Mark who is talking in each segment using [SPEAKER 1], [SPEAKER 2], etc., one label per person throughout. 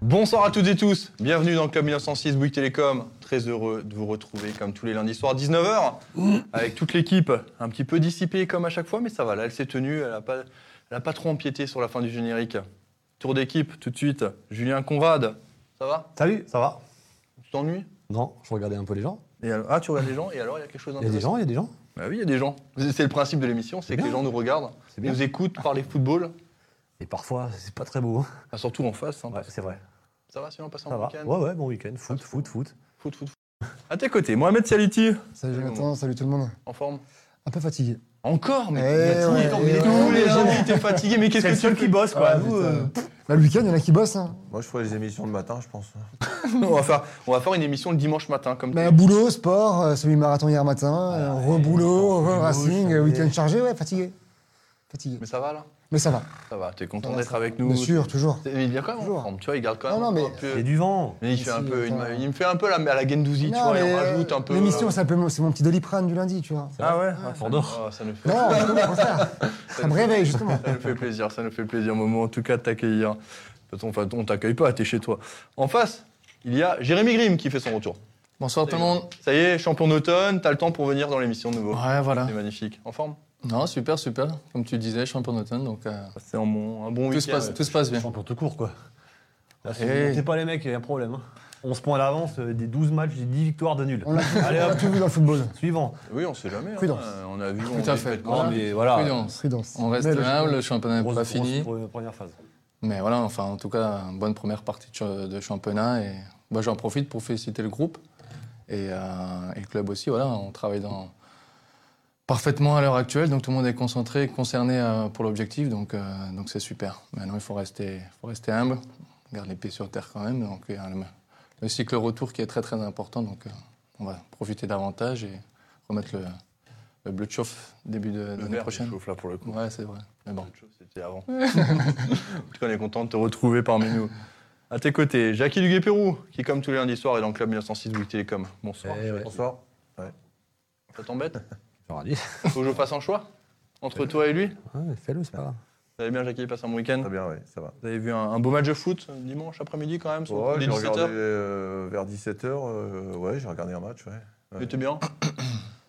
[SPEAKER 1] Bonsoir à toutes et tous, bienvenue dans le Club 1906 Bouygues Télécom. Très heureux de vous retrouver comme tous les lundis soirs 19h avec toute l'équipe, un petit peu dissipée comme à chaque fois, mais ça va, là elle s'est tenue, elle n'a pas, elle a pas trop empiété sur la fin du générique. Tour d'équipe tout de suite, Julien Conrad, ça va
[SPEAKER 2] Salut, ça va
[SPEAKER 1] Tu t'ennuies
[SPEAKER 2] Non, je regardais un peu les gens.
[SPEAKER 1] Et alors- Ah tu regardes les gens et alors il y a quelque chose
[SPEAKER 2] Il y a des
[SPEAKER 1] d'intéressant
[SPEAKER 2] gens, il y a des gens.
[SPEAKER 1] Bah oui, il y a des gens. C'est c'est le principe de l'émission, c'est que
[SPEAKER 2] bien.
[SPEAKER 1] les gens nous regardent,
[SPEAKER 2] C'est bien.
[SPEAKER 1] nous écoutent parler football,
[SPEAKER 2] Et parfois, c'est pas très beau. hein.
[SPEAKER 1] enfin, surtout en face. hein.
[SPEAKER 2] Ouais, c'est vrai.
[SPEAKER 1] Ça va sinon, on passe
[SPEAKER 2] Ça
[SPEAKER 1] en
[SPEAKER 2] va.
[SPEAKER 1] week-end
[SPEAKER 2] Ouais, ouais, bon week-end. Foot, foot, foot.
[SPEAKER 1] Foot, foot, foot. À tes côtés, Mohamed Saliti,
[SPEAKER 3] Salut
[SPEAKER 1] Salut,
[SPEAKER 3] Jonathan, salut tout le monde.
[SPEAKER 1] en forme
[SPEAKER 3] Un peu fatigué.
[SPEAKER 1] Encore, mais
[SPEAKER 3] Eh
[SPEAKER 1] fatigué,
[SPEAKER 3] ouais,
[SPEAKER 1] attends,
[SPEAKER 3] eh
[SPEAKER 1] mais
[SPEAKER 3] ouais.
[SPEAKER 1] tous les gens étaient fatigués, mais qu'est-ce
[SPEAKER 2] C'est le
[SPEAKER 1] que
[SPEAKER 2] seul
[SPEAKER 1] tu
[SPEAKER 2] qui bosse, quoi.
[SPEAKER 3] Ah,
[SPEAKER 2] Nous,
[SPEAKER 3] putain.
[SPEAKER 2] euh,
[SPEAKER 3] Là, le week-end, il y en a qui bossent. Hein.
[SPEAKER 4] Moi, je ferais les émissions le matin, je pense.
[SPEAKER 1] on va faire On va faire une émission le dimanche matin, comme
[SPEAKER 3] Bah,
[SPEAKER 1] tu-
[SPEAKER 3] boulot, sport, euh, semi-marathon hier matin, euh, reboulot,
[SPEAKER 2] boulot,
[SPEAKER 3] racing, euh,
[SPEAKER 2] chargé.
[SPEAKER 3] week-end chargé, ouais, fatigué. Fatigué.
[SPEAKER 1] Mais ça va là
[SPEAKER 3] Mais ça va,
[SPEAKER 1] Ça va, t'es
[SPEAKER 3] Ça
[SPEAKER 1] content
[SPEAKER 3] va,
[SPEAKER 1] d'être
[SPEAKER 3] ça
[SPEAKER 1] avec nous
[SPEAKER 3] bien sûr, toujours.
[SPEAKER 1] C'est- Il vient quand même en
[SPEAKER 3] Toujours.
[SPEAKER 1] forme, tu vois, il garde quand même.
[SPEAKER 3] Non, non, mais-
[SPEAKER 1] un peu-
[SPEAKER 2] Il y a du vent.
[SPEAKER 1] Mais il, fait un
[SPEAKER 3] Si,
[SPEAKER 1] peu, il,
[SPEAKER 3] attends.
[SPEAKER 1] me- il me fait un peu la, à la Gendouzi, tu
[SPEAKER 3] Non,
[SPEAKER 1] vois, il
[SPEAKER 3] mais,
[SPEAKER 1] en
[SPEAKER 3] euh,
[SPEAKER 1] rajoute un peu.
[SPEAKER 3] L'émission, c'est un peu mon- c'est mon petit doliprane du lundi, tu vois.
[SPEAKER 1] Ah ouais, ouais.
[SPEAKER 2] Fandor.
[SPEAKER 1] Ah, ça nous fait,
[SPEAKER 3] Non, non, au contraire. Ça me réveille, justement.
[SPEAKER 1] ça nous fait plaisir, ça nous fait plaisir, Momo, en tout cas, de t'accueillir. De toute façon, Enfin, on t'accueille pas, t'es chez toi. En face, il y a Jérémy Grimm qui fait son retour.
[SPEAKER 5] Bonsoir tout le monde.
[SPEAKER 1] Ça y est, champion d'automne, t'as le temps pour venir dans l'émission de nouveau.
[SPEAKER 5] Ouais, voilà.
[SPEAKER 1] C'est magnifique. En forme
[SPEAKER 5] Non, super, super. Comme tu disais, champion d'automne, donc euh,
[SPEAKER 1] C'est un bon, un bon
[SPEAKER 5] tout, se
[SPEAKER 1] week-end.
[SPEAKER 5] passe, tout se passe bien.
[SPEAKER 2] Champion tout court, quoi. Là, si
[SPEAKER 5] Eh.
[SPEAKER 2] vous montez pas les mecs, il y a un problème. hein. 11 points à l'avance, euh, des 12 matchs, des 10 victoires de nul.
[SPEAKER 3] On l'a
[SPEAKER 2] Allez
[SPEAKER 3] on l'a
[SPEAKER 2] hop,
[SPEAKER 3] tout vu dans le football.
[SPEAKER 2] suivant.
[SPEAKER 1] Oui, on sait jamais. hein.
[SPEAKER 3] Prudence.
[SPEAKER 1] Euh, On a vu.
[SPEAKER 5] Tout à fait.
[SPEAKER 2] Non, mais voilà.
[SPEAKER 5] Prudence.
[SPEAKER 3] Prudence.
[SPEAKER 5] On reste
[SPEAKER 3] Mais le-
[SPEAKER 5] humble, le championnat n'est
[SPEAKER 2] Grosse-
[SPEAKER 5] pas
[SPEAKER 2] grosse
[SPEAKER 5] fini.
[SPEAKER 2] pre- première phase.
[SPEAKER 5] Mais voilà, enfin, en tout cas, une bonne première partie de, cha- de championnat. Et bah, j'en profite pour féliciter le groupe et, euh, et le club aussi. Voilà, on travaille dans... parfaitement à l'heure actuelle, donc tout le monde est concentré, concerné euh, pour l'objectif, donc euh, donc c'est super. Maintenant, il faut rester, faut rester humble, garde les pieds sur terre quand même. Donc il y a le, le cycle retour qui est très très important, donc euh, on va profiter davantage et remettre le, le bleu de chauffe début de de l'année prochaine.
[SPEAKER 1] chauffe là pour le coup.
[SPEAKER 5] Ouais, c'est vrai. Mais bon.
[SPEAKER 1] Le chauffe, C'était avant. en tout cas, on est content de te retrouver parmi nous. À tes côtés, Jackie Duguay-Pérou, qui, comme tous les lundis soirs, est dans le club 1906 Bouygues Télécom. Bonsoir.
[SPEAKER 2] Eh
[SPEAKER 4] Bonsoir.
[SPEAKER 1] Ça t'embête
[SPEAKER 2] J'aurais dit.
[SPEAKER 1] Faut que je fasse un choix entre toi et lui Vous
[SPEAKER 2] Ouais, Fais-le, c'est pas grave.
[SPEAKER 1] allez bien, Jackie, passe un bon week-end
[SPEAKER 4] Très bien, oui, ça va.
[SPEAKER 1] Vous avez vu un, un beau match de foot euh, dimanche après-midi quand même sur le
[SPEAKER 4] Ouais,
[SPEAKER 1] coup des
[SPEAKER 4] j'ai
[SPEAKER 1] 17
[SPEAKER 4] regardé
[SPEAKER 1] heures
[SPEAKER 4] euh, vers 17h. ouais, j'ai regardé un match, ouais.
[SPEAKER 1] Il était bien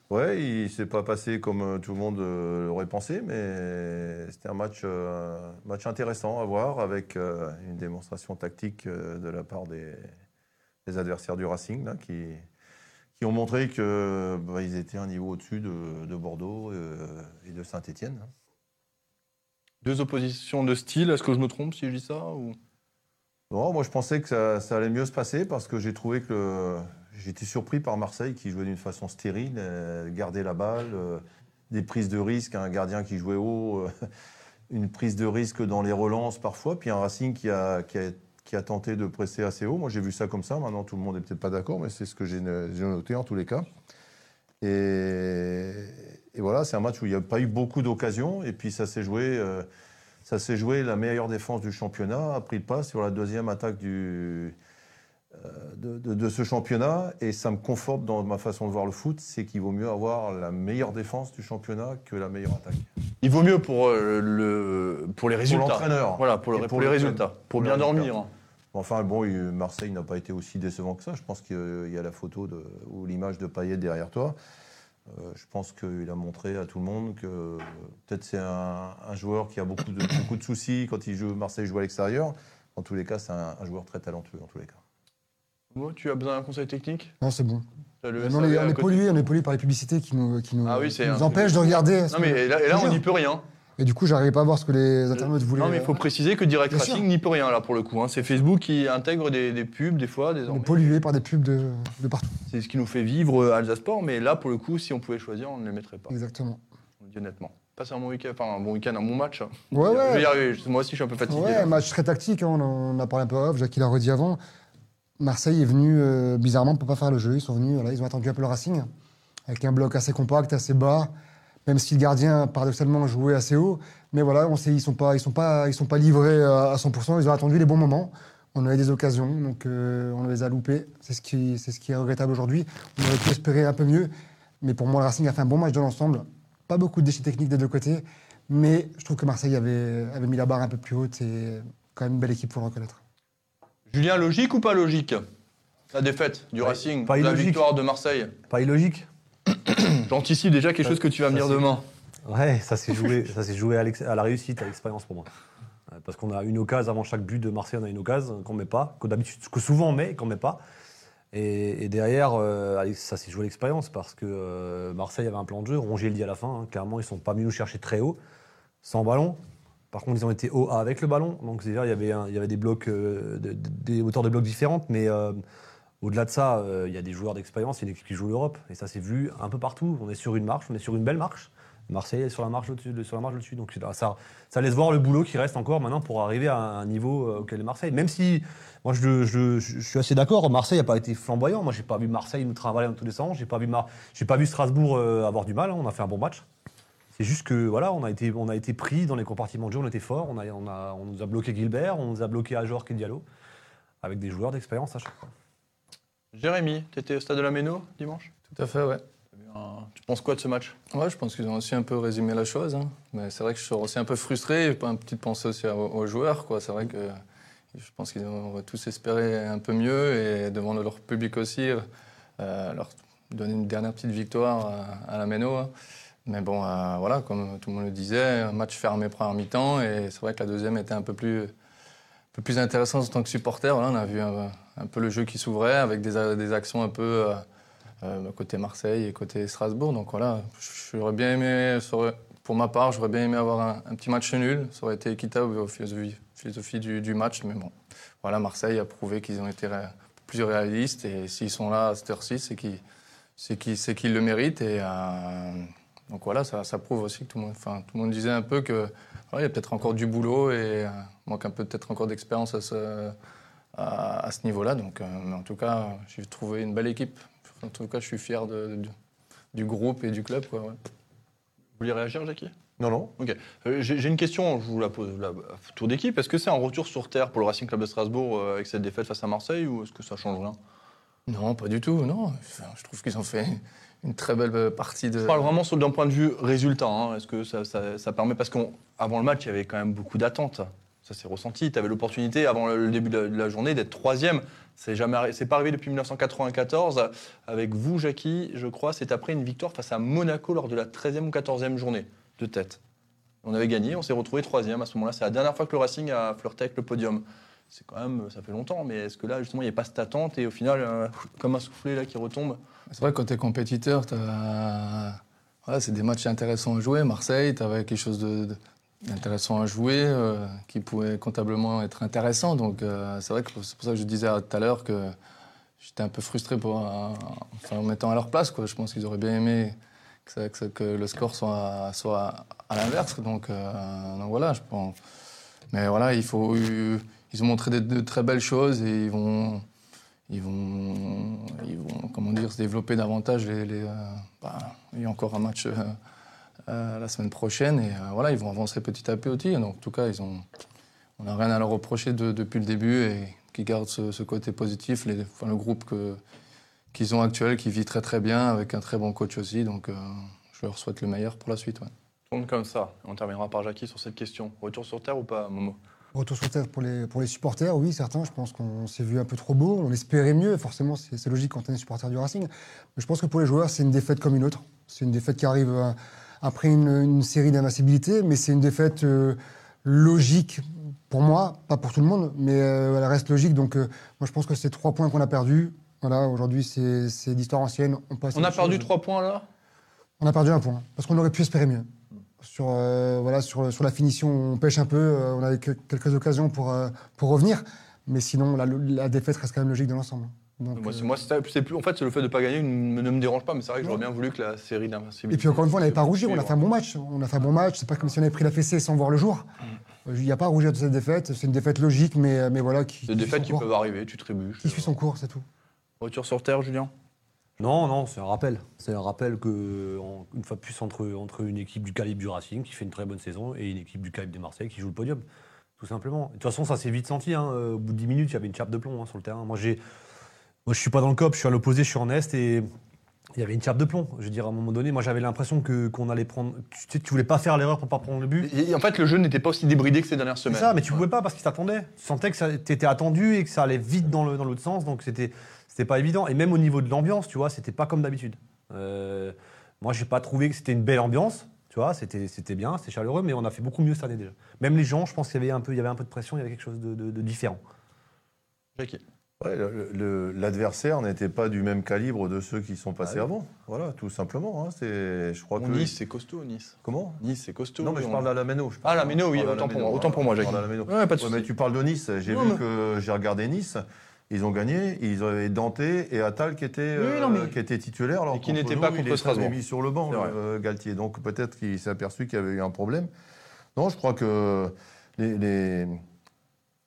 [SPEAKER 4] Ouais, il s'est pas passé comme euh, tout le monde euh, l'aurait pensé, mais c'était un match, euh, match intéressant à voir avec euh, une démonstration tactique euh, de la part des, des adversaires du Racing là, qui, qui ont montré que bah, ils étaient un niveau au-dessus de, de Bordeaux euh, et de Saint-Étienne. hein.
[SPEAKER 1] Deux oppositions de style, est-ce que je me trompe si je dis ça ou...
[SPEAKER 4] Non, moi je pensais que ça, ça allait mieux se passer parce que j'ai trouvé que le- j'étais surpris par Marseille qui jouait d'une façon stérile, euh, garder la balle, euh, des prises de risque, un gardien qui jouait haut, euh, une prise de risque dans les relances parfois, puis un Racing qui a, qui a, qui a tenté de presser assez haut. Moi j'ai vu ça comme ça, maintenant tout le monde n'est peut-être pas d'accord, mais c'est ce que j'ai j'ai noté en tous les cas. Et, et voilà, c'est un match où il n'y a pas eu beaucoup d'occasions et puis ça s'est joué. euh, ça s'est joué, la meilleure défense du championnat a pris le pas sur la deuxième attaque du, euh, de, de- de ce championnat. Et ça me conforte dans ma façon de voir le foot, c'est qu'il vaut mieux avoir la meilleure défense du championnat que la meilleure attaque.
[SPEAKER 1] Il vaut mieux pour, euh, le, pour les
[SPEAKER 4] Pour
[SPEAKER 1] résultats.
[SPEAKER 4] l'entraîneur.
[SPEAKER 1] Voilà, pour, le-
[SPEAKER 4] Et
[SPEAKER 1] pour
[SPEAKER 4] pour
[SPEAKER 1] les
[SPEAKER 4] le club.
[SPEAKER 1] résultats. Pour
[SPEAKER 4] Pour
[SPEAKER 1] bien
[SPEAKER 4] le résultat.
[SPEAKER 1] dormir. hein.
[SPEAKER 4] Enfin bon, il- Marseille n'a pas été aussi décevant que ça. Je pense qu'il euh, il y a la photo de- ou l'image de Payet derrière toi. Euh, je pense qu'il a montré à tout le monde que euh, peut-être c'est un, un joueur qui a beaucoup de, beaucoup de soucis quand il joue Marseille joue à l'extérieur. En tous les cas, c'est un, un joueur très talentueux. En tous les cas.
[SPEAKER 1] Mo, tu as besoin d'un conseil technique
[SPEAKER 3] Non, c'est bon.
[SPEAKER 1] T'as le
[SPEAKER 3] Non, on est,
[SPEAKER 1] SAV à
[SPEAKER 3] on est
[SPEAKER 1] côté.
[SPEAKER 3] pollué, on est pollué par les publicités qui nous, qui nous,
[SPEAKER 1] Ah oui, c'est
[SPEAKER 3] qui nous
[SPEAKER 1] un-
[SPEAKER 3] empêchent de regarder. ce
[SPEAKER 1] Non,
[SPEAKER 3] que-
[SPEAKER 1] mais et là, et là, on n'y peut rien.
[SPEAKER 3] Et du coup, j'arrivais pas à voir ce que les internautes voulaient.
[SPEAKER 1] Non, mais il faut préciser que Direct
[SPEAKER 3] Bien
[SPEAKER 1] Racing
[SPEAKER 3] sûr.
[SPEAKER 1] n'y peut rien, là, pour le coup. hein. C'est Facebook qui intègre des, des pubs, des fois,
[SPEAKER 3] On est
[SPEAKER 1] désormais.
[SPEAKER 3] pollué par des pubs de, de partout.
[SPEAKER 1] C'est ce qui nous fait vivre euh, Alsace Sport, mais là, pour le coup, si on pouvait choisir, on ne les mettrait pas,
[SPEAKER 3] Exactement.
[SPEAKER 1] on le dit honnêtement. Passez un bon week-end, enfin, un bon week-end, un bon match. hein.
[SPEAKER 3] Ouais,
[SPEAKER 1] Je vais
[SPEAKER 3] ouais.
[SPEAKER 1] y arriver, je- moi aussi, je suis un peu fatigué.
[SPEAKER 3] Ouais,
[SPEAKER 1] là.
[SPEAKER 3] match très tactique, hein, on en a parlé un peu off, Jacques l'a redit avant. Marseille est venu euh, bizarrement pour pas faire le jeu, ils sont venus, voilà, ils ont attendu un peu le Racing, avec un bloc assez compact, assez bas, même si le gardien, paradoxalement, jouait assez haut. Mais voilà, on sait, ils sont pas, ils sont pas, ils sont pas livrés à à 100%, ils ont attendu les bons moments. On avait des occasions, donc euh, on les a loupées. C'est ce qui, c'est ce qui est regrettable aujourd'hui. On aurait pu espérer un peu mieux, mais pour moi, le Racing a fait un bon match dans l'ensemble. Pas beaucoup de déchets techniques des deux côtés, mais je trouve que Marseille avait, avait mis la barre un peu plus haute et quand même une belle équipe pour le reconnaître.
[SPEAKER 1] Julien, logique ou pas logique La défaite du
[SPEAKER 2] Pas-
[SPEAKER 1] Racing,
[SPEAKER 2] pas
[SPEAKER 1] la
[SPEAKER 2] illogique.
[SPEAKER 1] victoire de Marseille.
[SPEAKER 3] Mm.
[SPEAKER 2] Pas illogique
[SPEAKER 1] J'anticipe déjà quelque chose que tu vas me
[SPEAKER 2] ça,
[SPEAKER 1] dire
[SPEAKER 2] c'est-
[SPEAKER 1] demain.
[SPEAKER 2] Ouais, ça s'est joué, ça s'est joué à, l'ex- à la réussite, à l'expérience pour moi. Euh, Parce qu'on a une occasion avant chaque but de Marseille, on a une occasion qu'on met pas, que d'habitude, que souvent on met et qu'on met pas. Et, et derrière, euh, allez, ça s'est joué à l'expérience parce que euh, Marseille avait un plan de jeu. Rongier le dit à la fin, hein, clairement, ils sont pas venus nous chercher très haut, sans ballon. Par contre, ils ont été haut avec le ballon. Donc déjà, il y avait, un- il y avait des blocs, euh, de- de- des hauteurs de blocs différentes, mais euh, au-delà de ça, euh, il y a des joueurs d'expérience, il y a une équipe qui joue l'Europe. Et ça s'est vu un peu partout. On est sur une marche, on est sur une belle marche. Marseille est sur la marche au-dessus. de- Sur la marche au-dessus. Donc ça- ça, ça laisse voir le boulot qui reste encore maintenant pour arriver à un niveau euh, auquel est Marseille. Même si, moi je, je- je- je suis assez d'accord, Marseille n'a pas été flamboyant. Moi j'ai pas vu Marseille nous travailler dans tous les sens. J'ai pas vu, Mar- j'ai pas vu Strasbourg euh, avoir du mal. hein. On a fait un bon match. C'est juste que voilà, on a été, on a été pris dans les compartiments de jeu, on était fort, on, a, on, a- on nous a bloqué Gilbert, on nous a bloqué Ajor et Diallo, avec des joueurs d'expérience à chaque fois.
[SPEAKER 1] Jérémy, t'étais au stade de la Méno dimanche
[SPEAKER 5] Tout à fait, ouais.
[SPEAKER 1] Tu penses quoi de ce match
[SPEAKER 5] Ouais, je pense qu'ils ont aussi un peu résumé la chose. hein. Mais c'est vrai que je suis aussi un peu frustré. et Une petite pensée aussi à- aux, joueurs. Quoi. C'est vrai que je pense qu'ils ont tous espéré un peu mieux et devant leur public aussi, euh, leur donner une dernière petite victoire à, à la Méno. hein. Mais bon, euh, voilà, comme tout le monde le disait, un match fermé première mi-temps et c'est vrai que la deuxième était un peu plus, un peu plus intéressante en tant que supporter. Voilà, on a vu un, un peu le jeu qui s'ouvrait avec des, a- des actions un peu. euh, euh, côté Marseille et côté Strasbourg. Donc voilà, j- j'aurais bien aimé, ça aurait- pour ma part, j'aurais bien aimé avoir un, un petit match nul. Ça aurait été équitable aux philosophie, philosophie du, du match. Mais bon, voilà, Marseille a prouvé qu'ils ont été ré- plus réalistes. Et s'ils sont là à cette heure-ci, c'est qu'ils c'est qu'ils- c'est qu'ils le méritent. Et euh, donc voilà, ça, ça prouve aussi que tout le monde, enfin, tout le monde disait un peu que voilà, il y a peut-être encore du boulot et euh, manque un peu peut-être encore d'expérience à ce, à, à ce niveau-là. Donc, euh, mais en tout cas, j'ai trouvé une belle équipe. En tout cas, je suis fier de, de- du groupe et du club. Quoi, ouais.
[SPEAKER 1] Vous voulez réagir, Jackie
[SPEAKER 4] Non, non.
[SPEAKER 1] Euh, J'ai j'ai une question, je vous la pose là, à tour d'équipe. Est-ce que c'est un retour sur terre pour le Racing Club de Strasbourg euh, avec cette défaite face à Marseille ou est-ce que ça change rien
[SPEAKER 5] Non, pas du tout. Non, Enfin, je trouve qu'ils ont fait une très belle partie de.
[SPEAKER 1] Je parle vraiment sur- d'un point de vue résultat. hein. Est-ce que ça, ça- ça permet Parce qu'avant le match, il y avait quand même beaucoup d'attentes. Ça s'est ressenti. Tu avais l'opportunité, avant le le début de la, de la journée, d'être troisième. C'est jamais arri- c'est pas arrivé depuis 1994. Avec vous, Jackie, je crois, c'est après une victoire face à Monaco lors de la 13e ou 14e journée de tête. On avait gagné, on s'est retrouvé troisième à ce moment-là. C'est la dernière fois que le Racing a flirté avec le podium. C'est quand même, ça fait longtemps, mais est-ce que là, justement, il n'y a pas cette attente et au final, euh, comme un soufflet là qui retombe
[SPEAKER 5] C'est vrai que quand t'es compétiteur, t'as- voilà, c'est des matchs intéressants à jouer. Marseille, t'avais quelque chose de- de- d'intéressant à jouer, euh, qui pouvait comptablement être intéressant. Donc euh, c'est vrai que c'est pour ça que je disais à- tout à l'heure que j'étais un peu frustré pour, un- enfin, en me mettant à leur place. Quoi. Je pense qu'ils auraient bien aimé que, ça- que ça- que le score soit, soit à l'inverse. Donc, euh, donc voilà, je pense. Mais voilà, il faut, euh, ils ont montré de, de très belles choses et ils vont ils vont, ils vont comment dire, se développer davantage. Les, les, euh, bah, il y a encore un match euh, euh, la semaine prochaine et euh, voilà, ils vont avancer petit à petit. Donc, en tout cas, ils ont, on n'a rien à leur reprocher de- depuis le début et qui gardent ce, ce côté positif. Les, enfin, le groupe que- qu'ils ont actuel qui vit très très bien avec un très bon coach aussi. Donc, euh, je leur souhaite le meilleur pour la suite. ouais.
[SPEAKER 1] tourne comme ça. On terminera par Jackie sur cette question. Retour sur Terre ou pas, Momo
[SPEAKER 3] Retour sur terre pour les, pour les supporters, oui, certains, je pense qu'on s'est vu un peu trop beau, on espérait mieux, forcément, c'est c'est logique quand on est supporter du Racing. Mais je pense que pour les joueurs, c'est une défaite comme une autre. C'est une défaite qui arrive euh, après une, une série d'invincibilités, mais c'est une défaite euh, logique pour moi, pas pour tout le monde, mais euh, elle reste logique. Donc, euh, moi, je pense que c'est trois points qu'on a perdus. Voilà, aujourd'hui, c'est c'est d'histoire ancienne. On, passe à
[SPEAKER 1] On a
[SPEAKER 3] autre
[SPEAKER 1] perdu
[SPEAKER 3] chose.
[SPEAKER 1] trois points là
[SPEAKER 3] On a perdu un point, parce qu'on aurait pu espérer mieux. Sur, euh, voilà, sur, sur la finition, on pêche un peu, euh, on a eu que- quelques occasions pour, euh, pour revenir, mais sinon, la, la défaite reste quand même logique dans l'ensemble. Donc,
[SPEAKER 1] Moi,
[SPEAKER 3] euh,
[SPEAKER 1] c'est- moi, c'est c'est plus. En fait, c'est le fait de ne pas gagner ne, ne me dérange pas, mais c'est vrai que j'aurais bien voulu que la série d'invincibilité.
[SPEAKER 3] Et puis encore une fois, on n'avait pas à rougir, on a fait un bon match. On a fait un bon match, c'est pas comme si on avait pris la fessée sans voir le jour.
[SPEAKER 1] Mm.
[SPEAKER 3] Euh, Il n'y a pas à rougir de cette défaite, c'est une défaite logique, mais, euh, mais voilà, qui,
[SPEAKER 1] Des
[SPEAKER 3] qui
[SPEAKER 1] défaites
[SPEAKER 3] suit
[SPEAKER 1] qui
[SPEAKER 3] son cours.
[SPEAKER 1] peuvent arriver, tu trébuches. euh.
[SPEAKER 3] Qui suit son cours, c'est tout.
[SPEAKER 1] Retour sur Terre, Julien
[SPEAKER 2] Non, non, c'est un rappel. C'est un rappel que, en- une fois de plus, entre, entre une équipe du calibre du Racing qui fait une très bonne saison et une équipe du calibre des Marseillais qui joue le podium. Tout simplement. De toute façon, ça s'est vite senti. hein. Au bout de 10 minutes, il y avait une chape de plomb hein, sur le terrain. Moi, j'ai, moi, je suis pas dans le COP, je suis à l'opposé, je suis en Est et il y avait une chape de plomb. Je veux dire, à un moment donné, moi j'avais l'impression que qu'on allait prendre. Tu, sais, tu voulais pas faire l'erreur pour pas prendre le but.
[SPEAKER 1] Et- et en fait, le jeu n'était pas aussi débridé que ces dernières
[SPEAKER 2] C'est
[SPEAKER 1] semaines.
[SPEAKER 2] ça, mais tu pouvais pas parce qu'ils t'attendaient. Tu sentais que ça- t'étais attendu et que ça allait vite dans le dans l'autre sens, donc c'était c'était pas évident. Et même au niveau de l'ambiance, tu vois, c'était pas comme d'habitude. Euh, moi, j'ai pas trouvé que c'était une belle ambiance. Tu vois, c'était c'était bien, c'était chaleureux, mais on a fait beaucoup mieux cette année déjà. Même les gens, je pense qu'il y avait un peu, il y avait un peu de pression, il y avait quelque chose de, de- de différent.
[SPEAKER 1] Jackie.
[SPEAKER 4] Ouais, le- le- L'adversaire n'était pas du même calibre de ceux qui sont passés
[SPEAKER 2] Ah oui.
[SPEAKER 4] avant. Voilà, tout simplement. hein. C'est, je crois
[SPEAKER 1] Bon,
[SPEAKER 4] que.
[SPEAKER 1] Nice, c'est costaud, Nice.
[SPEAKER 4] Comment
[SPEAKER 1] Nice, c'est costaud.
[SPEAKER 4] Non, mais je
[SPEAKER 1] On-
[SPEAKER 4] parle à la Méno. je
[SPEAKER 1] Ah,
[SPEAKER 4] parle-
[SPEAKER 1] la Méno, oui,
[SPEAKER 4] je parle à
[SPEAKER 1] autant
[SPEAKER 4] la
[SPEAKER 1] pour moi,
[SPEAKER 4] Méno,
[SPEAKER 1] autant pour moi,
[SPEAKER 4] je parle
[SPEAKER 1] Jackie.
[SPEAKER 4] à la Méno.
[SPEAKER 1] Ouais, pas de
[SPEAKER 4] Ouais,
[SPEAKER 1] souci.
[SPEAKER 4] mais tu parles de Nice. J'ai
[SPEAKER 1] Non,
[SPEAKER 4] vu
[SPEAKER 1] mais-
[SPEAKER 4] que j'ai regardé Nice. Ils ont gagné. Ils avaient Danté et Attal qui était,
[SPEAKER 1] Oui, non, mais-
[SPEAKER 4] qui était titulaire. Alors
[SPEAKER 1] Et qui
[SPEAKER 4] contre
[SPEAKER 1] n'était
[SPEAKER 4] nous,
[SPEAKER 1] pas contre
[SPEAKER 4] il est-
[SPEAKER 1] Strasbourg.
[SPEAKER 4] il est mis sur le banc,
[SPEAKER 1] C'est
[SPEAKER 4] le-
[SPEAKER 1] vrai.
[SPEAKER 4] euh, Galtier. Donc peut-être qu'il s'est aperçu qu'il y avait eu un problème. Non, je crois que les. les-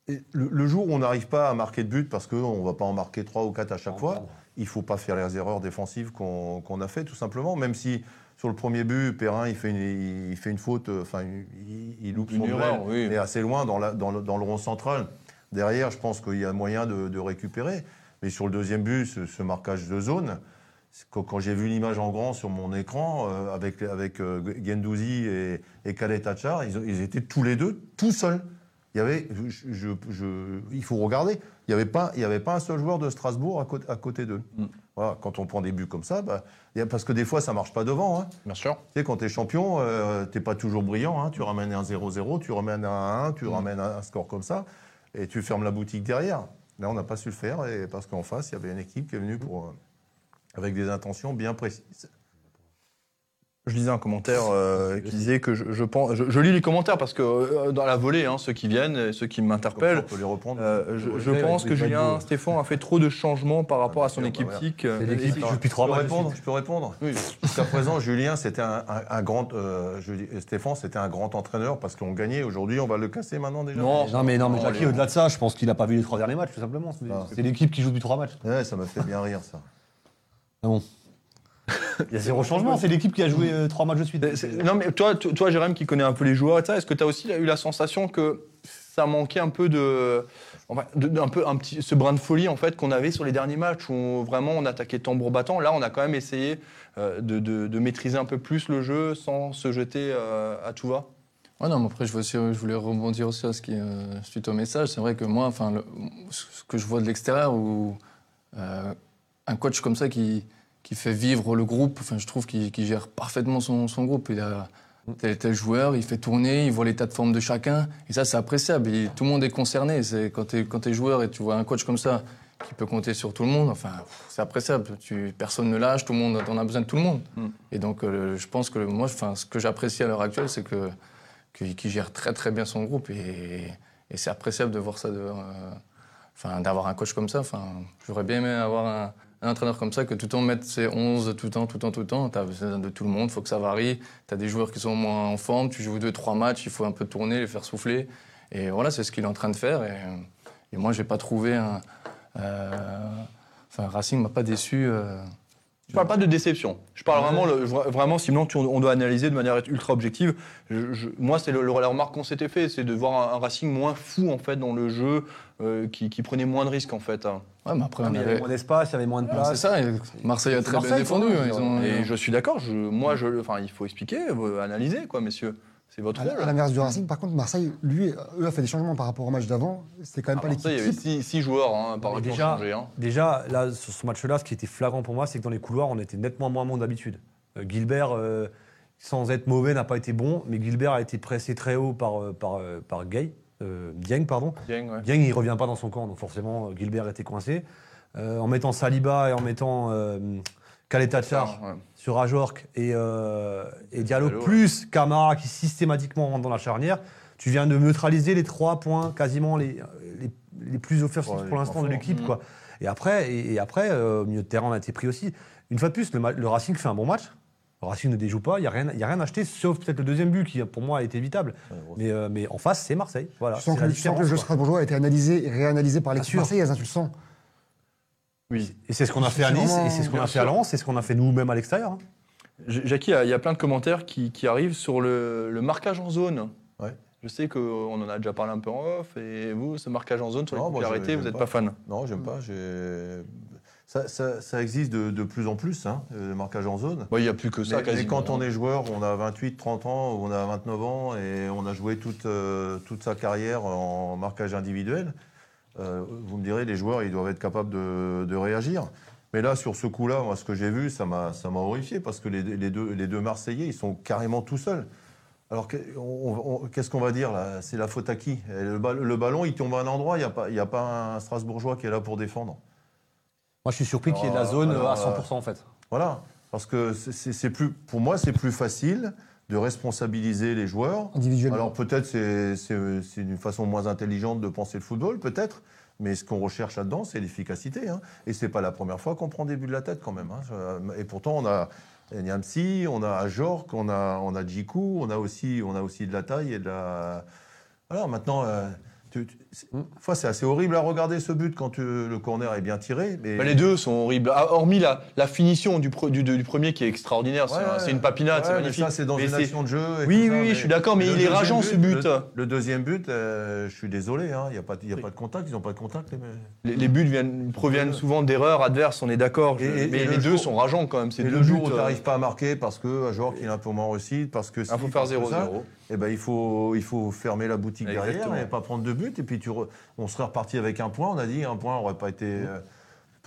[SPEAKER 4] et Le, le jour où on n'arrive pas à marquer de but, parce qu'on ne va pas en marquer 3 ou 4 à chaque fois, il ne faut pas faire les erreurs défensives qu'on qu'on a fait, tout simplement. Même si sur le premier but, Perrin, il fait une, il fait une faute, euh, enfin, il, il loupe
[SPEAKER 1] Une
[SPEAKER 4] son
[SPEAKER 1] erreur,
[SPEAKER 4] duel,
[SPEAKER 1] oui.
[SPEAKER 4] mais assez loin dans, la- dans le, dans le rond central. Derrière, je pense qu'il y a moyen de, de récupérer. Mais sur le deuxième but, ce, ce marquage de zone, c'est quand, quand j'ai vu l'image en grand sur mon écran, euh, avec, avec euh, Guendouzi et, et Khaled Tachar, ils, ont- ils étaient tous les deux tout seuls. Il y avait, je- je- je- il faut regarder, il n'y avait, pas- il y avait pas un seul joueur de Strasbourg à côté, à côté d'eux.
[SPEAKER 1] Mm.
[SPEAKER 4] Voilà, quand on prend des buts comme ça, bah, il y a- parce que des fois, ça ne marche pas devant. hein.
[SPEAKER 1] Bien sûr.
[SPEAKER 4] Tu sais, quand t'es champion, euh, t'es pas toujours brillant. hein. Tu ramènes un 0-0, tu ramènes un 1, tu ramènes un un score comme ça, et tu fermes la boutique derrière. Là, on n'a pas su le faire, et parce qu'en face, il y avait une équipe qui est venue pour, euh, avec des intentions bien précises.
[SPEAKER 1] Je lisais un commentaire euh, qui disait que je, je pense. Je, je lis les commentaires parce que euh, dans la volée, hein, ceux qui viennent, et ceux qui
[SPEAKER 4] Comme ça, on
[SPEAKER 1] m'interpellent.
[SPEAKER 4] peut les reprendre.
[SPEAKER 1] euh, je, je
[SPEAKER 2] Ouais,
[SPEAKER 1] pense
[SPEAKER 2] ouais,
[SPEAKER 1] que
[SPEAKER 2] ouais,
[SPEAKER 1] Julien
[SPEAKER 2] ouais.
[SPEAKER 1] Stéphane a fait trop de changements par rapport à son
[SPEAKER 4] bah,
[SPEAKER 1] équipe
[SPEAKER 4] voilà.
[SPEAKER 1] tic. euh,
[SPEAKER 2] C'est l'équipe qui joue depuis
[SPEAKER 4] je,
[SPEAKER 2] trois
[SPEAKER 4] peux
[SPEAKER 2] matchs. de
[SPEAKER 4] répondre,
[SPEAKER 2] suite.
[SPEAKER 4] je peux répondre
[SPEAKER 1] Oui.
[SPEAKER 4] Jusqu'à présent, Julien, c'était un, un- un grand. euh, je dis- Stéphane, c'était un grand entraîneur parce qu'on gagnait. Aujourd'hui, on va le casser maintenant déjà.
[SPEAKER 1] Non,
[SPEAKER 2] Non mais non mais
[SPEAKER 1] Oh,
[SPEAKER 2] Jackie,
[SPEAKER 1] Léon.
[SPEAKER 2] au-delà de ça, je pense qu'il n'a pas vu les trois derniers matchs tout simplement. C'est-
[SPEAKER 4] Ah.
[SPEAKER 2] C'est l'équipe qui joue depuis trois matchs.
[SPEAKER 4] Ouais, ça me fait bien rire, ça.
[SPEAKER 2] Il y a zéro changement. C'est l'équipe qui a joué euh, trois matchs de suite.
[SPEAKER 1] C'est- c'est- Non, mais toi, toi, toi, Jérém, qui connais un peu les joueurs et ça, est-ce que tu as aussi eu la sensation que ça manquait un peu de. enfin, de- d'un peu un petit, ce brin de folie en fait qu'on avait sur les derniers matchs où on- vraiment on attaquait tambour battant. Là, on a quand même essayé euh, de, de- de maîtriser un peu plus le jeu sans se jeter euh, à tout va.
[SPEAKER 5] Ouais, non, mais après, je, veux aussi- euh, je voulais rebondir aussi à ce qui, euh, suite au message. C'est vrai que moi, enfin, le- ce que je vois de l'extérieur, ou euh, un coach comme ça qui, qui fait vivre le groupe, enfin, je trouve qu'il qu'il gère parfaitement son, son groupe. Il a tel, tel joueur, il fait tourner, il voit l'état de forme de chacun. Et ça, c'est appréciable. Et tout le monde est concerné. C'est quand tu es, joueur et tu vois un coach comme ça qui peut compter sur tout le monde, enfin, pff, c'est appréciable. Tu, personne ne lâche, tout le monde, on a besoin de tout le monde.
[SPEAKER 1] Mm.
[SPEAKER 5] Et donc, euh, je pense que le- moi, enfin, ce que j'apprécie à l'heure actuelle, c'est que qui, qui gère très très bien son groupe et, et c'est appréciable de voir ça, de, euh, enfin, d'avoir un coach comme ça. Enfin, j'aurais bien aimé avoir un, un entraîneur comme ça que tout le temps mette ses 11 tout le temps, tout le temps, tout le temps. T'as besoin de tout le monde, faut que ça varie. T'as des joueurs qui sont moins en forme, tu joues deux trois matchs, il faut un peu tourner, les faire souffler. Et voilà, c'est ce qu'il est en train de faire. Et, et moi, j'ai pas trouvé un. euh, Enfin, Racing m'a pas déçu. euh,
[SPEAKER 1] Je parle pas de déception. Je parle vraiment, le- vra- vraiment sinon tu- on doit analyser de manière ultra objective. Je- je- moi, c'est le- le- la remarque qu'on s'était fait, c'est de voir un, un Racing moins fou en fait dans le jeu, euh, qui, qui prenait moins de risques en fait. hein.
[SPEAKER 5] Ouais, mais après,
[SPEAKER 2] Ah,
[SPEAKER 5] on
[SPEAKER 2] mais Il y avait
[SPEAKER 5] avait.
[SPEAKER 2] moins d'espace, il y avait moins de
[SPEAKER 5] Ah,
[SPEAKER 2] place.
[SPEAKER 5] c'est ça, et Marseille a
[SPEAKER 2] C'est
[SPEAKER 5] très bien
[SPEAKER 2] Marseille,
[SPEAKER 5] défendu.
[SPEAKER 2] quoi.
[SPEAKER 5] hein, ils ont-
[SPEAKER 1] Et je suis d'accord. je- Moi, je, enfin, il faut expliquer, euh, analyser quoi, messieurs. C'est votre
[SPEAKER 3] À l-
[SPEAKER 1] rôle.
[SPEAKER 3] à l'inverse du Racing, par contre, Marseille, lui, eux, a fait des changements par rapport au match d'avant. C'était quand même
[SPEAKER 1] Ah,
[SPEAKER 3] pas l'équipe
[SPEAKER 1] Marseille, il y avait six,
[SPEAKER 3] type.
[SPEAKER 1] six joueurs hein, par
[SPEAKER 2] Mais
[SPEAKER 1] qui ont
[SPEAKER 2] déjà-
[SPEAKER 1] changé, hein.
[SPEAKER 2] Déjà, là, sur ce match-là, ce qui était flagrant pour moi, c'est que dans les couloirs, on était nettement moins bon d'habitude. Euh, Gilbert, euh, sans être mauvais, n'a pas été bon, mais Gilbert a été pressé très haut par, euh, par, euh, par Gay, euh, Dieng, pardon.
[SPEAKER 1] Dieng, ouais.
[SPEAKER 2] Dieng, il revient pas dans son camp, donc forcément, euh, Gilbert était coincé. Euh, en mettant Saliba et en mettant euh, Tachar
[SPEAKER 1] Ouais.
[SPEAKER 2] sur Ajorc et, euh, et Diallo,
[SPEAKER 1] Diallo, ouais.
[SPEAKER 2] plus Camara qui systématiquement rentre dans la charnière, tu viens de neutraliser les trois points quasiment les, les, les plus offensifs
[SPEAKER 4] Ouais, les
[SPEAKER 2] pour l'instant
[SPEAKER 4] points
[SPEAKER 2] de
[SPEAKER 4] forts.
[SPEAKER 2] l'équipe.
[SPEAKER 1] Mhm.
[SPEAKER 2] quoi. Et après, et, et après euh, au milieu de terrain, on a été pris aussi. Une fois de plus, le, ma- le Racing fait un bon match. Le Racing ne déjoue pas, il n'y a, rien- il y a rien acheté, sauf peut-être le deuxième but qui, pour moi, est évitable. Mais, euh, mais en face, c'est Marseille. Voilà,
[SPEAKER 3] Tu sens
[SPEAKER 2] c'est
[SPEAKER 3] que,
[SPEAKER 2] la
[SPEAKER 3] tu sens
[SPEAKER 2] différence,
[SPEAKER 3] que le jeu
[SPEAKER 2] quoi.
[SPEAKER 3] strasbourgeois a été analysé et réanalysé par l'équipe
[SPEAKER 2] sûr.
[SPEAKER 3] marseillaise, hein, tu le sens.
[SPEAKER 1] Oui.
[SPEAKER 2] Et c'est ce qu'on a fait à
[SPEAKER 3] C'est
[SPEAKER 2] Nice,
[SPEAKER 3] vraiment-
[SPEAKER 2] et c'est ce qu'on
[SPEAKER 1] Bien
[SPEAKER 2] a fait à
[SPEAKER 1] sûr.
[SPEAKER 2] Lens, c'est ce qu'on a fait nous-mêmes à l'extérieur. hein.
[SPEAKER 1] J- Jackie, il y a- il y a plein de commentaires qui, qui arrivent sur le, le marquage en zone.
[SPEAKER 4] Ouais.
[SPEAKER 1] Je sais qu'on en a déjà parlé un peu en off, et vous, ce marquage en zone sur les
[SPEAKER 4] Non,
[SPEAKER 1] coups de
[SPEAKER 4] moi,
[SPEAKER 1] pied
[SPEAKER 4] je-
[SPEAKER 1] arrêtés, vous
[SPEAKER 4] j'aime
[SPEAKER 1] n'êtes pas
[SPEAKER 4] pas.
[SPEAKER 1] fan.
[SPEAKER 4] Non, j'aime pas. j'ai- Ça, ça- ça existe de, de plus en plus, hein, le marquage en zone.
[SPEAKER 1] Bon, Il n'y a plus que ça
[SPEAKER 4] Mais- mais
[SPEAKER 1] quasiment. hein.
[SPEAKER 4] quand on est joueur, on a 28, 30 ans, ou on a 29 ans et on a joué toute, euh, toute sa carrière en marquage individuel. euh, vous me direz, les joueurs, ils doivent être capables de, de réagir. Mais là, sur ce coup-là, moi, ce que j'ai vu, ça m'a ça m'a horrifié parce que les, les deux, les deux Marseillais, ils sont carrément tout seuls. Alors, que- on- on- qu'est-ce qu'on va dire là C'est la faute à qui Et le, bal- le ballon, il tombe à un endroit, il n'y a, pas- il y a pas un Strasbourgeois qui est là pour défendre.
[SPEAKER 2] Moi, je suis surpris qu'il y ait de la
[SPEAKER 4] Alors,
[SPEAKER 2] zone euh,
[SPEAKER 4] alors,
[SPEAKER 2] à 100% en fait.
[SPEAKER 4] Voilà, parce que c'est- c'est c'est plus, pour moi, c'est plus facile de responsabiliser les joueurs.
[SPEAKER 3] individuellement.
[SPEAKER 4] Alors peut-être c'est c'est- c'est une façon moins intelligente de penser le football, peut-être. Mais ce qu'on recherche là-dedans, c'est l'efficacité. hein. Et c'est pas la première fois qu'on prend des buts de la tête quand même. hein. Je- Et pourtant, on a Niamsi, on a Ajork, on a, on a Djikou, on a, aussi, on a aussi de la taille et de la... Voilà, maintenant... euh, tu- tu- c'est- parfois, c'est assez horrible à regarder ce but quand tu- le corner est bien tiré. Mais...
[SPEAKER 1] Bah, les deux sont horribles. Ah, hormis la, la finition du, pro- du- du premier qui est extraordinaire, c'est
[SPEAKER 4] Ouais,
[SPEAKER 1] un-
[SPEAKER 4] ouais.
[SPEAKER 1] c'est une papinade,
[SPEAKER 4] Ouais,
[SPEAKER 1] c'est
[SPEAKER 4] mais
[SPEAKER 1] magnifique.
[SPEAKER 4] Ça, c'est dans
[SPEAKER 1] Mais
[SPEAKER 4] une
[SPEAKER 1] c'est-
[SPEAKER 4] action de jeu.
[SPEAKER 1] Oui,
[SPEAKER 4] et tout
[SPEAKER 1] oui,
[SPEAKER 4] ça,
[SPEAKER 1] oui,
[SPEAKER 4] mais
[SPEAKER 1] je suis d'accord, mais
[SPEAKER 4] le
[SPEAKER 1] il est
[SPEAKER 4] deuxième
[SPEAKER 1] rageant, ce but.
[SPEAKER 4] Le, le deuxième but, euh, je suis désolé, hein, il n'y a, pas, il y a pas de contact, ils n'ont pas de contact. les mecs.
[SPEAKER 1] Les, les buts viennent- proviennent souvent d'erreurs adverses, on est d'accord. je-
[SPEAKER 4] Et- et-
[SPEAKER 1] Mais
[SPEAKER 4] et
[SPEAKER 1] les
[SPEAKER 4] le
[SPEAKER 1] deux
[SPEAKER 4] jour-
[SPEAKER 1] sont rageants quand même.
[SPEAKER 4] Et
[SPEAKER 1] C'est deux
[SPEAKER 4] le jour
[SPEAKER 1] buts,
[SPEAKER 4] où tu
[SPEAKER 1] euh,
[SPEAKER 4] n'arrives pas à marquer parce que un joueur qui est un peu moins réussi, parce que.
[SPEAKER 1] Il faut faire 0-0.
[SPEAKER 4] Et ben, il, faut, il faut fermer la boutique
[SPEAKER 1] Exactement.
[SPEAKER 4] derrière et pas prendre de but. Et puis tu re- on serait reparti avec un point. On a dit un point n'aurait pas été. euh,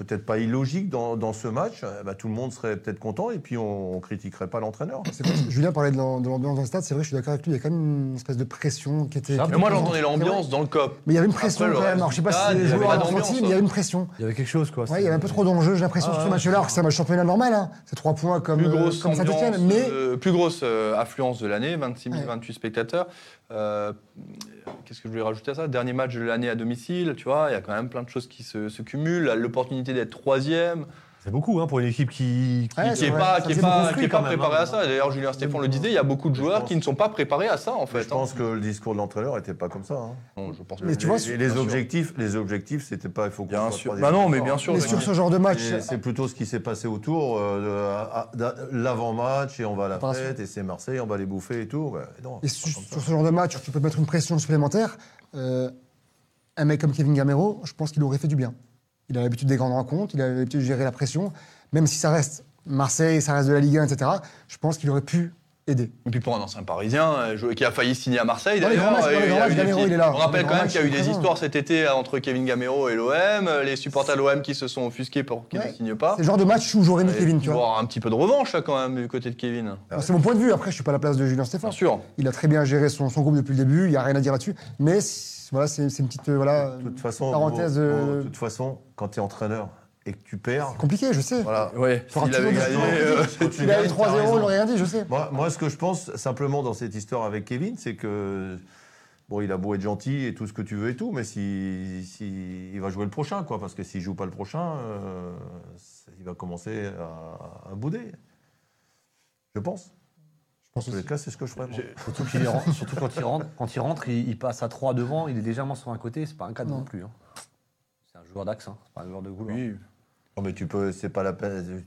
[SPEAKER 4] Peut-être pas illogique dans, dans ce match, Eh ben, tout le monde serait peut-être content et puis on, on critiquerait pas l'entraîneur.
[SPEAKER 3] C'est vrai, Julien parlait de l'am- de l'ambiance dans le stade, c'est vrai, je suis d'accord avec lui, il y a quand même une espèce de pression qui était.
[SPEAKER 2] Mais
[SPEAKER 1] Mais
[SPEAKER 3] qui
[SPEAKER 1] moi
[SPEAKER 3] était
[SPEAKER 1] j'entendais
[SPEAKER 3] présente.
[SPEAKER 1] l'ambiance dans le cop.
[SPEAKER 3] Mais il y avait une pression
[SPEAKER 1] Après, le
[SPEAKER 3] quand même,
[SPEAKER 1] reste
[SPEAKER 3] alors je sais pas
[SPEAKER 1] du
[SPEAKER 3] si
[SPEAKER 1] stade,
[SPEAKER 3] les
[SPEAKER 1] il y avait
[SPEAKER 3] joueurs
[SPEAKER 1] pas
[SPEAKER 3] ont ressenti,
[SPEAKER 1] d'ambiance,
[SPEAKER 3] mais il y avait une pression.
[SPEAKER 2] Il y avait quelque chose quoi.
[SPEAKER 3] Ouais, il y avait un peu trop d'enjeux, j'ai l'impression,
[SPEAKER 2] Ah,
[SPEAKER 3] sur ce
[SPEAKER 2] ouais,
[SPEAKER 3] match-là, alors que c'est un match championnat normal, hein. c'est trois points comme,
[SPEAKER 1] Plus
[SPEAKER 3] euh,
[SPEAKER 1] grosse,
[SPEAKER 3] comme Saint-Etienne,
[SPEAKER 1] ambiance,
[SPEAKER 3] mais
[SPEAKER 1] euh, plus grosse euh, affluence de l'année, 26 000,
[SPEAKER 3] Ouais.
[SPEAKER 1] 28 spectateurs. Euh, Qu'est-ce que je voulais rajouter à ça Dernier match de l'année à domicile, tu vois, il y a quand même plein de choses qui se, se cumulent. L'opportunité d'être troisième,
[SPEAKER 2] C'est beaucoup hein, pour une équipe qui. qui-
[SPEAKER 3] Ouais,
[SPEAKER 1] qui n'est
[SPEAKER 3] c'est
[SPEAKER 1] pas,
[SPEAKER 3] vrai,
[SPEAKER 1] qui est
[SPEAKER 3] ça
[SPEAKER 1] pas-
[SPEAKER 3] s'est
[SPEAKER 1] qui est
[SPEAKER 2] construit
[SPEAKER 1] pas
[SPEAKER 2] quand même,
[SPEAKER 1] préparée
[SPEAKER 2] hein.
[SPEAKER 1] à ça. D'ailleurs, Julien Stéphane le disait, il y a beaucoup de
[SPEAKER 4] Je
[SPEAKER 1] joueurs
[SPEAKER 4] pense-
[SPEAKER 1] qui ne sont pas préparés à ça, en fait.
[SPEAKER 4] je pense que le discours de l'entraîneur n'était pas comme ça. hein.
[SPEAKER 1] Non, je pense
[SPEAKER 3] Mais
[SPEAKER 1] que-
[SPEAKER 3] tu vois,
[SPEAKER 4] les,
[SPEAKER 3] sur-
[SPEAKER 4] les
[SPEAKER 1] bien sûr.
[SPEAKER 4] objectifs, les objectifs, c'était pas il faut qu'on
[SPEAKER 1] Bien
[SPEAKER 4] soit
[SPEAKER 1] sûr.
[SPEAKER 4] pas des hein.
[SPEAKER 1] Bah non, mais
[SPEAKER 4] efforts.
[SPEAKER 1] bien sûr.
[SPEAKER 3] mais sur ce genre de match, euh,
[SPEAKER 4] Et C'est plutôt ce qui s'est passé autour, euh, de- à- à- l'avant-match, et on va à la
[SPEAKER 3] Préparation.
[SPEAKER 4] fête, et c'est Marseille, on va les bouffer et tout. Bah, non,
[SPEAKER 3] et
[SPEAKER 4] c'est pas
[SPEAKER 3] sur,
[SPEAKER 4] comme ça.
[SPEAKER 3] sur ce genre de match, tu peux mettre une pression supplémentaire. euh, un mec comme Kevin Gamero, je pense qu'il aurait fait du bien. Il a l'habitude des grandes rencontres, il a l'habitude de gérer la pression, même si ça reste Marseille, ça reste de la Ligue 1, etc. Je pense qu'il aurait pu aider.
[SPEAKER 1] Et puis pour un ancien parisien euh, joueur qui a failli signer à Marseille,
[SPEAKER 3] Dans les grands
[SPEAKER 1] d'ailleurs.
[SPEAKER 3] matchs, dans les
[SPEAKER 1] euh, il a eu
[SPEAKER 3] grands matchs,
[SPEAKER 1] des petits-
[SPEAKER 3] Gamero, il est là.
[SPEAKER 1] On rappelle
[SPEAKER 3] Dans
[SPEAKER 1] quand même
[SPEAKER 3] les grands
[SPEAKER 1] qu'il y a eu
[SPEAKER 3] matchs,
[SPEAKER 1] des
[SPEAKER 3] il est
[SPEAKER 1] histoires cet été euh, entre Kevin Gamero et l'OM, euh, les supporters de l'OM qui se sont offusqués pour qu'il
[SPEAKER 3] Ouais.
[SPEAKER 1] ne signe pas. Euh,
[SPEAKER 3] C'est le genre de match où j'aurais mis
[SPEAKER 1] Et
[SPEAKER 3] Kevin, tu vois.
[SPEAKER 1] voir un petit peu de revanche là, quand même du côté de Kevin.
[SPEAKER 3] Alors, C'est mon point de vue, après je suis pas à la place de Julien Stéphane.
[SPEAKER 1] Bien sûr.
[SPEAKER 3] Il a très bien géré son, son groupe depuis le début, il n'y a rien à dire là-dessus, mais c- voilà, c'est c'est une petite euh, voilà,
[SPEAKER 4] de toute façon,
[SPEAKER 3] parenthèse
[SPEAKER 4] Bruno,
[SPEAKER 3] euh,
[SPEAKER 4] Bruno, de toute façon, quand tu es entraîneur et que tu perds,
[SPEAKER 3] compliquée, je sais.
[SPEAKER 4] voilà.
[SPEAKER 1] Ouais.
[SPEAKER 3] Faudra
[SPEAKER 1] S'il avait
[SPEAKER 3] toujours
[SPEAKER 1] gagné,
[SPEAKER 3] des-
[SPEAKER 1] euh,
[SPEAKER 4] quand tu
[SPEAKER 3] Il a eu
[SPEAKER 4] gagnes, t'as
[SPEAKER 3] 3-0,
[SPEAKER 4] raison.
[SPEAKER 3] il n'aurait rien dit, je sais.
[SPEAKER 4] Moi, moi, ce que je pense simplement dans cette histoire avec Kevin, c'est que bon, il a beau être gentil et tout ce que tu veux et tout, mais si, si- il va jouer le prochain, quoi, parce que s'il joue pas le prochain, euh, c'est- il va commencer à, à bouder. Je pense.
[SPEAKER 3] Je pense
[SPEAKER 4] En tous les
[SPEAKER 3] aussi.
[SPEAKER 4] cas, c'est ce que je ferais. moi.
[SPEAKER 2] Surtout, qu'il est ren- surtout quand il rentre, quand il, rentre il, il passe à 3 devant, il est légèrement sur un côté, c'est pas un cadre
[SPEAKER 3] Non.
[SPEAKER 2] non, plus. hein. C'est un joueur d'axe, hein, c'est pas un joueur de goal.
[SPEAKER 1] Oui.
[SPEAKER 4] Non, mais tu peux, c'est pas la peine.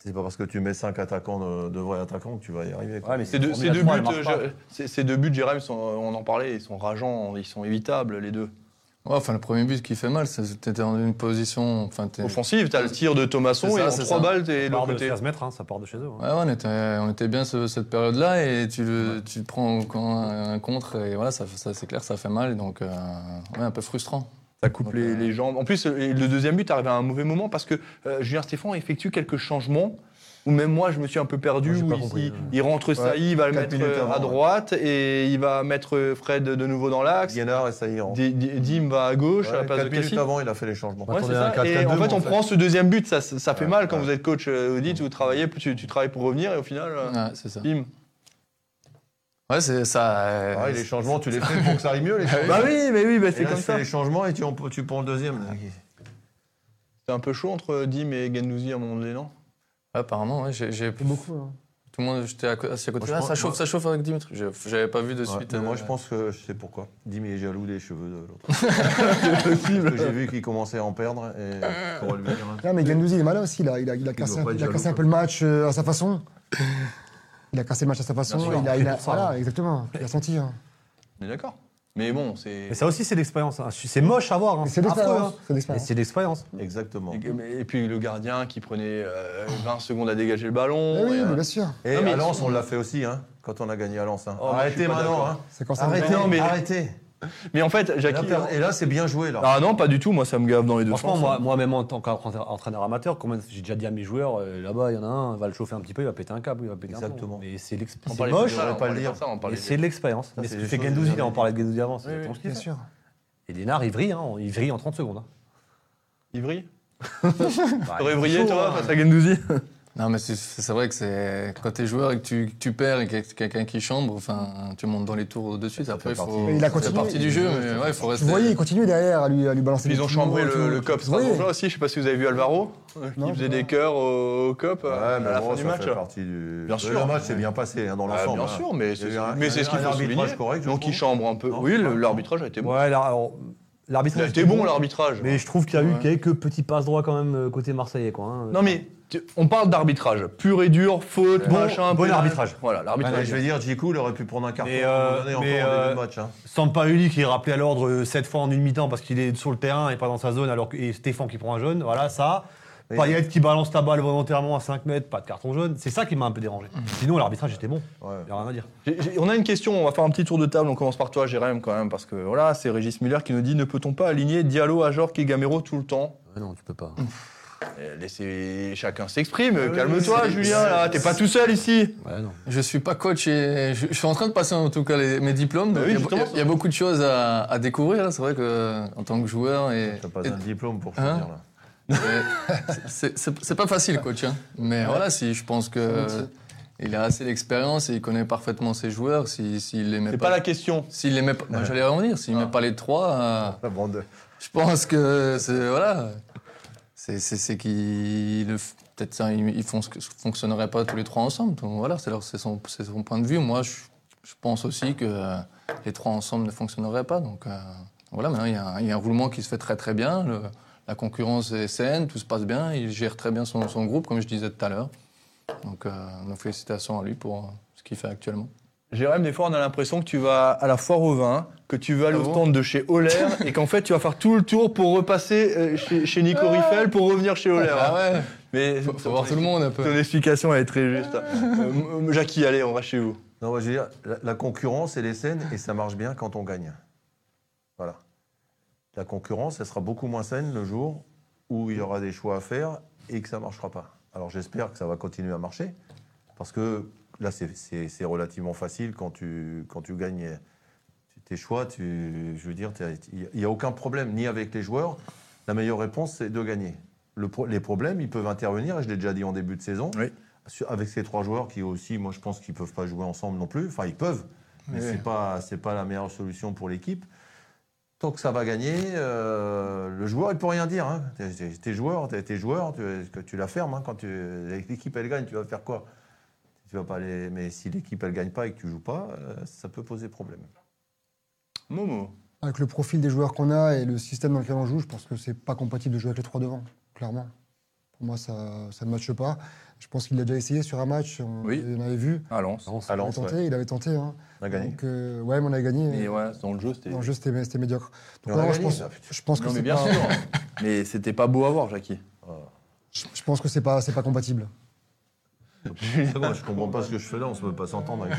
[SPEAKER 4] C'est pas parce que tu mets cinq attaquants de, de vrais attaquants que tu vas y arriver. quoi.
[SPEAKER 1] Ces deux, ces deux buts, euh, Jérém- ces- ces deux buts, Jérém, sont- on en parlait, ils sont rageants, ils sont évitables les deux.
[SPEAKER 5] Ouais, enfin, le premier but qui fait mal, c'est t'es dans une position. Enfin, t'es- ouais,
[SPEAKER 1] Offensive, t'as le tir de Thomasson
[SPEAKER 5] C'est ça,
[SPEAKER 1] et en
[SPEAKER 5] c'est
[SPEAKER 1] trois
[SPEAKER 5] ça.
[SPEAKER 1] balles t'es de l'autre
[SPEAKER 2] part de
[SPEAKER 1] côté.
[SPEAKER 2] 16 mètres, hein, ça part de chez eux. hein.
[SPEAKER 5] on était, on était bien ce- cette période-là et tu le, tu le prends au- quand un, un contre et voilà, ça, ça- c'est clair, ça fait mal. Donc, euh, ouais, un peu frustrant.
[SPEAKER 1] Ça coupe
[SPEAKER 5] Donc,
[SPEAKER 1] les,
[SPEAKER 5] euh,
[SPEAKER 1] les jambes. En plus, euh, le deuxième but arrive à un mauvais moment parce que euh, Julien Stéphane effectue quelques changements. Ou même moi, je me suis un peu perdu.
[SPEAKER 2] Moi, j'ai
[SPEAKER 1] où
[SPEAKER 2] pas
[SPEAKER 1] il,
[SPEAKER 2] compris,
[SPEAKER 1] il-
[SPEAKER 2] euh.
[SPEAKER 1] il rentre ça, il va le
[SPEAKER 4] quatre
[SPEAKER 1] mettre
[SPEAKER 4] minutes
[SPEAKER 1] euh, à
[SPEAKER 4] avant, ouais.
[SPEAKER 1] droite et il va mettre euh, Fred de nouveau dans l'axe.
[SPEAKER 4] Guénard et ça y est. on-
[SPEAKER 1] Di- Di- Dim va à gauche à la
[SPEAKER 4] Ouais,
[SPEAKER 1] place de
[SPEAKER 4] quatre minutes
[SPEAKER 1] Cassie.
[SPEAKER 4] avant, il a fait les changements.
[SPEAKER 1] Ouais,
[SPEAKER 2] Attendez,
[SPEAKER 1] c'est
[SPEAKER 2] un
[SPEAKER 1] ça.
[SPEAKER 2] 4-4-2,
[SPEAKER 1] Et en
[SPEAKER 2] mais
[SPEAKER 1] fait, on
[SPEAKER 2] en fait-
[SPEAKER 1] prend ce deuxième but, ça, ça- ça fait
[SPEAKER 4] Ouais,
[SPEAKER 1] mal quand
[SPEAKER 4] ouais.
[SPEAKER 1] vous êtes coach. euh, Vous dites, vous travaillez, puis tu, tu travailles pour revenir et au final, euh,
[SPEAKER 5] Ouais, c'est ça.
[SPEAKER 1] bim.
[SPEAKER 5] Ouais, c'est ça. euh,
[SPEAKER 4] Pareil, les changements, tu les fais pour que ça aille mieux. Les changements.
[SPEAKER 1] Bah oui, mais oui, bah,
[SPEAKER 4] Et
[SPEAKER 1] c'est
[SPEAKER 4] là,
[SPEAKER 1] comme
[SPEAKER 4] tu
[SPEAKER 1] ça.
[SPEAKER 4] fais les changements et tu, en- tu prends le deuxième.
[SPEAKER 1] Ah, C'est un peu chaud entre Dim et Gendouzi à un moment donné, non
[SPEAKER 5] ouais, apparemment, ouais, j'ai, j'ai-
[SPEAKER 3] C'est beaucoup. hein.
[SPEAKER 5] tout le monde, j'étais à co- assis à côté.
[SPEAKER 4] Moi, je
[SPEAKER 5] Ah,
[SPEAKER 4] pense-
[SPEAKER 5] ça chauffe,
[SPEAKER 4] moi-
[SPEAKER 5] ça chauffe avec Dimitri. J'ai- J'avais pas vu de
[SPEAKER 4] Ouais,
[SPEAKER 5] suite.
[SPEAKER 4] mais moi,
[SPEAKER 5] euh,
[SPEAKER 4] je pense que je sais pourquoi. Dim est jaloux des cheveux de l'autre.
[SPEAKER 1] Possible.
[SPEAKER 4] Parce que J'ai vu qu'il commençait à en perdre et pour lui dire, hein.
[SPEAKER 3] Non, mais Gendouzi, il est malin aussi, là. il a, il a cassé,
[SPEAKER 4] doit
[SPEAKER 3] un,
[SPEAKER 4] pas être
[SPEAKER 3] il a cassé
[SPEAKER 4] jaloux,
[SPEAKER 3] un peu le match euh, à sa façon. Il a cassé le match à sa façon,
[SPEAKER 1] Bien sûr,
[SPEAKER 3] il a, il a-
[SPEAKER 2] c'est pour ça,
[SPEAKER 3] voilà,
[SPEAKER 2] hein.
[SPEAKER 3] exactement, il a senti. hein.
[SPEAKER 1] On est d'accord. Mais bon, c'est.
[SPEAKER 2] Mais ça aussi, c'est l'expérience. hein. C'est moche à voir. hein.
[SPEAKER 3] Mais
[SPEAKER 2] C'est
[SPEAKER 3] C'est
[SPEAKER 2] affreux.
[SPEAKER 3] l'expérience.
[SPEAKER 2] hein.
[SPEAKER 3] C'est
[SPEAKER 2] Mais
[SPEAKER 3] l'expérience.
[SPEAKER 2] c'est l'expérience.
[SPEAKER 4] Exactement.
[SPEAKER 1] Et, mais- et puis le gardien qui prenait euh, 20 secondes à dégager le ballon.
[SPEAKER 3] Eh oui,
[SPEAKER 1] et, euh,
[SPEAKER 3] mais bien sûr.
[SPEAKER 4] Et
[SPEAKER 1] Non, mais-
[SPEAKER 4] à Lens, on l'a fait aussi, hein, quand on a gagné à Lens. hein.
[SPEAKER 1] Oh, moi, je suis
[SPEAKER 4] arrêtez
[SPEAKER 1] pas
[SPEAKER 4] maintenant.
[SPEAKER 1] d'accord.
[SPEAKER 4] hein.
[SPEAKER 3] C'est quand ça me
[SPEAKER 4] Arrêtez,
[SPEAKER 1] Non, mais-
[SPEAKER 4] arrêtez.
[SPEAKER 1] mais en fait,
[SPEAKER 4] Et là,
[SPEAKER 1] Jackie. hein.
[SPEAKER 4] per- et là, c'est bien joué. Là.
[SPEAKER 1] Ah non, pas du tout. Moi, ça me gave dans les deux
[SPEAKER 2] Franchement,
[SPEAKER 1] sens.
[SPEAKER 2] moi,
[SPEAKER 1] hein.
[SPEAKER 2] moi-même en tant qu'entraîneur amateur, combien- j'ai déjà dit à mes joueurs, euh, là-bas, il y en a un, va le chauffer un petit peu, il va péter un câble, il va péter un plomb.
[SPEAKER 4] Exactement.
[SPEAKER 2] Mais c'est l'exp-
[SPEAKER 1] On
[SPEAKER 2] c'est
[SPEAKER 1] parlait
[SPEAKER 2] moche,
[SPEAKER 1] ça,
[SPEAKER 4] j'aurais
[SPEAKER 1] on
[SPEAKER 4] pas
[SPEAKER 1] parlait
[SPEAKER 4] le dire.
[SPEAKER 1] ça, on
[SPEAKER 2] mais
[SPEAKER 1] parlait
[SPEAKER 2] c'est de l'expérience. Mais ce
[SPEAKER 4] c'est
[SPEAKER 2] que
[SPEAKER 4] des
[SPEAKER 2] fait
[SPEAKER 4] choses
[SPEAKER 2] Gendouzi,
[SPEAKER 4] des
[SPEAKER 2] là, on parlait de Gendouzi avant, c'est
[SPEAKER 1] Oui,
[SPEAKER 2] exactement
[SPEAKER 1] oui,
[SPEAKER 2] ce qu'il
[SPEAKER 3] Bien
[SPEAKER 2] fait.
[SPEAKER 3] sûr.
[SPEAKER 2] Et Lénard, il vrille, hein, il vrille en 30 secondes. hein.
[SPEAKER 1] Ivry
[SPEAKER 2] Bah,
[SPEAKER 1] T'aurais
[SPEAKER 2] il est
[SPEAKER 1] brillé,
[SPEAKER 2] chaud,
[SPEAKER 1] toi,
[SPEAKER 2] hein.
[SPEAKER 1] face à Gendouzi
[SPEAKER 5] Non, mais c'est- c'est c'est vrai que c'est quand t'es joueur et que tu, que tu perds et que c'est quelqu'un qui chambre, enfin, tu montes dans les tours de suite. Après,
[SPEAKER 4] fait partie.
[SPEAKER 5] faut,
[SPEAKER 3] Et il a
[SPEAKER 5] ça fait
[SPEAKER 3] continué.
[SPEAKER 5] partie du jeu, mais ouais, il faut
[SPEAKER 3] Tu
[SPEAKER 5] rester.
[SPEAKER 3] voyais, il continuait derrière à lui, à lui balancer
[SPEAKER 1] Puis
[SPEAKER 3] des
[SPEAKER 1] ils ont
[SPEAKER 3] petits
[SPEAKER 1] chamboué
[SPEAKER 3] mots et
[SPEAKER 1] le,
[SPEAKER 3] tout.
[SPEAKER 1] le COP
[SPEAKER 3] Tu voyais.
[SPEAKER 1] Strasbourgeois aussi. Je sais pas si vous avez vu Alvaro, euh, qui
[SPEAKER 3] Non,
[SPEAKER 1] faisait
[SPEAKER 3] pas.
[SPEAKER 1] des cœurs au, au COP euh,
[SPEAKER 4] Ouais, mais
[SPEAKER 1] à la
[SPEAKER 4] bon,
[SPEAKER 1] fin du
[SPEAKER 4] ça
[SPEAKER 1] match.
[SPEAKER 4] fait partie du.
[SPEAKER 1] Bien
[SPEAKER 4] Mais
[SPEAKER 1] sûr.
[SPEAKER 4] Le match s'est bien passé hein, dans
[SPEAKER 1] Ah,
[SPEAKER 4] l'ensemble.
[SPEAKER 1] bien
[SPEAKER 4] hein.
[SPEAKER 1] sûr, mais
[SPEAKER 4] Il y a
[SPEAKER 1] c'est
[SPEAKER 4] eu un-
[SPEAKER 1] mais c'est ce qu'il
[SPEAKER 4] un
[SPEAKER 1] faut
[SPEAKER 4] arbitrage
[SPEAKER 1] souligner.
[SPEAKER 4] correct, je
[SPEAKER 1] Donc ils
[SPEAKER 4] trouve.
[SPEAKER 1] chambrent un peu.
[SPEAKER 4] Non,
[SPEAKER 1] Oui,
[SPEAKER 4] c'est
[SPEAKER 1] le-
[SPEAKER 4] pas-
[SPEAKER 1] l'arbitrage a été bon.
[SPEAKER 2] Ouais, là, alors, l'arbitrage.
[SPEAKER 1] Il a été bon, l'arbitrage.
[SPEAKER 2] Mais je trouve qu'il y a eu
[SPEAKER 5] Ouais.
[SPEAKER 2] quelques petits passes droits quand même euh, côté marseillais. Quoi, hein.
[SPEAKER 1] Non mais tu- on parle d'arbitrage, pur et dur, faute,
[SPEAKER 2] Bon-
[SPEAKER 1] machin,
[SPEAKER 2] Euh, bon
[SPEAKER 1] pénal.
[SPEAKER 2] arbitrage.
[SPEAKER 1] Voilà, l'arbitrage.
[SPEAKER 4] Ouais, je vais dire, Jiku, il aurait pu prendre un carton
[SPEAKER 2] Mais,
[SPEAKER 4] à un moment
[SPEAKER 2] euh,
[SPEAKER 4] donné encore
[SPEAKER 2] mais,
[SPEAKER 4] en
[SPEAKER 2] euh,
[SPEAKER 4] début de match. hein.
[SPEAKER 2] Sampaoli qui est rappelé à l'ordre euh, sept fois en une mi-temps parce qu'il est sur le terrain et pas dans sa zone, alors que et Stéphane qui prend un jaune, voilà ça.
[SPEAKER 4] Mais-
[SPEAKER 2] Payet qui balance la balle volontairement à 5 mètres, pas de carton jaune. C'est ça qui m'a un peu dérangé. Sinon, l'arbitrage était bon.
[SPEAKER 4] Ouais.
[SPEAKER 2] Il n'y a rien à dire.
[SPEAKER 1] J'ai- j'ai- On a une question, on va faire un petit tour de table, on commence par toi Jérém quand même, parce que voilà, c'est Régis Muller qui nous dit ne peut-on pas aligner Diallo, Ajorque et Gamero tout le temps
[SPEAKER 2] non, tu peux pas.
[SPEAKER 1] Eh, Laissez chacun s'exprime,
[SPEAKER 5] Ah
[SPEAKER 4] oui,
[SPEAKER 1] calme-toi
[SPEAKER 4] c'est-
[SPEAKER 1] Julien,
[SPEAKER 4] c'est-
[SPEAKER 1] là, t'es pas tout seul ici
[SPEAKER 5] Je suis pas coach et je, je suis en train de passer en tout cas les- mes diplômes.
[SPEAKER 1] Bah
[SPEAKER 5] donc
[SPEAKER 1] oui,
[SPEAKER 5] il y a- il
[SPEAKER 1] justement,
[SPEAKER 5] y, a- il y a beaucoup de choses à, à découvrir. C'est vrai que euh, en tant que joueur et,
[SPEAKER 4] T'as pas
[SPEAKER 1] euh,
[SPEAKER 5] et-
[SPEAKER 4] un diplôme pour
[SPEAKER 5] Hein
[SPEAKER 4] finir là.
[SPEAKER 5] et- c'est- c'est c'est pas facile coach. hein. Mais voilà, si je pense que euh, il a assez d'expérience et il connaît parfaitement ses joueurs. Si s'il les met
[SPEAKER 1] C'est
[SPEAKER 5] pas,
[SPEAKER 1] pas la question.
[SPEAKER 5] s'il les met pas, moi, j'allais revenir. S'il met pas les trois. euh,
[SPEAKER 4] La bande.
[SPEAKER 5] Je pense que c'est voilà, c'est c'est c'est qu'ils le f- peut-être ça, ils, ils fon- fonctionneraient pas tous les trois ensemble. Donc voilà, c'est leur- c'est son c'est son point de vue. Moi, je, je pense aussi que euh, les trois ensemble ne fonctionneraient pas. Donc euh, voilà, maintenant il y, a un- il y a un roulement qui se fait très très bien. Le- la concurrence est saine, tout se passe bien. Il gère très bien son, son groupe, comme je disais tout à l'heure. Donc, euh, nos félicitations à lui pour euh, ce qu'il fait actuellement.
[SPEAKER 1] Jérém, des fois on a l'impression que tu vas à la foire au vin, que tu vas aller
[SPEAKER 5] Ah
[SPEAKER 1] au
[SPEAKER 5] bon
[SPEAKER 1] stand de chez Olaire, et qu'en fait tu vas faire tout le tour pour repasser euh, chez, chez Nico Riffel pour revenir chez Olaire.
[SPEAKER 5] Ah ouais,
[SPEAKER 1] Mais
[SPEAKER 5] faut, faut voir tout le monde Ah. un peu.
[SPEAKER 1] Ton explication elle est très juste. Euh, m- Jackie, allez, on va chez vous.
[SPEAKER 4] Non, moi, je veux dire, la, la concurrence, elle est saine et ça marche bien quand on gagne. Voilà. La concurrence, elle sera beaucoup moins saine le jour où il y aura des choix à faire et que ça ne marchera pas. Alors j'espère que ça va continuer à marcher parce que là, c'est- c'est c'est relativement facile quand tu, quand tu gagnes tes choix. Tu, je veux dire, t'as- il n'y a aucun problème, ni avec les joueurs. La meilleure réponse, c'est de gagner. Le pro- les problèmes, ils peuvent intervenir, et je l'ai déjà dit en début de saison,
[SPEAKER 1] Oui.
[SPEAKER 4] sur- avec ces trois joueurs qui aussi, moi je pense qu'ils ne peuvent pas jouer ensemble non plus. Enfin, ils peuvent, mais
[SPEAKER 5] Oui.
[SPEAKER 4] c'est pas c'est pas la meilleure solution pour l'équipe. Tant que ça va gagner, euh, le joueur, il peut rien dire. Hein. T'es- T'es t'es joueur, t'es t'es joueur, tu, que tu la fermes. hein, quand tu- l'équipe, elle gagne, tu vas faire quoi tu vas pas aller, Mais si l'équipe, elle gagne pas et que tu joues pas, euh, ça peut poser problème.
[SPEAKER 1] Momo.
[SPEAKER 3] Avec le profil des joueurs qu'on a et le système dans lequel on joue, je pense que c'est pas compatible de jouer avec les trois devant, clairement. Pour moi, ça, ça ne matche pas. Je pense qu'il l'a déjà essayé sur un match, on,
[SPEAKER 1] Oui.
[SPEAKER 3] on avait vu.
[SPEAKER 1] À Ah, Lens.
[SPEAKER 4] À
[SPEAKER 3] Il avait
[SPEAKER 4] Lens,
[SPEAKER 3] tenté,
[SPEAKER 4] ouais,
[SPEAKER 3] il avait tenté. hein.
[SPEAKER 4] on a gagné.
[SPEAKER 3] Donc, euh, ouais, mais on a gagné.
[SPEAKER 1] Mais ouais, dans le jeu, c'était.
[SPEAKER 3] Non, le jeu, c'était c'était médiocre.
[SPEAKER 4] Mais
[SPEAKER 3] Donc,
[SPEAKER 4] on a
[SPEAKER 3] non, je
[SPEAKER 4] gagné, Ah,
[SPEAKER 3] pense,
[SPEAKER 4] ça, putain.
[SPEAKER 3] je pense que
[SPEAKER 1] Non, mais
[SPEAKER 3] c'est
[SPEAKER 1] bien
[SPEAKER 3] pas,
[SPEAKER 1] sûr. mais c'était pas beau à voir, Jackie.
[SPEAKER 3] je je pense que c'est pas, c'est pas compatible.
[SPEAKER 4] C'est Ah bon, je comprends pas ce que je fais là, on se peut pas s'entendre. avec-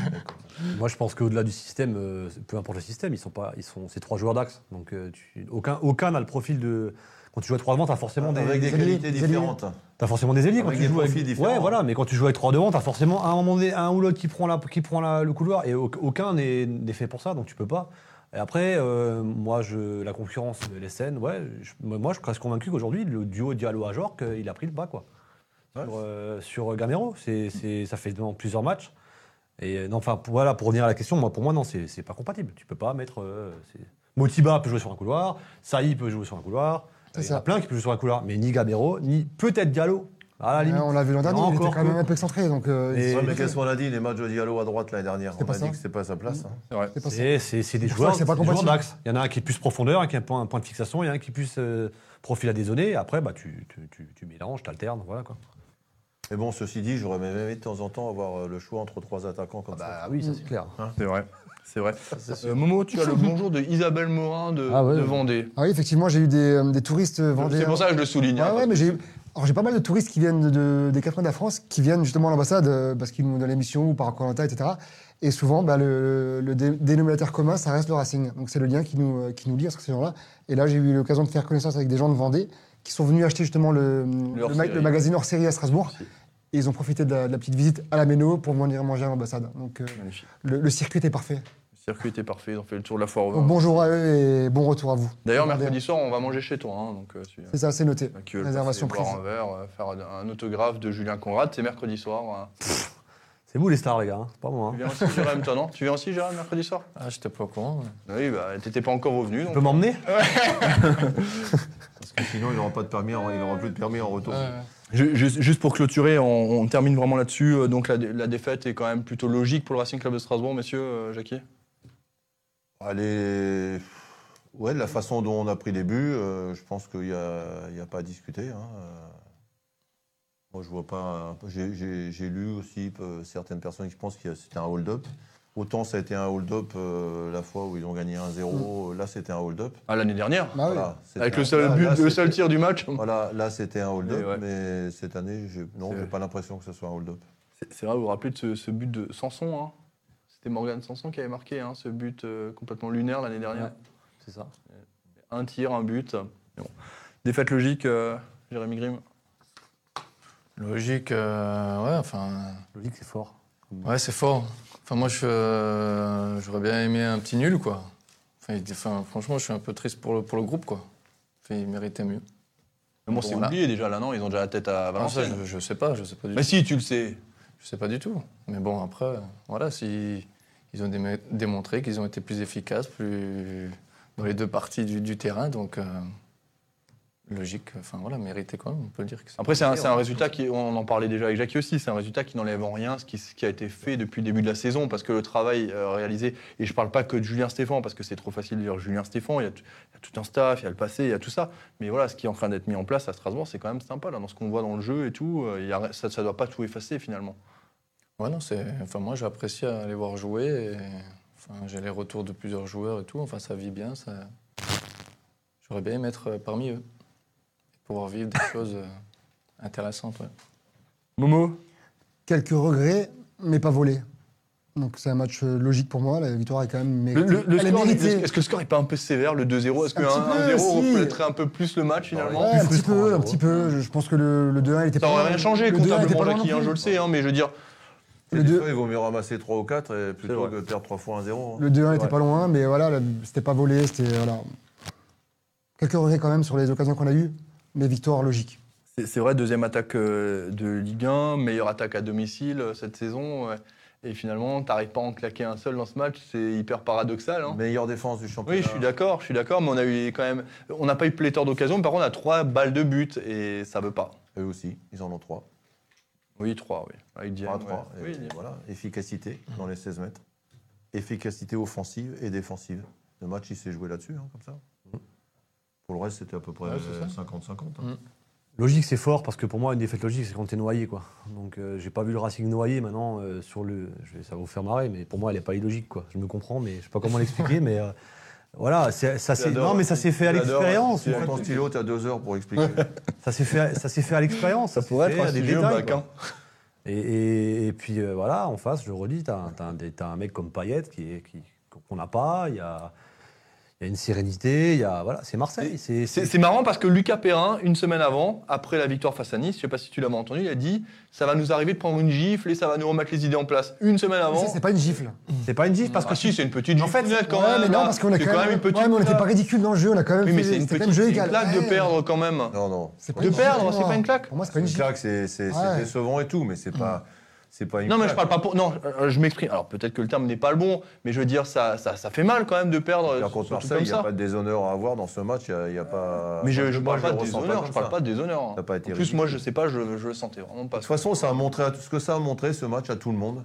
[SPEAKER 2] Moi, je pense qu'au-delà du système, euh, peu importe le système, ils sont pas, ils sont, c'est trois joueurs d'axe. Donc, euh, tu- aucun, aucun n'a le profil de. Quand tu joues à trois devant, t'as forcément des,
[SPEAKER 4] Avec des
[SPEAKER 2] ailiers.
[SPEAKER 4] qualités
[SPEAKER 2] Des
[SPEAKER 4] différentes.
[SPEAKER 2] ailiers. T'as forcément des ailiers quand
[SPEAKER 4] Avec
[SPEAKER 2] tu
[SPEAKER 4] des
[SPEAKER 2] joues
[SPEAKER 4] profils différents.
[SPEAKER 2] Ouais, voilà. Mais quand tu joues avec trois devant, t'as forcément à un moment donné un ou l'autre qui prend la, qui prend la- le couloir et au- aucun n'est n'est fait pour ça, donc tu peux pas. Et après, euh, moi, je, la concurrence, les scènes, ouais. je- moi, je reste convaincu qu'aujourd'hui, le duo Diallo à Jorque, il a pris le bas, quoi.
[SPEAKER 4] Ouais.
[SPEAKER 2] Sur, euh, sur Gamero, c'est, c'est- ça fait dans plusieurs matchs. Et euh, non, enfin, pour- voilà, pour revenir à la question, moi, pour moi, non, c'est, c'est pas compatible. Tu peux pas mettre. euh, c'est- Motiba peut jouer sur un couloir, Saï peut jouer sur un couloir.
[SPEAKER 3] C'est
[SPEAKER 2] il y en a
[SPEAKER 3] ça.
[SPEAKER 2] plein qui peuvent jouer sur un couloir, mais ni Gamero, ni peut-être Diallo. À la
[SPEAKER 3] Ouais,
[SPEAKER 2] limite.
[SPEAKER 3] on l'a vu l'an dernier, il était
[SPEAKER 2] Encore
[SPEAKER 3] quand même
[SPEAKER 2] que-
[SPEAKER 3] un peu excentré. Donc, euh,
[SPEAKER 2] Et-
[SPEAKER 3] c'est
[SPEAKER 4] Ouais, mais qu'est-ce qu'on a dit Les matchs de Diallo à droite l'année dernière.
[SPEAKER 3] C'était
[SPEAKER 4] On
[SPEAKER 3] pas
[SPEAKER 4] a
[SPEAKER 3] ça Mmh.
[SPEAKER 4] dit que c'est pas sa place. hein.
[SPEAKER 1] C'est vrai.
[SPEAKER 3] c'est pas ça.
[SPEAKER 2] C'est, c'est- c'est des
[SPEAKER 3] pour ça
[SPEAKER 2] joueurs,
[SPEAKER 3] que c'est pas
[SPEAKER 2] c'est des joueurs
[SPEAKER 3] compatible.
[SPEAKER 2] d'axe. Il y en a un qui est plus profondeur, un qui a un point, un point de fixation, il y en a un qui est plus euh, profil à dézonner. Après, bah, tu, tu, tu, tu mélanges, tu alternes. Voilà, quoi.
[SPEAKER 4] Mais
[SPEAKER 2] Ah bah.
[SPEAKER 3] Bah
[SPEAKER 4] bon, ceci dit, j'aurais même aimé de temps en temps avoir euh, le choix entre trois attaquants comme ça.
[SPEAKER 2] Mm. oui, ça c'est clair.
[SPEAKER 1] C'est vrai. C'est vrai. Euh, Momo, tu as le bonjour de Isabelle Morin de,
[SPEAKER 2] Ah ouais.
[SPEAKER 1] de Vendée.
[SPEAKER 3] Ah oui, effectivement, j'ai eu des, euh, des touristes vendéens.
[SPEAKER 1] C'est pour ça que je le souligne. hein,
[SPEAKER 3] Ah Ouais, ouais, mais j'ai. Alors, j'ai pas mal de touristes qui viennent de, de- des quatre coins de la France, qui viennent justement à l'ambassade euh, parce qu'ils nous donnent l'émission ou par Colanta, etc. Et souvent, bah, le, le dé- dénominateur commun, ça reste le Racing. Donc, c'est le lien qui nous, euh, qui nous lie entre ces gens-là. Et là, j'ai eu l'occasion de faire connaissance avec des gens de Vendée qui sont venus acheter justement le, le, ma-
[SPEAKER 1] hors-série.
[SPEAKER 3] le magazine hors série à Strasbourg. Et ils ont profité de la, de la petite visite à la Méno pour venir manger à l'ambassade. Donc, euh,
[SPEAKER 1] Magnifique.
[SPEAKER 3] le, le circuit était parfait.
[SPEAKER 1] Le circuit était parfait, ils ont fait le tour de la foire. aux vins.
[SPEAKER 3] Donc, bonjour à eux et bon retour à vous.
[SPEAKER 1] D'ailleurs,
[SPEAKER 3] Vendéens.
[SPEAKER 1] mercredi soir, on va manger chez toi. hein, donc, euh, tu-
[SPEAKER 3] C'est ça, c'est noté.
[SPEAKER 1] Donc, euh,
[SPEAKER 3] Réservation
[SPEAKER 1] passer, boire
[SPEAKER 3] prise.
[SPEAKER 1] un verre, euh, faire un- un autographe de Julien Conrad, c'est mercredi soir. hein.
[SPEAKER 2] C'est vous les stars, les gars, hein, c'est pas moi. hein.
[SPEAKER 1] Tu viens aussi, Jérôme, toi, non Tu viens aussi, Jérôme, mercredi soir
[SPEAKER 5] Ah, j'étais pas au courant. ouais.
[SPEAKER 1] Oui, bah, t'étais pas encore revenu.
[SPEAKER 2] Tu
[SPEAKER 1] donc-
[SPEAKER 2] peux m'emmener
[SPEAKER 4] Parce que sinon, il n'aura pas de permis, en- il n'aura plus de permis en retour.
[SPEAKER 5] Ouais, ouais.
[SPEAKER 1] Ju- ju- Juste pour clôturer, on, on termine vraiment là-dessus. euh, Donc la, dé- la défaite est quand même plutôt logique pour le Racing Club de Strasbourg, messieurs, euh, Jackie
[SPEAKER 4] Allez. Ouais, de la façon dont on a pris les buts, euh, je pense qu'il n'y a, il y a pas à discuter. hein. Euh, Moi, je vois pas. J'ai- J'ai j'ai lu aussi euh, certaines personnes qui pensent que c'était un hold-up. Autant ça a été un hold-up euh, la fois où ils ont gagné 1-0,
[SPEAKER 3] Mmh.
[SPEAKER 4] là c'était un hold-up.
[SPEAKER 1] Ah, L'année dernière
[SPEAKER 3] Bah oui.
[SPEAKER 4] Voilà, c'était
[SPEAKER 1] Avec
[SPEAKER 4] un-
[SPEAKER 1] le seul,
[SPEAKER 4] là-
[SPEAKER 1] but,
[SPEAKER 4] là,
[SPEAKER 1] le seul
[SPEAKER 4] c'était-
[SPEAKER 1] tir du match
[SPEAKER 4] Voilà, là c'était un hold-up,
[SPEAKER 1] Mais ouais.
[SPEAKER 4] mais cette année, j'ai- non,
[SPEAKER 1] C'est-
[SPEAKER 4] j'ai pas l'impression que ce soit un hold-up.
[SPEAKER 1] C'est- C'est vrai, vous vous rappelez de ce, ce but de Sanson hein C'était Morgan Sanson qui avait marqué hein, ce but euh, complètement lunaire l'année dernière. Euh,
[SPEAKER 2] Ouais. C'est ça.
[SPEAKER 1] Un tir, un but. Mais bon. Défaite logique, euh, Jérémy Grimm.
[SPEAKER 5] Logique, euh, ouais, enfin.
[SPEAKER 2] Logique, c'est fort.
[SPEAKER 5] Ouais, c'est fort. Enfin, moi, je, euh, j'aurais bien aimé un petit nul, quoi. Enfin, il- enfin, franchement, je suis un peu triste pour le, pour le groupe, quoi. Enfin, il méritait mieux.
[SPEAKER 1] Mais bon, c'est
[SPEAKER 5] Voilà.
[SPEAKER 1] oublié déjà là, non Ils ont déjà la tête à
[SPEAKER 5] Enfin, ça,
[SPEAKER 1] Valenciennes.
[SPEAKER 5] je, je sais pas, je sais pas du
[SPEAKER 1] Bah, Mais
[SPEAKER 5] tout.
[SPEAKER 1] si, tu le sais.
[SPEAKER 5] Je sais pas du tout. Mais bon, après, euh, voilà, si ils ont démé- démontré qu'ils ont été plus efficaces, plus dans les deux parties du, du terrain, donc euh, logique. Enfin, voilà, mérité quand même. On peut le dire que c'est.
[SPEAKER 1] Après, c'est un, c'est un résultat qui, on en parlait déjà avec Jackie aussi, c'est un résultat qui n'enlève en rien ce qui, ce qui a été fait depuis le début de la saison, parce que le travail euh, réalisé, et je ne parle pas que de Julien Stéphan, parce que c'est trop facile de dire Julien Stéphan, il y, a, t- il y a tout un staff, il y a le passé, il y a tout ça, mais voilà, ce qui est en train d'être mis en place à Strasbourg, c'est quand même sympa, là, dans ce qu'on voit dans le jeu et tout, euh, il y a- ça ne doit pas tout effacer finalement.
[SPEAKER 5] Ouais, non, c'est. Enfin, moi, j'apprécie à les voir jouer. et, Enfin, j'ai les retours de plusieurs joueurs et tout. Enfin, ça vit bien. Ça... J'aurais bien aimé être euh, parmi eux. Pouvoir vivre des choses euh, intéressantes. ouais.
[SPEAKER 1] Momo
[SPEAKER 3] quelques regrets, mais pas volés. Donc c'est un match euh, logique pour moi. La victoire est quand même
[SPEAKER 1] le,
[SPEAKER 3] méritée.
[SPEAKER 1] le- le
[SPEAKER 3] Elle est
[SPEAKER 1] score,
[SPEAKER 3] méritée.
[SPEAKER 1] Est-ce que le score n'est pas un peu sévère, le 2-0 Est-ce que
[SPEAKER 3] Un petit peu,
[SPEAKER 1] 1-0
[SPEAKER 3] si.
[SPEAKER 1] reflèterait un peu plus le match finalement
[SPEAKER 3] Ouais, un
[SPEAKER 2] Plus
[SPEAKER 3] petit
[SPEAKER 2] frustrant,
[SPEAKER 3] peu, un
[SPEAKER 2] j'avoue.
[SPEAKER 3] petit peu. Je, je pense que le, le 2-1 il était
[SPEAKER 1] Ça
[SPEAKER 3] pas.
[SPEAKER 1] n'aurait rien changé,
[SPEAKER 3] le 2-1 était
[SPEAKER 1] comptablement,
[SPEAKER 3] pas loin
[SPEAKER 1] Jackie,
[SPEAKER 3] non
[SPEAKER 1] hein,
[SPEAKER 3] plus.
[SPEAKER 1] je le sais, hein, mais je veux dire,
[SPEAKER 4] Et
[SPEAKER 3] Le
[SPEAKER 4] des
[SPEAKER 3] deux-
[SPEAKER 4] fois, il vaut mieux ramasser 3 ou 4 et plutôt
[SPEAKER 1] vrai.
[SPEAKER 4] que perdre 3 fois 1-0. hein.
[SPEAKER 3] Le 2-1
[SPEAKER 1] Ouais.
[SPEAKER 3] était pas loin, mais voilà, le- c'était pas volé. C'était voilà. Quelques regrets quand même sur les occasions qu'on a eues, mais victoire logique.
[SPEAKER 1] C'est c'est vrai, deuxième attaque euh, de Ligue 1, meilleure attaque à domicile euh, cette saison. ouais. Et finalement, t'arrives pas à en claquer un seul dans ce match, c'est hyper paradoxal. hein.
[SPEAKER 4] Meilleure défense du championnat.
[SPEAKER 1] Oui, je suis d'accord, je suis d'accord, mais on a eu quand même, on n'a pas eu pléthore d'occasions. Par contre, on a trois balles de but et ça veut pas.
[SPEAKER 4] Eux aussi, ils en ont 3.
[SPEAKER 1] Oui, trois, oui. Ah, Avec Diem,
[SPEAKER 4] Trois à trois.
[SPEAKER 1] ouais.
[SPEAKER 4] Et
[SPEAKER 1] Oui,
[SPEAKER 4] voilà, efficacité dans les 16 mètres. Efficacité offensive et défensive. Le match, il s'est joué là-dessus, hein, comme ça. Pour le reste, c'était à peu près
[SPEAKER 5] Ouais, c'est ça.
[SPEAKER 4] 50-50. hein.
[SPEAKER 5] Mm.
[SPEAKER 2] Logique, c'est fort parce que pour moi, une défaite logique, c'est quand t'es noyé, quoi. Donc, euh, j'ai pas vu le Racing noyé maintenant euh, sur le. Je vais, ça va vous faire marrer, mais pour moi, elle est pas illogique, quoi. Je me comprends, mais je sais pas comment l'expliquer, mais euh, voilà, c'est- ça s'est.
[SPEAKER 1] J'adore.
[SPEAKER 2] Non, mais ça s'est fait à
[SPEAKER 1] J'adore.
[SPEAKER 2] l'expérience.
[SPEAKER 4] Tu prends ton stylo, tu as deux heures pour expliquer.
[SPEAKER 2] Ça s'est fait, ça s'est fait à l'expérience. Ça, s'est fait à des
[SPEAKER 1] prestigieux,
[SPEAKER 2] détails,
[SPEAKER 1] bac,
[SPEAKER 2] quoi.
[SPEAKER 1] hein.
[SPEAKER 2] Et, et- et puis euh, voilà, en face, je le redis, t'as, un- t'as un, des- t'as un mec comme Payet qui est, qui- qu'on n'a pas. Il y a, il y a une sérénité. Il y a voilà, c'est Marseille. C'est,
[SPEAKER 1] C'est
[SPEAKER 2] c'est-
[SPEAKER 1] c'est marrant parce que Lucas Perrin, une semaine avant, après la victoire face à Nice, je sais pas si tu l'avais entendu, il a dit ça va nous arriver de prendre une gifle et ça va nous remettre les idées en place. Une semaine
[SPEAKER 3] Mais
[SPEAKER 1] avant.
[SPEAKER 3] Ça, c'est pas une gifle.
[SPEAKER 2] c'est pas une gifle parce que
[SPEAKER 1] Ah si, c'est une petite
[SPEAKER 2] En fait,
[SPEAKER 1] giflette quand
[SPEAKER 3] ouais,
[SPEAKER 1] même.
[SPEAKER 3] mais non,
[SPEAKER 1] là.
[SPEAKER 3] parce qu'on a
[SPEAKER 1] C'est
[SPEAKER 3] quand, même.
[SPEAKER 1] une petite.
[SPEAKER 3] ouais, mais on n'était
[SPEAKER 1] claque.
[SPEAKER 3] pas ridicule dans le jeu, on a quand même.
[SPEAKER 1] Oui, mais
[SPEAKER 3] fait-
[SPEAKER 1] c'est une
[SPEAKER 3] c'était quand
[SPEAKER 1] petite
[SPEAKER 3] même jeu
[SPEAKER 1] c'est une
[SPEAKER 3] égal.
[SPEAKER 1] claque de
[SPEAKER 3] Ouais.
[SPEAKER 1] perdre quand même.
[SPEAKER 4] non, non.
[SPEAKER 3] C'est pas
[SPEAKER 1] De
[SPEAKER 3] une gifle,
[SPEAKER 1] perdre,
[SPEAKER 3] pour
[SPEAKER 1] c'est
[SPEAKER 3] moi.
[SPEAKER 1] pas une claque
[SPEAKER 3] Pour moi, Ah, c'est pas une
[SPEAKER 4] Une
[SPEAKER 3] gifle.
[SPEAKER 4] claque, c'est c'est- c'est
[SPEAKER 3] Ouais.
[SPEAKER 4] décevant et tout, mais c'est pas, c'est pas une
[SPEAKER 1] Non, mais je parle
[SPEAKER 4] claque.
[SPEAKER 1] pas pour. Non, euh, je m'exprime. Alors peut-être que le terme n'est pas le bon, mais je veux dire, ça, ça, ça fait mal quand même de perdre.
[SPEAKER 4] Là,
[SPEAKER 1] surtout
[SPEAKER 4] contre
[SPEAKER 1] comme
[SPEAKER 4] Marseille, il n'y
[SPEAKER 1] ça.
[SPEAKER 4] a pas de déshonneur à avoir dans ce match. Il n'y a, pas.
[SPEAKER 1] Mais je,
[SPEAKER 4] Moi,
[SPEAKER 1] je parle
[SPEAKER 4] le
[SPEAKER 1] pas de
[SPEAKER 4] ressens
[SPEAKER 1] déshonneur,
[SPEAKER 4] comme
[SPEAKER 1] je parle
[SPEAKER 4] ça.
[SPEAKER 1] pas de déshonneur. hein.
[SPEAKER 4] Ça n'a pas été
[SPEAKER 1] en plus,
[SPEAKER 4] ridicule.
[SPEAKER 1] moi, je sais pas, je, je le sentais vraiment pas.
[SPEAKER 4] De toute façon, ça a montré à tout ce que ça a montré ce match à tout le monde.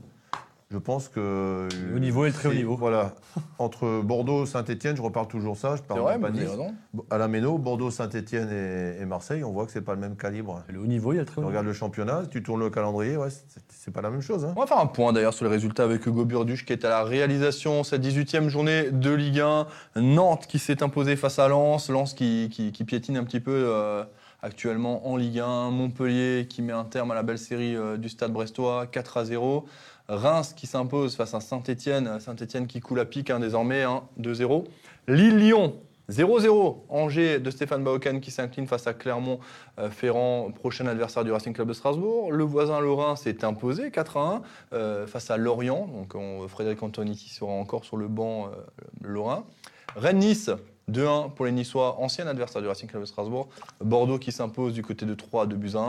[SPEAKER 4] Je pense que.
[SPEAKER 2] Le haut niveau et le très haut
[SPEAKER 4] c'est-
[SPEAKER 2] niveau.
[SPEAKER 4] Voilà. Entre Bordeaux, Saint-Etienne, je reparle toujours ça, je
[SPEAKER 5] C'est
[SPEAKER 4] parle
[SPEAKER 5] vrai,
[SPEAKER 4] même pas
[SPEAKER 5] mais
[SPEAKER 4] de
[SPEAKER 5] vous avez
[SPEAKER 4] Nice.
[SPEAKER 5] raison.
[SPEAKER 4] À la Méno, Bordeaux, Saint-Etienne et, et Marseille, on voit que c'est pas le même calibre.
[SPEAKER 2] Le haut niveau, il y a le très
[SPEAKER 4] Tu
[SPEAKER 2] haut niveau.
[SPEAKER 4] regardes le championnat, tu tournes le calendrier, ouais, c'est- c'est pas la même chose. hein.
[SPEAKER 1] On va faire un point d'ailleurs sur les résultats avec Hugo Burduche qui est à la réalisation cette 18e journée de Ligue 1. Nantes qui s'est imposée face à Lens, Lens qui, qui- qui piétine un petit peu euh, actuellement en Ligue 1, Montpellier qui met un terme à la belle série euh, du Stade Brestois 4 à 0, Reims qui s'impose face à Saint-Étienne, Saint-Étienne qui coule à pic hein, désormais hein, 2-0, Lille-Lyon 0-0, Angers de Stéphane Baokan qui s'incline face à Clermont euh, Ferrand, prochain adversaire du Racing Club de Strasbourg. Le voisin Lorrain s'est imposé 4 à 1 euh, face à Lorient. Donc on- Frédéric Antoni qui sera encore sur le banc euh, Lorrain. Rennes-Nice 2-1 pour les Niçois, ancien adversaire du Racing Club de Strasbourg. Bordeaux qui s'impose du côté de 3 de buts à 1,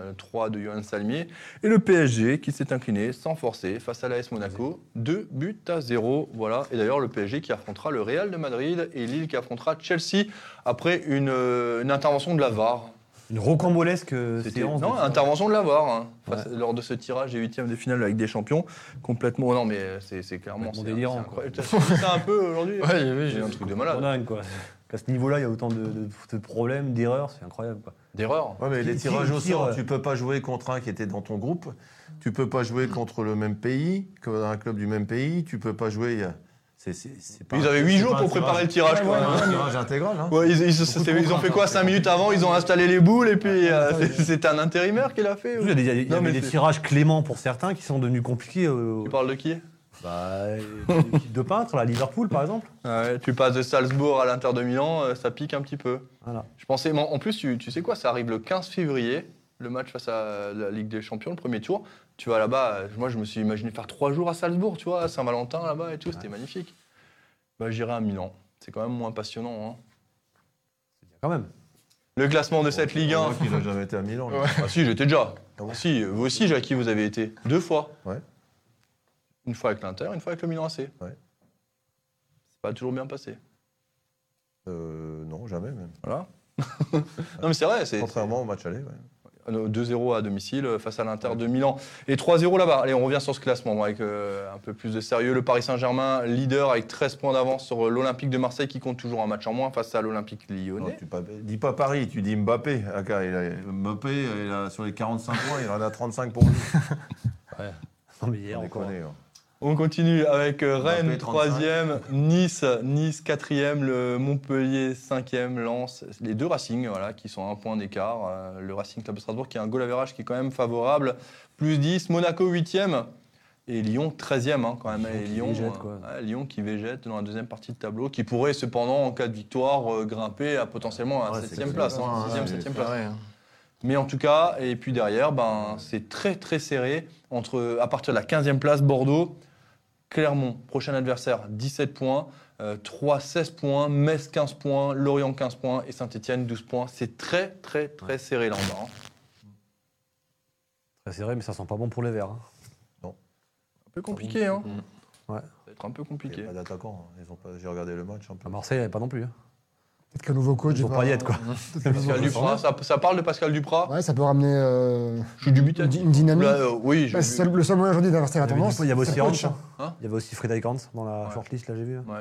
[SPEAKER 1] euh, 3 de Johan Salmier. Et le PSG qui s'est incliné sans forcer face à l'AS Monaco, 2 buts à 0. Voilà. Et d'ailleurs le PSG qui affrontera le Real de Madrid et Lille qui affrontera Chelsea après une, euh, une intervention de la VAR.
[SPEAKER 2] Une rocambolesque euh,
[SPEAKER 1] C'était-
[SPEAKER 2] séance.
[SPEAKER 1] non,
[SPEAKER 2] de-
[SPEAKER 1] intervention de l'avoir hein, face- lors de ce tirage des huitièmes de finale avec des champions. Complètement. Non, mais euh, c'est c'est clairement.
[SPEAKER 2] Complètement
[SPEAKER 1] c'est-
[SPEAKER 2] délirant,
[SPEAKER 1] c'est
[SPEAKER 2] quoi.
[SPEAKER 1] incroyable. T'as suivi ça un peu aujourd'hui
[SPEAKER 5] Ouais, j'ai vu,
[SPEAKER 1] C'est
[SPEAKER 5] j'ai
[SPEAKER 1] un
[SPEAKER 5] vu.
[SPEAKER 1] truc de
[SPEAKER 2] C'est
[SPEAKER 1] malade.
[SPEAKER 2] dingue, quoi. Qu'à ce niveau-là, il y a autant de, de- de problèmes, d'erreurs, c'est incroyable, quoi.
[SPEAKER 1] D'erreur.
[SPEAKER 4] Ouais, mais
[SPEAKER 2] Qui-
[SPEAKER 4] les
[SPEAKER 2] qui-
[SPEAKER 4] tirages au
[SPEAKER 2] qui
[SPEAKER 4] sort,
[SPEAKER 2] tire euh,
[SPEAKER 4] tu peux pas jouer contre un qui était dans ton groupe, tu peux pas jouer contre le même pays, que un club du même pays, tu peux pas jouer. c'est- c'est- c'est pas
[SPEAKER 1] Ils
[SPEAKER 4] un-
[SPEAKER 1] avaient
[SPEAKER 4] c'est
[SPEAKER 1] 8 jours
[SPEAKER 4] pas un
[SPEAKER 1] pour préparer le
[SPEAKER 4] tirage-
[SPEAKER 1] tirage.
[SPEAKER 4] Ouais,
[SPEAKER 1] quoi.
[SPEAKER 4] un tirage intégral. hein.
[SPEAKER 1] Ouais, ils, ils- c'était- ils ont fait quoi 5 minutes avant Ils ont installé les boules et puis euh, c'est- c'est un intérimaire qui l'a fait ou-
[SPEAKER 2] Il y a des, il y a- il y
[SPEAKER 1] Non,
[SPEAKER 2] avait
[SPEAKER 1] mais
[SPEAKER 2] des
[SPEAKER 1] c'est-
[SPEAKER 2] tirages cléments pour certains qui sont devenus compliqués. euh,
[SPEAKER 1] Tu parles de qui
[SPEAKER 2] bah, de, de peintre, là, Liverpool, par exemple.
[SPEAKER 1] Ouais, Tu passes de Salzbourg à l'Inter de Milan, euh, ça pique un petit peu.
[SPEAKER 2] Voilà.
[SPEAKER 1] Je pensais, mais en en plus, tu, tu sais quoi, ça arrive le 15 février, le match face à la Ligue des Champions, le premier tour. Tu vas là-bas, euh, moi je me suis imaginé faire trois jours à Salzbourg, tu vois, à Saint-Valentin là-bas et tout, c'était magnifique. Bah, J'irai à Milan, c'est quand même moins passionnant. hein.
[SPEAKER 2] Quand même.
[SPEAKER 1] Le classement de cette Ligue 1.
[SPEAKER 4] Moi qui n'a jamais été à Milan. lui.
[SPEAKER 1] Ah si, j'étais déjà.
[SPEAKER 4] Ah bon
[SPEAKER 1] Si, vous aussi, Jackie, vous avez été deux fois.
[SPEAKER 4] Ouais.
[SPEAKER 1] Une fois avec l'Inter, une fois avec le Milan AC.
[SPEAKER 4] Ouais.
[SPEAKER 1] C'est pas toujours bien passé.
[SPEAKER 4] Euh, non, jamais même.
[SPEAKER 1] Voilà. non mais c'est vrai, c'est
[SPEAKER 4] Contrairement au match aller. ouais.
[SPEAKER 1] Ah non, 2-0 à domicile euh, face à l'Inter de Milan. Et 3-0 là-bas. Allez, on revient sur ce classement bon, avec euh, un peu plus de sérieux. Le Paris Saint-Germain, leader avec 13 points d'avance sur euh, l'Olympique de Marseille qui compte toujours un match en moins face à l'Olympique
[SPEAKER 4] Non,
[SPEAKER 1] lyonnais.
[SPEAKER 4] tu pas- dis pas Paris, tu dis Mbappé. Ah, car il a- Mbappé, il a- sur les 45 points, il en a 35 pour lui.
[SPEAKER 2] Non, mais hier,
[SPEAKER 4] On
[SPEAKER 2] encore.
[SPEAKER 4] déconne, hein.
[SPEAKER 1] On continue avec euh,
[SPEAKER 4] Mbappé,
[SPEAKER 1] Rennes
[SPEAKER 4] 35.
[SPEAKER 1] 3e, Nice, Nice 4e, le Montpellier 5e, Lens, les deux Racing voilà, qui sont à un point d'écart. Euh, le Racing Club de Strasbourg qui a un goal average qui est quand même favorable, plus 10, Monaco 8e et Lyon 13e hein, quand même.
[SPEAKER 2] Lyon
[SPEAKER 1] Et
[SPEAKER 2] qui
[SPEAKER 1] Lyon,
[SPEAKER 2] végète,
[SPEAKER 1] euh,
[SPEAKER 2] quoi.
[SPEAKER 1] ouais, Lyon qui végète dans la deuxième partie de tableau, qui pourrait cependant en cas de victoire euh, grimper à potentiellement à
[SPEAKER 4] Ouais,
[SPEAKER 1] la
[SPEAKER 4] c'est
[SPEAKER 1] 7e
[SPEAKER 4] clair.
[SPEAKER 1] place, hein,
[SPEAKER 4] Ouais,
[SPEAKER 1] 6e,
[SPEAKER 4] ouais,
[SPEAKER 1] 7e place.
[SPEAKER 5] Pareil, hein.
[SPEAKER 1] Mais en tout cas, et puis derrière, ben, c'est très très serré. Entre, à partir de la 15e place, Bordeaux, Clermont, prochain adversaire, 17 points, euh, 3, 16 points, Metz, 15 points, Lorient, 15 points et Saint-Etienne, 12 points. C'est très très très serré là en bas. hein.
[SPEAKER 2] Très serré, mais ça sent pas bon pour les verts. hein.
[SPEAKER 1] Un peu compliqué,
[SPEAKER 4] Mm,
[SPEAKER 1] hein
[SPEAKER 2] Ouais.
[SPEAKER 1] Ça va être un peu
[SPEAKER 4] Il n'y
[SPEAKER 1] compliqué.
[SPEAKER 4] a pas d'attaquant. hein. Ils ont pas- J'ai regardé le match un peu.
[SPEAKER 2] À Marseille, il y avait pas non plus. hein.
[SPEAKER 3] Peut-être qu'un nouveau coach.
[SPEAKER 2] Ils vont
[SPEAKER 3] va-
[SPEAKER 2] pas y être, quoi.
[SPEAKER 3] peut-être qu'un nouveau
[SPEAKER 1] Pascal
[SPEAKER 3] coach-
[SPEAKER 1] Duprat, ça, ça parle de Pascal Duprat
[SPEAKER 3] Ouais, ça peut ramener euh,
[SPEAKER 1] Je suis
[SPEAKER 3] une,
[SPEAKER 1] dubitatif.
[SPEAKER 3] une dynamique.
[SPEAKER 1] Là, euh, oui, je-
[SPEAKER 3] Bah, c'est le seul moyen aujourd'hui d'inverser la
[SPEAKER 2] Il y avait
[SPEAKER 3] tendance.
[SPEAKER 2] du- il y avait
[SPEAKER 3] c'est
[SPEAKER 2] aussi
[SPEAKER 3] le
[SPEAKER 2] Hans.
[SPEAKER 3] coach, hein.
[SPEAKER 1] Hein
[SPEAKER 2] Il y avait aussi Frédéric Hans dans la
[SPEAKER 1] Ouais.
[SPEAKER 2] shortlist, là, j'ai vu. hein.
[SPEAKER 1] Ouais.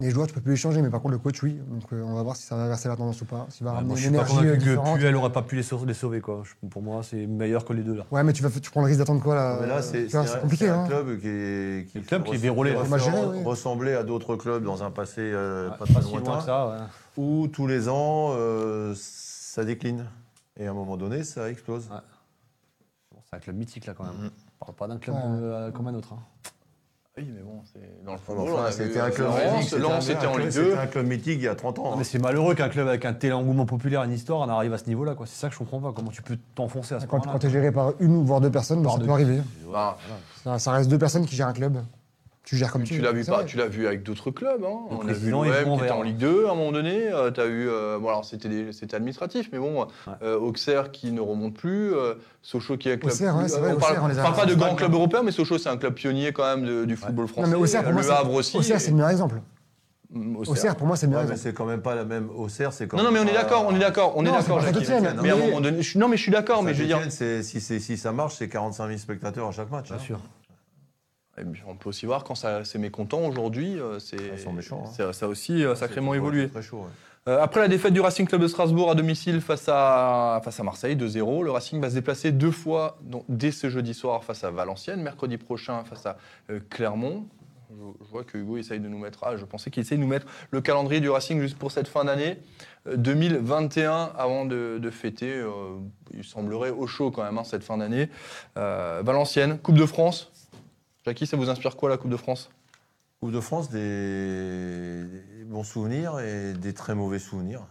[SPEAKER 3] Les joueurs, tu peux plus échanger, mais par contre, le coach, oui. Donc, euh, on va voir si ça va inverser la tendance ou pas. S'il va
[SPEAKER 2] Ouais,
[SPEAKER 3] ramener
[SPEAKER 2] moi, je
[SPEAKER 3] une
[SPEAKER 2] suis pas
[SPEAKER 3] énergie
[SPEAKER 2] convaincu
[SPEAKER 3] euh,
[SPEAKER 2] que
[SPEAKER 3] différente.
[SPEAKER 2] Puel aurait pas pu les sau- les sauver. Quoi. Je- Pour moi, c'est meilleur que les deux. là.
[SPEAKER 3] Ouais, mais tu, vas, tu prends le risque d'attendre quoi là
[SPEAKER 4] Ah, Mais
[SPEAKER 1] Euh,
[SPEAKER 4] là,
[SPEAKER 3] Tu
[SPEAKER 4] c'est
[SPEAKER 3] vois,
[SPEAKER 4] c'est
[SPEAKER 3] c'est
[SPEAKER 4] un-
[SPEAKER 3] compliqué.
[SPEAKER 4] c'est un
[SPEAKER 3] hein.
[SPEAKER 4] club qui est, qui
[SPEAKER 2] Le club qui est
[SPEAKER 4] res-
[SPEAKER 2] vérolé,
[SPEAKER 4] res-
[SPEAKER 2] hein.
[SPEAKER 3] Mal géré, oui.
[SPEAKER 4] ressemblait à d'autres clubs dans un passé euh, pas,
[SPEAKER 2] Ouais,
[SPEAKER 4] très
[SPEAKER 2] Ah, si loin
[SPEAKER 4] lointain,
[SPEAKER 2] que ça. ouais.
[SPEAKER 4] où tous les ans, euh, ça décline. Et à un moment donné, ça explose.
[SPEAKER 1] Ah,
[SPEAKER 2] Ouais. Bon, c'est un club mythique, là, quand même.
[SPEAKER 4] Mhm.
[SPEAKER 2] On parle pas d'un club
[SPEAKER 3] Ouais.
[SPEAKER 2] comme, euh, comme un autre. hein.
[SPEAKER 1] Oui, mais bon, c'est dans le
[SPEAKER 4] Enfin,
[SPEAKER 1] football.
[SPEAKER 4] Ah,
[SPEAKER 1] on
[SPEAKER 4] enfin,
[SPEAKER 1] a vu,
[SPEAKER 4] c'était
[SPEAKER 1] euh,
[SPEAKER 4] un club
[SPEAKER 1] Lens,
[SPEAKER 4] mythique,
[SPEAKER 1] Lens était en Ligue 2.
[SPEAKER 4] C'était un club mythique il y a 30 ans. hein.
[SPEAKER 2] Non, mais c'est malheureux qu'un club avec un tel engouement populaire, une histoire, en arrive à ce niveau-là. quoi. C'est ça que je comprends pas. Comment tu peux t'enfoncer à ce
[SPEAKER 3] Quand,
[SPEAKER 2] point-là
[SPEAKER 3] tu es géré par une voire deux personnes, bah,
[SPEAKER 2] Par
[SPEAKER 3] ça
[SPEAKER 2] deux.
[SPEAKER 3] peut arriver.
[SPEAKER 1] Bah,
[SPEAKER 3] Ça, ça reste deux personnes qui gèrent un club. Tu gères comme tu,
[SPEAKER 1] Tu
[SPEAKER 3] veux,
[SPEAKER 1] l'as vu
[SPEAKER 3] c'est
[SPEAKER 1] pas,
[SPEAKER 3] vrai.
[SPEAKER 1] tu l'as vu avec d'autres clubs. Hein.
[SPEAKER 2] Le
[SPEAKER 1] On a vu
[SPEAKER 2] président, il
[SPEAKER 1] l'OM
[SPEAKER 2] joue en
[SPEAKER 1] qui était
[SPEAKER 2] vert,
[SPEAKER 1] en
[SPEAKER 2] là.
[SPEAKER 1] Ligue 2 à un moment donné. tu as eu, euh, bon alors c'était des- c'était administratif, mais bon, euh, Auxerre qui ne remonte plus, euh, Sochaux qui est un club.
[SPEAKER 3] Auxerre, ouais,
[SPEAKER 1] plus-
[SPEAKER 3] c'est
[SPEAKER 1] euh,
[SPEAKER 3] vrai,
[SPEAKER 1] on parle,
[SPEAKER 3] Auxerre, on les a-
[SPEAKER 1] parle pas de
[SPEAKER 3] on
[SPEAKER 1] grands
[SPEAKER 3] parle-
[SPEAKER 1] clubs européens, mais Sochaux c'est un club pionnier quand même de- du football français.
[SPEAKER 3] Non, mais Auxerre, pour moi,
[SPEAKER 1] le
[SPEAKER 3] c'est-
[SPEAKER 1] Havre aussi.
[SPEAKER 3] Auxerre, c'est le meilleur exemple.
[SPEAKER 1] Mm, Auxerre.
[SPEAKER 3] Auxerre, pour moi, c'est le
[SPEAKER 4] Ouais,
[SPEAKER 3] meilleur
[SPEAKER 4] mais
[SPEAKER 3] exemple.
[SPEAKER 4] c'est quand même pas la même. Auxerre, c'est quand
[SPEAKER 1] Non, non, mais on est d'accord, on est d'accord, on est
[SPEAKER 3] Non, c'est
[SPEAKER 1] d'accord,
[SPEAKER 3] pas
[SPEAKER 1] Jackie.
[SPEAKER 3] Saint-Etienne,
[SPEAKER 1] Mais à un
[SPEAKER 3] mais-
[SPEAKER 1] moment donné, je suis- non, mais je suis d'accord, mais je veux dire,
[SPEAKER 4] Saint-Étienne, c'est- si, c'est- si ça marche, c'est 45 000 spectateurs à chaque match.
[SPEAKER 2] Bien
[SPEAKER 4] hein.
[SPEAKER 2] sûr.
[SPEAKER 1] Et puis, on peut aussi voir quand ça- c'est mécontent aujourd'hui, euh, c'est
[SPEAKER 4] Ils sont méchants, hein.
[SPEAKER 1] c'est- ça a aussi euh, sacrément évolué.
[SPEAKER 4] Très chaud. ouais.
[SPEAKER 1] Euh, après la défaite du Racing Club de Strasbourg à domicile face à, face à Marseille 2-0, le Racing va se déplacer deux fois donc, dès ce jeudi soir face à Valenciennes, mercredi prochain face à euh, Clermont. Je, je vois que Hugo essaye de nous mettre. Ah, je pensais qu'il essayait de nous mettre le calendrier du Racing juste pour cette fin d'année euh, 2021 avant de, de fêter. euh, il semblerait au chaud quand même hein, cette fin d'année. Euh, Valenciennes, Coupe de France. Jackie, ça vous inspire quoi la Coupe de France
[SPEAKER 4] Coupe de France, des, des bons souvenirs et des très mauvais souvenirs.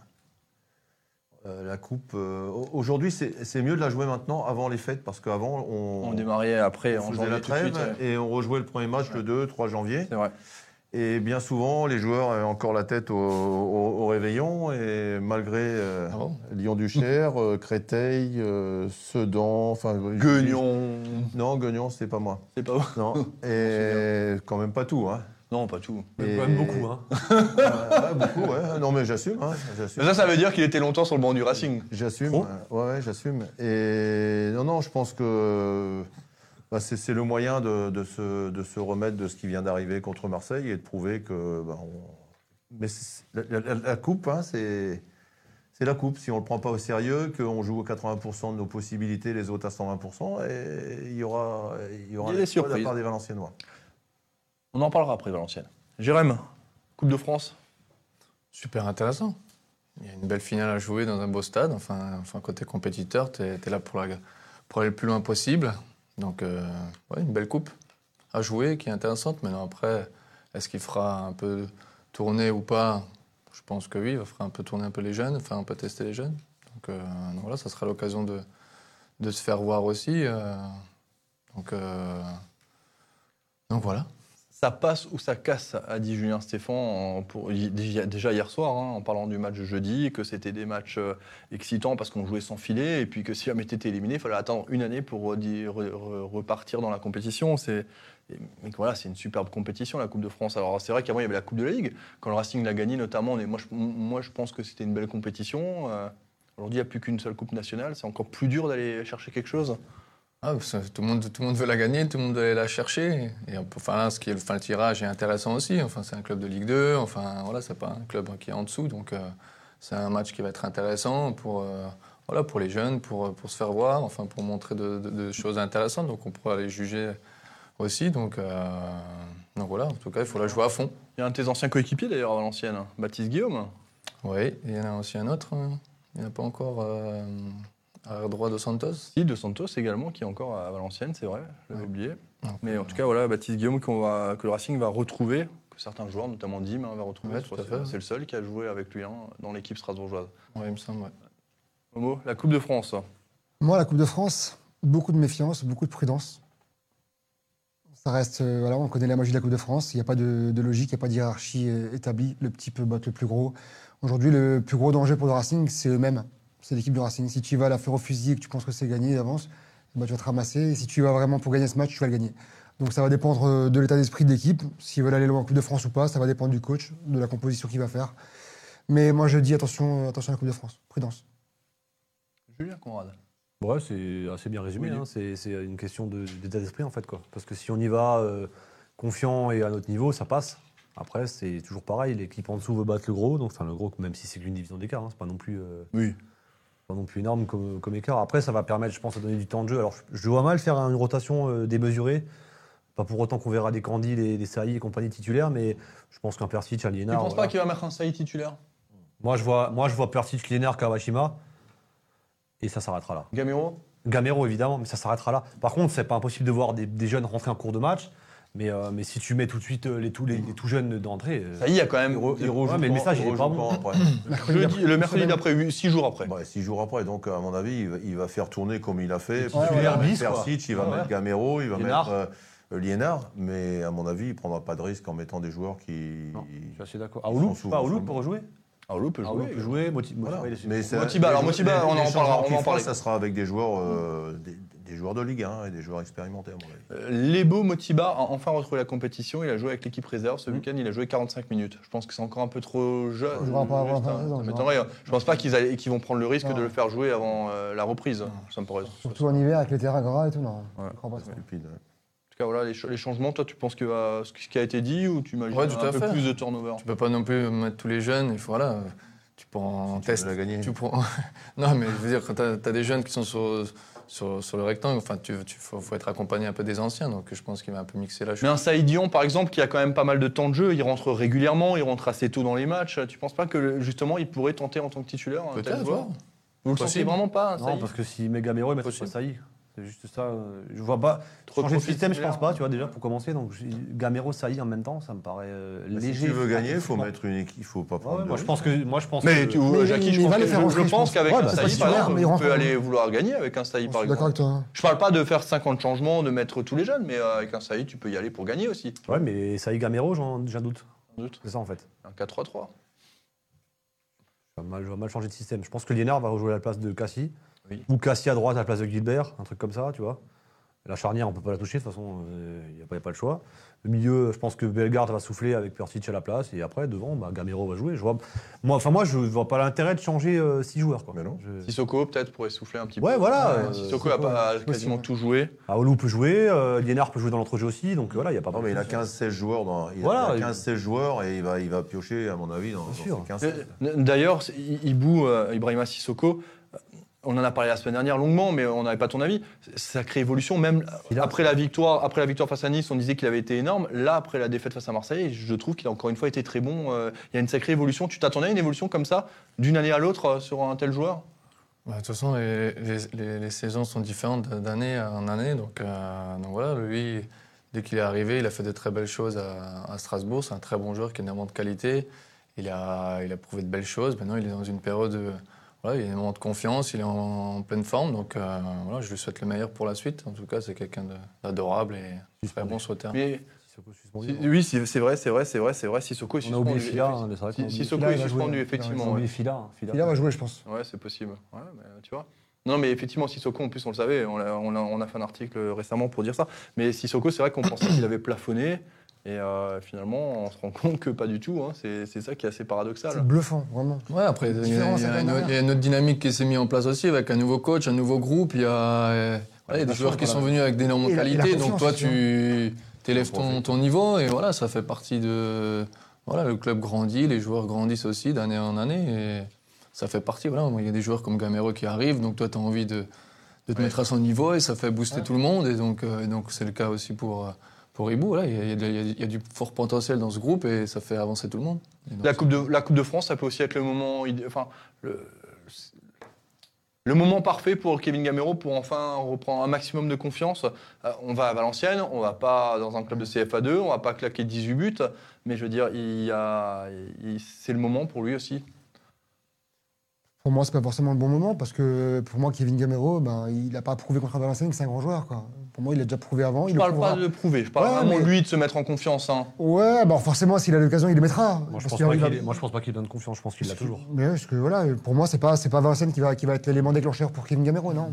[SPEAKER 4] Euh, la Coupe, euh, au- aujourd'hui, c'est c'est mieux de la jouer maintenant, avant les fêtes, parce qu'avant, on,
[SPEAKER 1] On démarrait après
[SPEAKER 4] on
[SPEAKER 1] en
[SPEAKER 4] faisait
[SPEAKER 1] janvier
[SPEAKER 4] la
[SPEAKER 1] tout de suite.
[SPEAKER 4] trêve et on rejouait le premier match le 2, 3 janvier.
[SPEAKER 1] C'est vrai.
[SPEAKER 4] Et bien souvent, les joueurs avaient encore la tête au, au- au réveillon, et malgré euh,
[SPEAKER 5] Ah bon
[SPEAKER 4] Lyon-Duchère, euh, Créteil, euh, Sedan, enfin.
[SPEAKER 1] Guignon,
[SPEAKER 4] Non, Guignon, c'était pas moi.
[SPEAKER 1] c'est pas vrai.
[SPEAKER 4] Non, et quand même pas tout, hein.
[SPEAKER 1] Non, pas tout.
[SPEAKER 2] Mais
[SPEAKER 4] Et-
[SPEAKER 2] quand même beaucoup. Hein.
[SPEAKER 4] Euh, Ouais, beaucoup, ouais. Non, mais j'assume. hein, j'assume.
[SPEAKER 1] Mais ça, ça veut dire qu'il était longtemps sur le banc du Racing.
[SPEAKER 4] J'assume. euh,
[SPEAKER 2] Trop.
[SPEAKER 4] Ouais, ouais, j'assume. Et non, non, je pense que bah, c'est c'est le moyen de, de se, de se remettre de ce qui vient d'arriver contre Marseille et de prouver que. bah, on- Mais c'est- la, la- la coupe, hein, c'est. C'est la coupe, si on ne le prend pas au sérieux, qu'on joue à 80% de nos possibilités, les autres à 120%, et il y aura, il y aura
[SPEAKER 1] Il y a des
[SPEAKER 4] un exploit de
[SPEAKER 1] surprises.
[SPEAKER 4] la part des Valenciennois.
[SPEAKER 1] On en parlera après Valenciennes. Jérém, Coupe de France.
[SPEAKER 5] Super intéressant. Il y a une belle finale à jouer dans un beau stade. Enfin, enfin côté compétiteur, tu es, là pour, la- pour aller le plus loin possible. Donc, euh, ouais, une belle coupe à jouer qui est intéressante. Maintenant, après, est-ce qu'il fera un peu tourner ou pas Je pense que oui, il fera un peu tourner un peu les jeunes, enfin, un peu tester les jeunes. Donc, euh, donc voilà, ça sera l'occasion de, de se faire voir aussi. euh, donc, euh, donc voilà.
[SPEAKER 1] Ça passe ou ça casse, a dit Julien Stéphan en- pour- hi- déjà déjà hier soir, hein, en parlant du match de jeudi, que c'était des matchs euh, excitants parce qu'on jouait sans filet, et puis que si jamais t'étais éliminé, il fallait attendre une année pour redi- re- re- repartir dans la compétition. C'est et- mais que voilà, c'est une superbe compétition, la Coupe de France. Alors c'est vrai qu'avant il y avait la Coupe de la Ligue, quand le Racing l'a gagnée notamment. mais moi, je, moi, je pense que c'était une belle compétition. Euh, Aujourd'hui, il n'y a plus qu'une seule Coupe nationale. C'est encore plus dur d'aller chercher quelque chose.
[SPEAKER 5] Ah, parce que tout, le monde, tout le monde veut la gagner, tout le monde veut aller la chercher. Et on peut- enfin, là, ce qui est, enfin, le tirage est intéressant aussi. Enfin, c'est un club de Ligue 2. Enfin, voilà, c'est pas un club qui est en dessous. Donc, euh, c'est un match qui va être intéressant pour, euh, voilà, pour les jeunes, pour, euh, pour se faire voir, enfin, pour montrer de, de- de choses intéressantes. Donc, on pourra les juger aussi. Donc, euh, donc, voilà, en tout cas, il faut la jouer à fond.
[SPEAKER 1] Il y a un de tes anciens coéquipiers d'ailleurs à Valenciennes, hein, Baptiste Guillaume.
[SPEAKER 5] Oui, il y en a aussi un autre. hein. Il n'y en a pas encore euh, à droit de Santos.
[SPEAKER 1] Si, De Santos également, qui est encore à Valenciennes, c'est vrai, je l'avais
[SPEAKER 5] Ouais.
[SPEAKER 1] oublié.
[SPEAKER 5] Donc,
[SPEAKER 1] Mais euh, en tout cas, voilà, Baptiste Guillaume qu'on va, que le Racing va retrouver, que certains joueurs, notamment Dim, hein, va retrouver.
[SPEAKER 5] Ouais,
[SPEAKER 1] Je
[SPEAKER 5] tout
[SPEAKER 1] crois
[SPEAKER 5] à
[SPEAKER 1] que c'est-
[SPEAKER 5] fait.
[SPEAKER 1] C'est le seul qui a joué avec lui hein, dans l'équipe strasbourgeoise.
[SPEAKER 5] Oui, il me semble. ouais.
[SPEAKER 1] Momo, la Coupe de France.
[SPEAKER 3] Moi, la Coupe de France, beaucoup de méfiance, beaucoup de prudence. Ça reste, euh, voilà, on connaît la magie de la Coupe de France. Il n'y a pas de, de logique, il n'y a pas de hiérarchie euh, établie. Le petit peut battre le plus gros. Aujourd'hui, le plus gros danger pour le Racing, c'est eux-mêmes. C'est l'équipe du Racing. Si tu y vas à la fleur au fusil et que tu penses que c'est gagné d'avance, bah, tu vas te ramasser. Et si tu y vas vraiment pour gagner ce match, tu vas le gagner. Donc ça va dépendre euh, de l'état d'esprit de l'équipe. S'ils veulent aller loin en Coupe de France ou pas, ça va dépendre du coach, de la composition qu'il va faire. Mais moi, je dis attention, euh, attention à la Coupe de France. Prudence.
[SPEAKER 1] Julien Conrad.
[SPEAKER 2] Ouais, c'est assez bien résumé.
[SPEAKER 1] Oui.
[SPEAKER 2] hein. C'est c'est une question de- d'état d'esprit, en fait. Quoi. Parce que si on y va euh, confiant et à notre niveau, ça passe. Après, c'est toujours pareil. L'équipe en dessous veut battre le gros. Donc, enfin, le gros, même si c'est qu'une division d'écart, hein, c'est pas non plus. euh,
[SPEAKER 1] Oui.
[SPEAKER 2] pas non plus énorme comme, comme écart. Après, ça va permettre, je pense, à donner du temps de jeu. Alors, je- je vois mal faire une rotation euh, démesurée. Pas pour autant qu'on verra des Candy, des, des Saï et compagnie titulaires, mais je pense qu'un Persic, un
[SPEAKER 1] Tu
[SPEAKER 2] Liénard.
[SPEAKER 1] ne penses
[SPEAKER 2] voilà.
[SPEAKER 1] pas qu'il va mettre un Saïd titulaire
[SPEAKER 2] moi, je vois, moi, je vois Persic, Liénard, Kawashima. Et ça s'arrêtera là.
[SPEAKER 1] Gamero
[SPEAKER 2] Gamero, évidemment, mais ça s'arrêtera là. Par contre, c'est pas impossible de voir des, des jeunes rentrer en cours de match. Mais, euh, mais si tu mets tout de suite euh, les, tous les, les tout jeunes d'entrée. euh,
[SPEAKER 1] Saïd, il y a quand même.
[SPEAKER 2] Ouais, mais le message, il est pas bon.
[SPEAKER 4] après.
[SPEAKER 3] Mercredi
[SPEAKER 1] Jeudi, le mercredi d'après, huit- six jours après.
[SPEAKER 4] Bah, six jours après, donc à mon avis, il va, il va faire tourner comme il a fait.
[SPEAKER 2] Ouais, ouais,
[SPEAKER 4] il va
[SPEAKER 2] ouais.
[SPEAKER 4] mettre
[SPEAKER 2] quoi.
[SPEAKER 4] Persic, il va
[SPEAKER 2] Ouais,
[SPEAKER 4] mettre
[SPEAKER 2] ouais.
[SPEAKER 4] Gamero, il va
[SPEAKER 2] Liénard.
[SPEAKER 4] mettre euh, Liénard, mais à mon avis, il prendra pas de risque en mettant des joueurs qui.
[SPEAKER 2] Non, je suis assez d'accord.
[SPEAKER 4] Ils
[SPEAKER 2] Aoulou,
[SPEAKER 4] sont souvent
[SPEAKER 2] pas Aoulou
[SPEAKER 4] sur le
[SPEAKER 2] pour
[SPEAKER 4] banc.
[SPEAKER 2] jouer
[SPEAKER 1] Aoulou peut
[SPEAKER 2] Aoulou
[SPEAKER 1] jouer.
[SPEAKER 2] peut jouer, Moti- Moti-
[SPEAKER 4] Voilà.
[SPEAKER 2] il est-
[SPEAKER 4] Mais ça-
[SPEAKER 1] Motiba, alors
[SPEAKER 4] les-
[SPEAKER 1] Motiba,
[SPEAKER 4] les-
[SPEAKER 1] on en
[SPEAKER 4] les
[SPEAKER 1] reparlera,
[SPEAKER 4] changements
[SPEAKER 1] on
[SPEAKER 4] qu'il
[SPEAKER 1] en
[SPEAKER 4] fera,
[SPEAKER 1] parlera.
[SPEAKER 4] Ça sera avec des joueurs, euh, des, des joueurs de Ligue 1 et des joueurs expérimentés, à mon avis.
[SPEAKER 1] Euh, Lebo Motiba a enfin retrouvé la compétition. Il a joué avec l'équipe réserve. Ce week-end, il a joué 45 minutes. Je pense que c'est encore un peu trop jeune.
[SPEAKER 3] Il devra pas avoir
[SPEAKER 1] Juste,
[SPEAKER 3] 20
[SPEAKER 1] hein.
[SPEAKER 3] ans,
[SPEAKER 1] Ça
[SPEAKER 3] il
[SPEAKER 1] m'étonnerait. Je pense pas qu'ils allaient- qu'ils vont prendre le risque
[SPEAKER 3] Non.
[SPEAKER 1] de le faire jouer avant euh, la reprise. Ça me paraît.
[SPEAKER 3] Surtout en hiver avec les terrains gras et tout, non.
[SPEAKER 1] Ouais.
[SPEAKER 3] je crois pas trop.
[SPEAKER 4] Stupide. hein.
[SPEAKER 1] En tout tout cas, voilà, les, ch- les changements, toi, tu penses que euh, ce qui- ce qui a été dit ou tu imagines
[SPEAKER 5] Ouais, tout
[SPEAKER 1] un
[SPEAKER 5] à
[SPEAKER 1] peu
[SPEAKER 5] fait.
[SPEAKER 1] plus de turnover
[SPEAKER 5] Tu peux pas non plus mettre tous les jeunes. Il faut, voilà, euh, tu prends un
[SPEAKER 4] Tu
[SPEAKER 5] test.
[SPEAKER 4] veux la gagner.
[SPEAKER 5] Tu prends... non, mais je veux dire, quand tu as, des jeunes qui sont sur, sur, sur le rectangle, enfin, tu, tu faut, faut être accompagné un peu des anciens. Donc, je pense qu'il va un peu mixer la
[SPEAKER 1] Mais
[SPEAKER 5] chose.
[SPEAKER 1] un Saïdion, par exemple, qui a quand même pas mal de temps de jeu, il rentre régulièrement, il rentre assez tôt dans les matchs. Tu penses pas que le- justement, il pourrait tenter en tant que titulaire un tel
[SPEAKER 5] Peut-être,
[SPEAKER 1] joueur
[SPEAKER 5] ouais.
[SPEAKER 1] Vous le
[SPEAKER 5] Possible.
[SPEAKER 1] sentez vraiment pas un
[SPEAKER 2] Non,
[SPEAKER 1] Saïd
[SPEAKER 2] parce que si Megamero, il met pas
[SPEAKER 5] Possible.
[SPEAKER 2] Saï. C'est juste ça. euh, Je vois pas.
[SPEAKER 1] Trop
[SPEAKER 2] Changer de
[SPEAKER 1] profil
[SPEAKER 2] système, je pense
[SPEAKER 1] titulaire.
[SPEAKER 2] pas, tu vois, déjà, pour commencer. Donc, j- Gamero, Saï en même temps, ça me paraît euh,
[SPEAKER 4] Mais
[SPEAKER 2] léger.
[SPEAKER 4] Si tu veux gagner, il faut
[SPEAKER 2] tactiquement.
[SPEAKER 4] mettre une équipe, il faut pas
[SPEAKER 2] Ouais,
[SPEAKER 4] prendre.
[SPEAKER 2] ouais,
[SPEAKER 4] de
[SPEAKER 2] moi, je
[SPEAKER 4] risques.
[SPEAKER 2] pense que. Moi, je pense
[SPEAKER 1] Mais
[SPEAKER 2] que-
[SPEAKER 1] tu,
[SPEAKER 3] Mais
[SPEAKER 1] Jackie,
[SPEAKER 3] il-
[SPEAKER 1] je
[SPEAKER 3] il
[SPEAKER 1] pense,
[SPEAKER 3] va
[SPEAKER 1] que-
[SPEAKER 3] le faire
[SPEAKER 1] je- je
[SPEAKER 3] rentrer, je
[SPEAKER 1] pense
[SPEAKER 3] pense.
[SPEAKER 1] qu'avec
[SPEAKER 3] Ouais,
[SPEAKER 1] un
[SPEAKER 3] bah, c'est
[SPEAKER 1] Saïd,
[SPEAKER 3] pas
[SPEAKER 1] par
[SPEAKER 3] titulaire,
[SPEAKER 1] exemple,
[SPEAKER 3] mais il
[SPEAKER 1] on
[SPEAKER 3] rentre
[SPEAKER 1] peut
[SPEAKER 3] en-
[SPEAKER 1] aller vouloir gagner avec un Saïd,
[SPEAKER 3] Je
[SPEAKER 1] par
[SPEAKER 3] suis
[SPEAKER 1] exemple.
[SPEAKER 3] d'accord avec toi. hein.
[SPEAKER 1] Je parle pas de faire 50 changements, de mettre tous les jeunes, mais euh, avec un Saïd, tu peux y aller pour gagner aussi.
[SPEAKER 2] Ouais, mais Saï Gamero, j'en j'en doute.
[SPEAKER 1] Doute.
[SPEAKER 2] C'est ça, en fait.
[SPEAKER 1] Un 4-3-3.
[SPEAKER 2] Je vais mal, je vais mal changer de système. Je pense que Liénard va rejouer à la place de Cassie.
[SPEAKER 1] Oui.
[SPEAKER 2] Ou Cassie à droite à la place de Gilbert, un truc comme ça, tu vois. La charnière, on peut pas la toucher, de toute façon, il n'y a, pas- y a pas le choix. Le milieu, je pense que Bellegarde va souffler avec Pertic à la place. Et après, devant, bah, Gamero va jouer. Je vois, moi, enfin, moi, je vois pas l'intérêt de changer 6 joueurs. Quoi.
[SPEAKER 4] Mais non.
[SPEAKER 2] Je-
[SPEAKER 1] Sissoko, peut-être, pourrait souffler un petit
[SPEAKER 2] Ouais,
[SPEAKER 1] peu.
[SPEAKER 2] voilà,
[SPEAKER 1] Euh,
[SPEAKER 2] euh,
[SPEAKER 1] Sissoko a,
[SPEAKER 2] Sissoko,
[SPEAKER 1] pas, a
[SPEAKER 3] possible,
[SPEAKER 1] quasiment
[SPEAKER 3] ouais.
[SPEAKER 1] tout joué.
[SPEAKER 2] Aoulou Ah, peut jouer, euh, Liénard peut jouer dans l'entrejeu aussi. Donc voilà, il n'y a pas
[SPEAKER 4] Non, mais il a 15-16 joueurs. Dans, il a-
[SPEAKER 2] Voilà,
[SPEAKER 4] il a 15-16 joueurs et il va, il va piocher, à mon avis, dans, dans
[SPEAKER 2] Bien sûr.
[SPEAKER 4] ces 15
[SPEAKER 1] Euh, D'ailleurs, c'est- I- Ibu, euh, Ibrahima Sissoko, euh, on en a parlé la semaine dernière longuement, mais on n'avait pas ton avis. Sacrée évolution, même euh,
[SPEAKER 2] Il a-
[SPEAKER 1] après la victoire, après la victoire face à Nice, on disait qu'il avait été énorme. Là, après la défaite face à Marseille, je trouve qu'il a encore une fois été très bon. Euh, Il y a une sacrée évolution. Tu t'attendais à une évolution comme ça, d'une année à l'autre, euh, sur un tel joueur
[SPEAKER 5] Bah, de toute façon, les, les- les- les saisons sont différentes d'année en année. Donc, euh, donc voilà, lui, dès qu'il est arrivé, il a fait de très belles choses à, à Strasbourg. C'est un très bon joueur qui est énormément de qualité. Il a, il a prouvé de belles choses. Maintenant, il est dans une période. euh, voilà, il a énormément de confiance, il est en, en pleine forme. Donc euh, voilà, je lui souhaite le meilleur pour la suite. En tout cas, c'est quelqu'un de- d'adorable et très bon sur le
[SPEAKER 2] Ah.
[SPEAKER 5] terrain.
[SPEAKER 1] Mais si-
[SPEAKER 2] On
[SPEAKER 1] oui, c'est c'est vrai, c'est vrai, c'est vrai, c'est vrai. Sissoko est
[SPEAKER 2] a oublié
[SPEAKER 1] suspendu.
[SPEAKER 2] Fila. hein, c'est vrai qu'on a
[SPEAKER 1] Si-
[SPEAKER 2] oublié-
[SPEAKER 1] Sissoko
[SPEAKER 3] Fila,
[SPEAKER 1] est
[SPEAKER 3] il a joué,
[SPEAKER 1] suspendu,
[SPEAKER 3] hein.
[SPEAKER 2] on
[SPEAKER 1] effectivement.
[SPEAKER 2] a
[SPEAKER 1] ouais.
[SPEAKER 2] oublié Fila. hein, Fila.
[SPEAKER 3] Il va jouer, je pense.
[SPEAKER 1] Ouais, c'est possible. Ouais, mais, euh, tu vois. Non, mais effectivement, Sissoko, en plus, on le savait, on a, on a- on a fait un article récemment pour dire ça. Mais Sissoko, c'est vrai qu'on pensait qu'il avait plafonné. Et euh, finalement, on se rend compte que pas du tout. hein. C'est c'est ça qui est assez
[SPEAKER 3] C'est
[SPEAKER 1] paradoxal.
[SPEAKER 3] bluffant, vraiment.
[SPEAKER 5] Ouais, après, il y, a-
[SPEAKER 3] Différence
[SPEAKER 5] il y a
[SPEAKER 3] à la
[SPEAKER 5] une-
[SPEAKER 3] dernière.
[SPEAKER 5] il y a une autre dynamique qui s'est mise en place aussi avec un nouveau coach, un nouveau groupe. Il y a, euh, voilà, il y a des
[SPEAKER 2] la
[SPEAKER 5] joueurs
[SPEAKER 2] chance,
[SPEAKER 5] qui sont
[SPEAKER 2] voilà.
[SPEAKER 5] venus avec d'énormes
[SPEAKER 3] Et la- et la
[SPEAKER 5] qualités. Donc
[SPEAKER 3] confiance,
[SPEAKER 5] toi,
[SPEAKER 3] aussi,
[SPEAKER 5] tu t'élèves ton,
[SPEAKER 4] profite.
[SPEAKER 5] ton niveau et voilà, ça fait partie de. Voilà, le club grandit, les joueurs grandissent aussi d'année en année. Et ça fait partie. Voilà, il y a des joueurs comme Gamero qui arrivent. Donc toi, tu as envie de, de te mettre à son niveau et ça fait booster tout le monde. Et donc, euh, et donc c'est le cas aussi pour. euh, Pour Ibu, Voilà, il y a- il y, a- il y a- il y a du fort potentiel dans ce groupe et ça fait avancer tout le monde. Et donc,
[SPEAKER 1] La coupe, de, la coupe de France, ça peut aussi être le moment, idé- enfin, le, le moment parfait pour Kevin Gamero pour enfin reprendre un maximum de confiance. Euh, on va à Valenciennes, on va pas dans un club de CFA2, on va pas claquer 18 buts, mais je veux dire, il y a- il- c'est le moment pour lui aussi.
[SPEAKER 3] Pour moi, c'est pas forcément le bon moment parce que pour moi, Kevin Gamero, ben, il n'a pas prouvé contre Valenciennes que c'est un grand joueur. Quoi. Pour moi, il l'a déjà prouvé avant.
[SPEAKER 1] Je
[SPEAKER 3] il le
[SPEAKER 1] parle
[SPEAKER 3] prouvera.
[SPEAKER 1] pas de prouver, je parle
[SPEAKER 3] Ouais,
[SPEAKER 1] vraiment
[SPEAKER 3] mais-
[SPEAKER 1] lui de se mettre en confiance. hein.
[SPEAKER 3] Ouais, bah forcément, s'il a l'occasion, il les
[SPEAKER 2] Moi,
[SPEAKER 3] mettra.
[SPEAKER 2] je
[SPEAKER 3] Parce
[SPEAKER 2] pense pas
[SPEAKER 3] qu'il arrive à-
[SPEAKER 2] qu'il- moi, je pense pas qu'il donne confiance. Je pense qu'il l'a toujours.
[SPEAKER 3] Mais ouais, parce que voilà, pour moi, c'est pas c'est pas Valenciennes qui va qui va être l'élément déclencheur pour Kevin Gamero, non.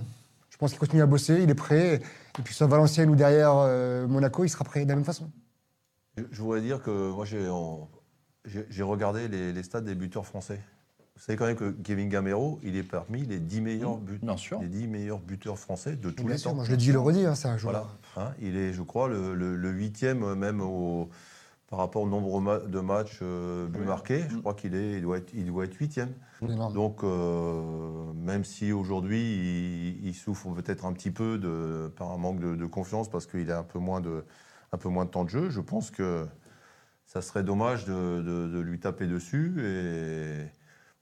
[SPEAKER 3] Je pense qu'il continue à bosser, il est prêt. Et puis soit Valenciennes ou derrière euh, Monaco, il sera prêt de la même façon.
[SPEAKER 4] Je, je voudrais dire que moi, j'ai en- j'ai j'ai regardé les, les stats des buteurs français. Vous savez quand même que Kevin Gamero, il est parmi les 10 meilleurs, but-
[SPEAKER 1] bien sûr.
[SPEAKER 4] les 10 meilleurs buteurs français de tous
[SPEAKER 3] Bien
[SPEAKER 4] les
[SPEAKER 3] sûr,
[SPEAKER 4] temps.
[SPEAKER 3] moi je le dis, je le redis, hein, c'est un joueur.
[SPEAKER 4] Voilà. Hein, il est, je crois, le, le- le huitième euh, même au, par rapport au nombre ma- de matchs euh, buts
[SPEAKER 1] Oui.
[SPEAKER 4] marqués. Je
[SPEAKER 1] Mm.
[SPEAKER 4] crois qu'il est, il doit être, il doit être huitième.
[SPEAKER 3] Énorme.
[SPEAKER 4] Donc, euh, même si aujourd'hui il, il souffre peut-être un petit peu de, par un manque de, de confiance parce qu'il a un peu moins de, un peu moins de temps de jeu, je pense que ça serait dommage de, de- de lui taper dessus et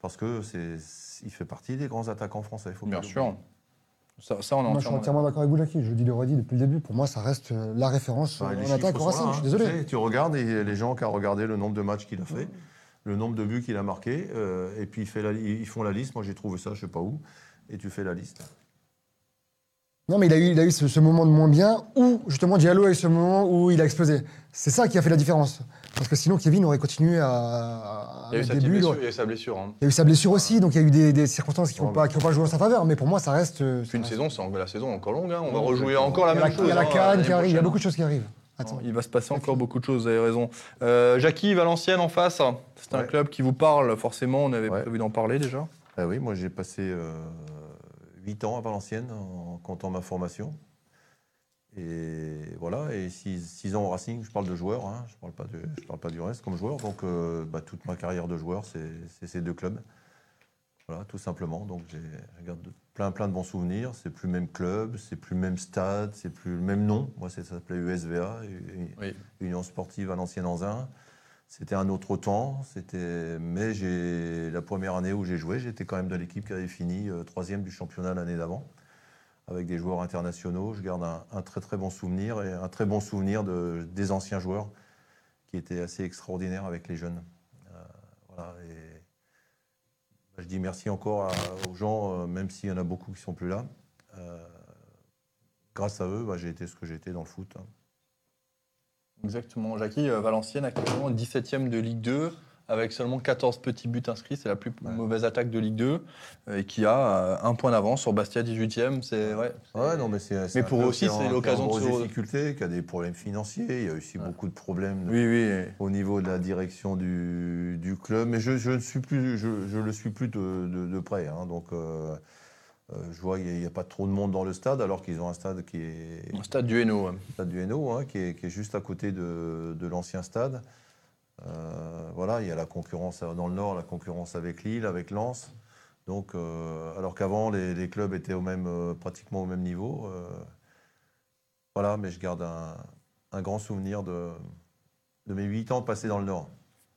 [SPEAKER 4] parce que c'est, il fait partie des grands attaquants français. faut pas
[SPEAKER 1] Bien
[SPEAKER 4] l'oublier.
[SPEAKER 1] sûr. Ça, ça, on est
[SPEAKER 3] Moi, je suis
[SPEAKER 1] entièrement-
[SPEAKER 3] entièrement d'accord avec vous, Jackie. Je le dis, le redis depuis le début. Pour moi, ça reste euh, la référence
[SPEAKER 4] Enfin, les
[SPEAKER 3] en
[SPEAKER 4] chiffres
[SPEAKER 3] attaque au
[SPEAKER 4] sont
[SPEAKER 3] Racing. je
[SPEAKER 4] là,
[SPEAKER 3] suis
[SPEAKER 4] hein.
[SPEAKER 3] désolé.
[SPEAKER 4] Tu sais, Tu regardes et les gens qui ont regardé le nombre de matchs qu'il a fait, le nombre de buts qu'il a marqué, euh, et puis il fait la- ils font la liste. Moi, j'ai trouvé ça, je sais pas où, et tu fais la liste.
[SPEAKER 3] Non, mais il a eu, il a eu ce, ce moment de moins bien où, justement, Diallo a eu ce moment où il a explosé. C'est ça qui a fait la différence. Parce que sinon, Kevin aurait continué à, à
[SPEAKER 1] Il y a eu
[SPEAKER 3] mettre
[SPEAKER 1] sa
[SPEAKER 3] des
[SPEAKER 1] petite
[SPEAKER 3] bulles.
[SPEAKER 1] blessure. il y a eu sa blessure, hein.
[SPEAKER 3] Il y a eu sa blessure aussi, donc il y a eu des, des circonstances qui
[SPEAKER 4] Non,
[SPEAKER 3] n'ont pas, qui ont pas joué en sa faveur. Mais pour moi, ça reste. euh, ça
[SPEAKER 1] Une
[SPEAKER 3] reste-
[SPEAKER 1] saison, c'est encore- la saison est encore longue. hein. On va rejouer encore la
[SPEAKER 3] Il y a
[SPEAKER 1] même
[SPEAKER 3] la,
[SPEAKER 1] chose.
[SPEAKER 3] il y a la
[SPEAKER 1] hein,
[SPEAKER 3] canne qui
[SPEAKER 1] l'année
[SPEAKER 3] arrive, il y a
[SPEAKER 1] prochaine.
[SPEAKER 3] beaucoup de choses qui arrivent. Attends.
[SPEAKER 1] Il va se passer encore beaucoup de choses, vous avez raison. Euh, Jackie, Valenciennes en face, c'est un
[SPEAKER 4] Ouais.
[SPEAKER 1] club qui vous parle, forcément, on avait
[SPEAKER 4] Ouais.
[SPEAKER 1] prévu d'en parler déjà.
[SPEAKER 4] Ah oui, moi j'ai euh, passé 8 ans à Valenciennes en comptant ma formation. Et voilà, et 6 ans au Racing, je parle de joueur, hein, je ne parle, pas du- je parle pas du reste comme joueur. Donc euh, bah, toute ma carrière de joueur, c'est c'est ces deux clubs. Voilà, tout simplement. Donc j'ai je garde de- plein, plein de bons souvenirs. C'est plus le même club, c'est plus le même stade, c'est plus le même nom. Moi, c'est- ça s'appelait USVA, U-
[SPEAKER 5] Oui.
[SPEAKER 4] Union Sportive Valenciennes-Anzin. C'était un autre temps. C'était, mais j'ai la première année où j'ai joué, j'étais quand même de l'équipe qui avait fini euh, troisième du championnat l'année d'avant, avec des joueurs internationaux. Je garde un, un très très bon souvenir et un très bon souvenir de, des anciens joueurs qui étaient assez extraordinaires avec les jeunes. Euh, voilà. Et bah, je dis merci encore à- aux gens, euh, même s'il y en a beaucoup qui sont plus là. Euh, grâce à eux, bah, j'ai été ce que j'ai été dans le foot. hein.
[SPEAKER 1] Exactement. Jackie, euh, Valenciennes actuellement 17ème de Ligue 2 avec seulement 14 petits buts inscrits. C'est la plus
[SPEAKER 4] Ouais.
[SPEAKER 1] mauvaise attaque de Ligue 2 euh, et qui a euh, un point d'avance sur Bastia 18ème. C'est ouais. c'est-
[SPEAKER 4] Ouais, non, mais c'est- c'est
[SPEAKER 1] Mais
[SPEAKER 4] un
[SPEAKER 1] pour eux
[SPEAKER 4] club
[SPEAKER 1] aussi,
[SPEAKER 4] qui est en-
[SPEAKER 1] c'est
[SPEAKER 4] qui est
[SPEAKER 1] l'occasion
[SPEAKER 4] en
[SPEAKER 1] de
[SPEAKER 4] grosse
[SPEAKER 1] se-
[SPEAKER 4] difficulté, qui a des problèmes financiers. Il y a aussi
[SPEAKER 1] Ouais.
[SPEAKER 4] beaucoup de problèmes de-
[SPEAKER 1] Oui, oui. et-
[SPEAKER 4] au niveau de la direction du, du club. Mais je, je ne suis plus, je, je le suis plus de, de- de près. hein. donc, euh, euh, je vois qu'il n'y a, pas trop de monde dans le stade, alors qu'ils ont un stade qui est
[SPEAKER 1] Au stade du Hainaut. ouais.
[SPEAKER 4] stade du Hainaut, hein, qui, est, qui est juste à côté de, de l'ancien stade. Euh, voilà, il y a la concurrence dans le Nord, la concurrence avec Lille, avec Lens. Donc, euh, alors qu'avant, les, les clubs étaient au même, euh, pratiquement au même niveau. euh, voilà, mais je garde un, un grand souvenir de, de mes 8 ans passés dans le Nord.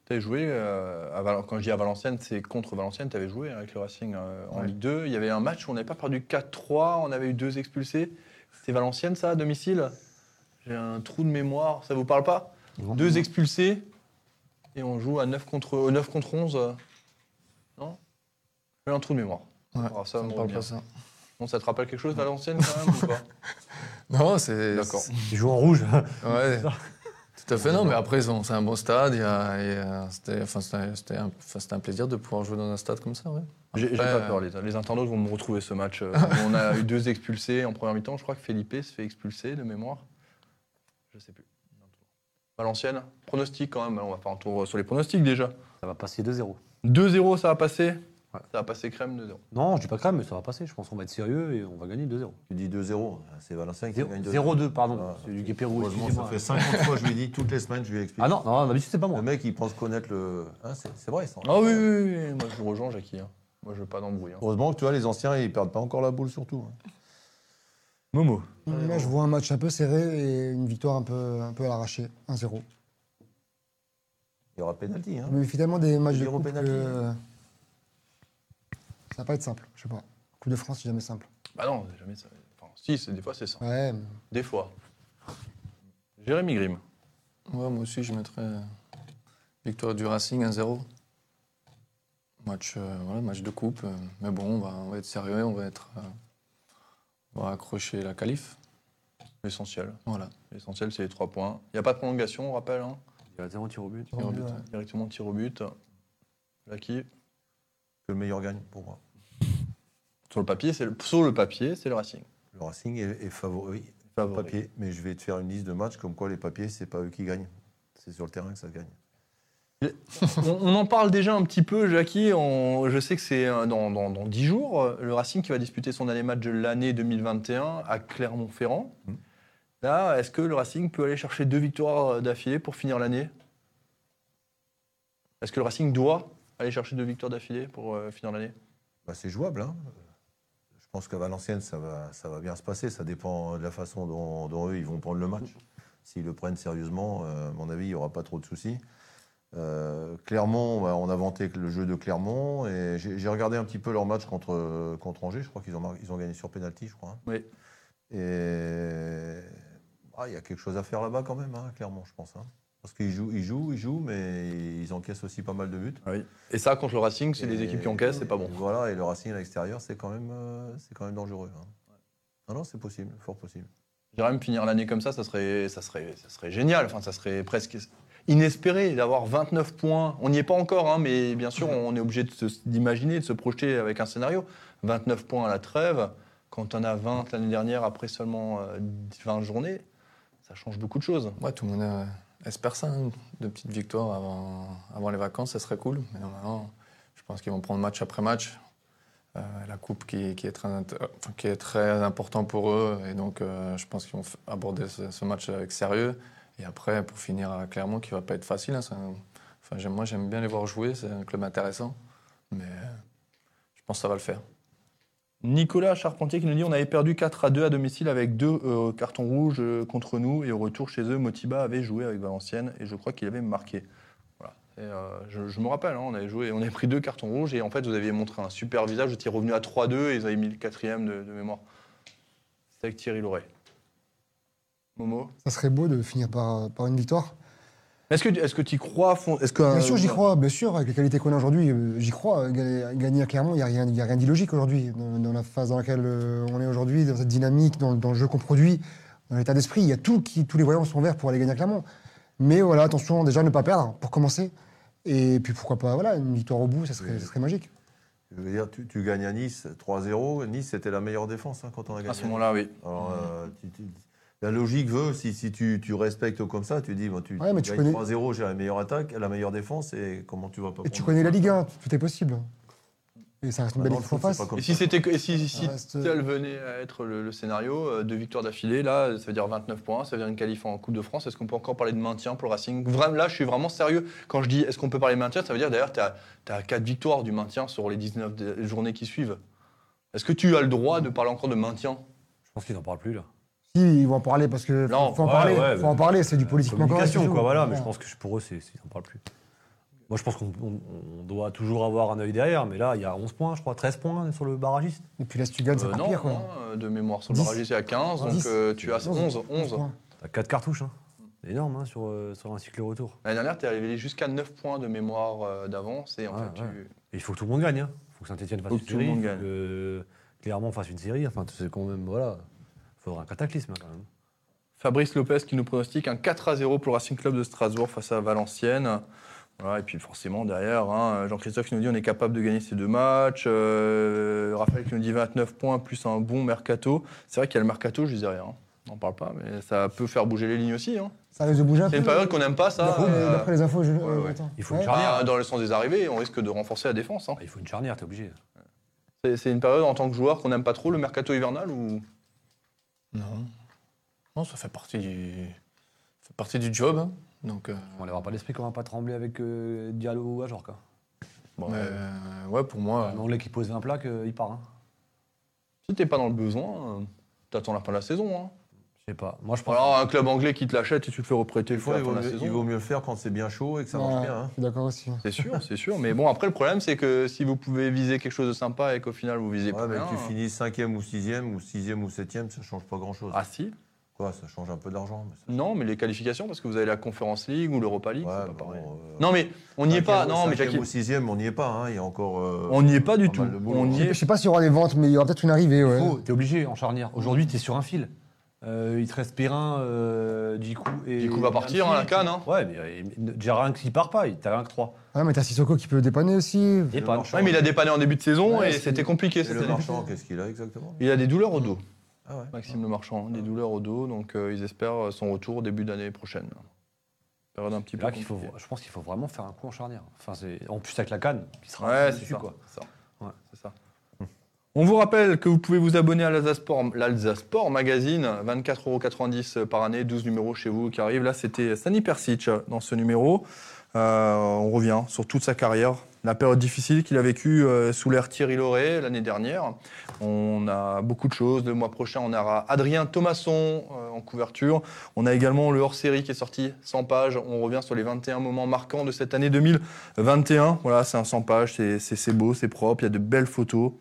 [SPEAKER 1] T'avais joué, euh, à Val- quand je dis à Valenciennes, c'est contre Valenciennes, t'avais joué avec le Racing euh, en
[SPEAKER 4] Ouais.
[SPEAKER 1] Ligue 2. Il y avait un match où on n'avait pas perdu 4-3, on avait eu deux expulsés. C'était Valenciennes, ça, à domicile J'ai un trou de mémoire, ça vous parle pas Deux expulsés, et on joue à 9 contre, au 9 contre 11. euh, non J'ai un trou de mémoire.
[SPEAKER 5] Ouais,
[SPEAKER 1] Ah, ça
[SPEAKER 5] ça
[SPEAKER 1] me
[SPEAKER 5] me parle
[SPEAKER 1] revient.
[SPEAKER 5] pas ça.
[SPEAKER 1] Bon, ça te rappelle quelque chose, Valenciennes, quand même, ou pas
[SPEAKER 5] Non, c'est.
[SPEAKER 1] D'accord.
[SPEAKER 2] Il joue en rouge.
[SPEAKER 5] Ouais. Tout à fait, non, mais après, ils ont- c'est un bon stade. il y a- il y a- C'était enfin, c'était- c'était un, enfin, c'était un plaisir de pouvoir jouer dans un stade comme ça, ouais.
[SPEAKER 1] J'ai j'ai
[SPEAKER 5] Après,
[SPEAKER 1] pas peur, les, les internautes vont me retrouver ce match. euh, on a eu deux expulsés en première mi-temps. Je crois que Felipe se fait expulser de mémoire. Je sais plus. Valenciennes, pronostic quand même. On va faire un tour euh, sur les pronostics déjà.
[SPEAKER 2] Ça va passer 2-0.
[SPEAKER 1] 2-0, ça va passer.
[SPEAKER 2] Ouais.
[SPEAKER 1] Ça va passer crème 2-0.
[SPEAKER 2] Non, je dis pas crème, mais ça va passer. Je pense qu'on va être sérieux et on va gagner 2-0.
[SPEAKER 4] Tu dis 2-0, c'est Valenciennes qui gagne 2-0.
[SPEAKER 2] 0-2, pardon.
[SPEAKER 4] Ah.
[SPEAKER 2] C'est du guépé rouge.
[SPEAKER 4] Heureusement, ça fait 50 fois, je lui dis, toutes les semaines, je lui explique.
[SPEAKER 2] Ah non, non d'habitude, c'est pas moi.
[SPEAKER 4] Le mec, il pense connaître le. Hein, c'est c'est vrai, ça.
[SPEAKER 1] Ah oui, oui, oui, oui. Moi, je vous rejoins, Jackie. hein. Moi, je veux pas d'embrouille. hein.
[SPEAKER 4] Heureusement que tu vois, les anciens, ils perdent pas encore la boule, surtout. hein.
[SPEAKER 1] Momo.
[SPEAKER 3] Là, je vois un match un peu serré et une victoire un peu, un peu à l'arraché, 1-0.
[SPEAKER 4] Il y aura pénalty. Hein.
[SPEAKER 3] Ah, Mais finalement, des matchs de
[SPEAKER 4] Zéro
[SPEAKER 3] coupe,
[SPEAKER 4] pénalty.
[SPEAKER 3] euh, ça va pas être simple, je sais pas. Coupe de France, c'est jamais simple.
[SPEAKER 1] Bah non, c'est jamais ça. Enfin, si, c'est- des fois, c'est ça.
[SPEAKER 3] Ouais, mais
[SPEAKER 1] Des fois. Jérémy Grimm.
[SPEAKER 5] Ouais, moi aussi, je mettrais euh, victoire du Racing 1-0. Match, euh, voilà, match de coupe. euh, mais bon, on va, on va être sérieux, on va être. euh, on va accrocher la qualif.
[SPEAKER 1] L'essentiel.
[SPEAKER 5] Voilà.
[SPEAKER 1] L'essentiel, c'est les trois points. Il n'y a pas de prolongation, on rappelle. hein.
[SPEAKER 2] Il y a 0 tir au but.
[SPEAKER 5] Et on
[SPEAKER 3] Ouais.
[SPEAKER 5] but, ouais.
[SPEAKER 1] Directement tir au but. Jackie.
[SPEAKER 4] Que le meilleur gagne pour moi.
[SPEAKER 1] Sur le papier, c'est le, sur le papier, c'est le Racing.
[SPEAKER 4] Le Racing est, est favori au
[SPEAKER 1] Favori.
[SPEAKER 4] papier. Mais je vais te faire une liste de matchs comme quoi les papiers, c'est pas eux qui gagnent. C'est sur le terrain que ça se gagne.
[SPEAKER 1] On, on en parle déjà un petit peu, Jackie. On- je sais que c'est euh, dans, dans, dans 10 jours, euh, le Racing qui va disputer son dernier match de l'année 2021 à Clermont-Ferrand.
[SPEAKER 4] Mm.
[SPEAKER 1] Là, est-ce que le Racing peut aller chercher deux victoires euh, d'affilée pour finir l'année Est-ce que le Racing doit aller chercher deux victoires d'affilée pour euh, finir l'année
[SPEAKER 4] Bah, c'est jouable. hein. Je pense qu'à Valenciennes, ça va, ça va bien se passer. Ça dépend de la façon dont, dont eux, ils vont prendre le match. S'ils le prennent sérieusement, euh, à mon avis, il n'y aura pas trop de soucis. Euh, Clermont, bah, on a vanté le jeu de Clermont. Et j'ai j'ai regardé un petit peu leur match contre, contre Angers. Je crois qu'ils ont, mar- ils ont gagné sur pénalty, je crois. hein.
[SPEAKER 1] Oui.
[SPEAKER 4] Et ah, il y a quelque chose à faire là-bas quand même, hein, Clermont, je pense. hein. Parce qu'ils jouent, ils jouent, ils jouent, mais ils encaissent aussi pas mal de buts.
[SPEAKER 1] Ah Et ça, contre le Racing, c'est des
[SPEAKER 4] Et-
[SPEAKER 1] équipes qui encaissent, c'est pas bon.
[SPEAKER 4] et Voilà, et le Racing à l'extérieur, c'est quand même, euh, c'est quand même dangereux. hein. Non, non, c'est possible, fort possible.
[SPEAKER 1] Jérôme, finir l'année comme ça, ça serait, ça serait, ça serait génial. Enfin, ça serait presque inespéré d'avoir 29 points. On n'y est pas encore, hein, mais bien sûr, on est obligé de se- d'imaginer, de se projeter avec un scénario. 29 points à la trêve, quand on a 20 l'année dernière après seulement euh, 20 journées, ça change beaucoup de choses.
[SPEAKER 5] Ouais, tout le monde euh, espère ça, hein, de petites victoires avant, avant les vacances, ça serait cool. Mais non, maintenant, je pense qu'ils vont prendre match après match. Euh, la coupe qui, qui est très, int- euh, enfin, qui est très important pour eux. Et donc, euh, je pense qu'ils vont f- aborder ce, ce match avec sérieux. Et après, pour finir à Clermont, qui va pas être facile. hein, c'est un- enfin, j'aime- moi, j'aime bien les voir jouer. C'est un club intéressant. Mais euh, je pense que ça va le faire.
[SPEAKER 1] Nicolas Charpentier qui nous dit on avait perdu 4 à 2 à domicile avec deux euh, cartons rouges euh, contre nous et au retour chez eux Motiba avait joué avec Valenciennes et je crois qu'il avait marqué. Voilà. Et, euh, je, je me rappelle, hein, on avait joué, on avait pris deux cartons rouges et en fait vous aviez montré un super visage, vous étiez revenu à 3-2 et ils avaient mis le quatrième de, de mémoire. C'était avec Thierry Loret. Momo.
[SPEAKER 3] Ça serait beau de finir par, par une victoire.
[SPEAKER 1] Est-ce que est-ce que tu y crois fond- Est-ce que euh,
[SPEAKER 3] Bien sûr, j'y crois, bien sûr, avec les qualités qu'on a aujourd'hui, euh, j'y crois. Ga- Gagner clairement, il n'y a rien, il y a rien d'illogique aujourd'hui, dans, dans la phase dans laquelle euh, on est aujourd'hui, dans cette dynamique, dans, dans le jeu qu'on produit, dans l'état d'esprit, il y a tout qui, tous les voyants sont verts pour aller gagner clairement. Mais voilà, attention, déjà ne pas perdre pour commencer, et puis pourquoi pas, voilà, une victoire au bout, ça serait, ça serait magique.
[SPEAKER 4] Je veux dire, tu, tu gagnes à Nice 3-0. Nice, c'était la meilleure défense hein, quand on a gagné.
[SPEAKER 1] à ce moment-là, Mmh. oui.
[SPEAKER 4] Alors, euh, tu- tu- la logique veut, si, si tu, tu respectes comme ça, tu dis, bon, tu,
[SPEAKER 3] Ouais, mais
[SPEAKER 4] tu
[SPEAKER 3] tu
[SPEAKER 4] gagnes
[SPEAKER 3] connais-
[SPEAKER 4] 3-0, j'ai la meilleure attaque, la meilleure défense, et comment tu vas pas
[SPEAKER 3] Et tu
[SPEAKER 4] prendre-
[SPEAKER 3] connais la Ligue 1, tout est possible. Et ça reste une
[SPEAKER 4] Bah,
[SPEAKER 3] belle
[SPEAKER 4] dans le
[SPEAKER 3] équipe en
[SPEAKER 4] foot, c'est
[SPEAKER 3] face.
[SPEAKER 4] pas comme
[SPEAKER 1] Et si
[SPEAKER 4] ça.
[SPEAKER 1] c'était que- et si, si, si
[SPEAKER 3] Ça reste- euh,
[SPEAKER 1] tel venait à être le, le scénario, euh, deux victoires d'affilée, là, ça veut dire 29 points, ça veut dire une qualif en Coupe de France. Est-ce qu'on peut encore parler de maintien pour le Racing Vra- Là, je suis vraiment sérieux. Quand je dis est-ce qu'on peut parler de maintien, ça veut dire d'ailleurs, tu as 4 victoires du maintien sur les 19 de- journées qui suivent. Est-ce que tu as le droit de parler encore de maintien
[SPEAKER 2] Je pense qu'ils n'en parlent plus, là.
[SPEAKER 3] Si, ils vont en parler parce que faut,
[SPEAKER 1] Non,
[SPEAKER 3] faut en
[SPEAKER 2] ouais,
[SPEAKER 3] parler,
[SPEAKER 2] ouais,
[SPEAKER 3] faut en parler, c'est du politiquement correct.
[SPEAKER 2] communication,
[SPEAKER 3] c'est
[SPEAKER 2] quoi,
[SPEAKER 3] tout.
[SPEAKER 2] voilà. Mais je pense que pour eux, c'est, c'est- ils n'en parlent plus. Moi, je pense qu'on on- on doit toujours avoir un œil derrière, mais là, il y a 11 points, je crois, 13 points hein, sur le barragiste.
[SPEAKER 3] Et puis la Stugan, c'est
[SPEAKER 1] Euh,
[SPEAKER 3] pas
[SPEAKER 1] Non,
[SPEAKER 3] pire, quoi.
[SPEAKER 1] hein, euh, de mémoire. Sur le
[SPEAKER 3] Dix.
[SPEAKER 1] barrage, c'est à 15, donc
[SPEAKER 3] Dix.
[SPEAKER 1] euh, tu as 11. 11.
[SPEAKER 3] points.
[SPEAKER 2] T'as 4 cartouches, hein. C'est énorme, hein, sur, euh, sur un cycle retour.
[SPEAKER 1] L'année dernière, tu es arrivé jusqu'à 9 points de mémoire euh, d'avance. Et en
[SPEAKER 2] Ouais,
[SPEAKER 1] fait,
[SPEAKER 2] ouais.
[SPEAKER 1] tu-
[SPEAKER 2] Et il faut que tout le monde gagne, hein. Il faut que Saint-Etienne fasse
[SPEAKER 1] Faut
[SPEAKER 2] une
[SPEAKER 1] que tout le
[SPEAKER 2] série,
[SPEAKER 1] monde
[SPEAKER 2] faut
[SPEAKER 1] gagne.
[SPEAKER 2] que euh, Clermont fasse une série. Enfin, c'est quand même, voilà. Il faudra un cataclysme, hein, quand même.
[SPEAKER 1] Fabrice Lopez qui nous pronostique un 4 à 0 pour le Racing Club de Strasbourg face à Valenciennes. Voilà, et puis forcément derrière, hein, Jean-Christophe qui nous dit on est capable de gagner ces deux matchs. Euh, Raphaël qui nous dit 29 points plus un bon mercato. C'est vrai qu'il y a le mercato, je disais rien. hein. On n'en parle pas, mais ça peut faire bouger les lignes aussi. hein.
[SPEAKER 3] Ça risque de bouger un peu.
[SPEAKER 1] C'est une période qu'on n'aime pas, ça.
[SPEAKER 3] D'après
[SPEAKER 1] euh,
[SPEAKER 3] d'après les infos, je-
[SPEAKER 1] ouais,
[SPEAKER 3] euh,
[SPEAKER 1] ouais.
[SPEAKER 3] attends.
[SPEAKER 2] Il faut
[SPEAKER 3] Ouais.
[SPEAKER 2] une charnière.
[SPEAKER 1] bah, dans le sens des arrivées, on risque de renforcer la défense. hein.
[SPEAKER 2] Ah, Il faut une charnière, t'es obligé.
[SPEAKER 1] C'est- C'est une période en tant que joueur qu'on n'aime pas trop, le mercato hivernal ou
[SPEAKER 5] Non. Non, ça fait partie du, ça fait partie du job. hein. Donc, euh,
[SPEAKER 2] On ne pas l'esprit qu'on va pas trembler avec euh, Diallo ou Ajorca.
[SPEAKER 1] bon,
[SPEAKER 5] mais,
[SPEAKER 1] euh,
[SPEAKER 5] euh, ouais, pour moi,
[SPEAKER 2] Un Anglais qui pose 20 plaques, euh, il part. Hein.
[SPEAKER 1] Si t'es pas dans le besoin, euh, t'attends la fin de la saison. hein.
[SPEAKER 2] Je sais pas. Moi, je
[SPEAKER 1] Ou
[SPEAKER 2] pense.
[SPEAKER 1] Alors, un club anglais qui te l'achète et tu te fais reprêter
[SPEAKER 4] Des fois,
[SPEAKER 1] jusqu'à
[SPEAKER 4] il
[SPEAKER 1] la fin de
[SPEAKER 4] vaut,
[SPEAKER 1] la
[SPEAKER 4] mieux, il
[SPEAKER 1] saison.
[SPEAKER 4] vaut mieux le faire quand c'est bien chaud et que ça
[SPEAKER 3] Ouais,
[SPEAKER 4] marche bien. hein.
[SPEAKER 3] Je suis d'accord aussi.
[SPEAKER 1] C'est sûr, c'est sûr. Mais bon, après, le problème, c'est que si vous pouvez viser quelque chose de sympa et qu'au final, vous visez
[SPEAKER 4] Ouais,
[SPEAKER 1] pas
[SPEAKER 4] mais
[SPEAKER 1] rien,
[SPEAKER 4] que tu
[SPEAKER 1] hein.
[SPEAKER 4] finis 5e ou 6e ou 6e ou 7e, ça change pas grand-chose.
[SPEAKER 1] Ah si
[SPEAKER 4] Quoi, ça change un peu d'argent. mais ça-
[SPEAKER 1] Non, mais les qualifications, parce que vous avez la Conference League ou l'Europa League,
[SPEAKER 4] Ouais,
[SPEAKER 1] c'est pas
[SPEAKER 4] bon,
[SPEAKER 1] pareil.
[SPEAKER 4] euh,
[SPEAKER 1] Non, mais on n'y est pas.
[SPEAKER 4] cinquième ou-
[SPEAKER 1] Non, mais
[SPEAKER 4] cinquième
[SPEAKER 1] Jackie,
[SPEAKER 4] ou 6e, on n'y est pas. hein, Il y a encore. euh,
[SPEAKER 1] on n'y est pas du
[SPEAKER 4] pas
[SPEAKER 1] tout.
[SPEAKER 4] mal de boulot,
[SPEAKER 1] On y
[SPEAKER 4] hein.
[SPEAKER 1] est.
[SPEAKER 3] Je sais pas s'il y aura des ventes, mais il y aura peut-être une arrivée, ouais.
[SPEAKER 2] Oh, t'es obligé en charnière. Aujourd'hui, t'es sur un fil. Euh, il te reste Perrin, euh, Djikou et.
[SPEAKER 1] Du coup, va partir, hein, la canne. Hein.
[SPEAKER 2] Ouais, mais euh, il- déjà rien que s'il part pas, il- t'as rien que 3.
[SPEAKER 3] Ah, mais t'as Sissoko qui peut dépanner aussi.
[SPEAKER 2] Et
[SPEAKER 4] le
[SPEAKER 2] pas.
[SPEAKER 4] marchand,
[SPEAKER 1] Ouais, mais il a dépanné en début de saison
[SPEAKER 2] Ouais,
[SPEAKER 1] et
[SPEAKER 2] c'est-
[SPEAKER 1] c'était compliqué
[SPEAKER 4] et
[SPEAKER 1] cette
[SPEAKER 4] le
[SPEAKER 1] année.
[SPEAKER 4] marchand, qu'est-ce qu'il a exactement
[SPEAKER 1] Il a des douleurs au dos,
[SPEAKER 4] Ah ouais.
[SPEAKER 1] Maxime Le Marchand, des douleurs au dos, donc euh, ils espèrent son retour début d'année prochaine. Période un petit
[SPEAKER 2] C'est
[SPEAKER 1] peu.
[SPEAKER 2] là qu'il faut.
[SPEAKER 1] compliquée.
[SPEAKER 2] Je pense qu'il faut vraiment faire un coup en charnière. Enfin, c'est en plus avec la canne, qui sera
[SPEAKER 1] Ouais,
[SPEAKER 2] dessus,
[SPEAKER 1] c'est ça.
[SPEAKER 2] quoi.
[SPEAKER 1] c'est ça.
[SPEAKER 2] Ouais.
[SPEAKER 1] C'est ça. On vous rappelle que vous pouvez vous abonner à l'Alsace Sport, l'Alsace Sport Magazine, 24,90€ par année, 12 numéros chez vous qui arrivent. Là, c'était Sani Persic dans ce numéro. Euh, on revient sur toute sa carrière, la période difficile qu'il a vécue euh, sous l'ère Thierry Loret l'année dernière. On a beaucoup de choses. Le mois prochain, on aura Adrien Thomasson euh, en couverture. On a également le hors-série qui est sorti, 100 pages. On revient sur les 21 moments marquants de cette année 2000. 21, voilà, c'est un 100 pages, c'est- c'est c'est beau, c'est propre, il y a de belles photos.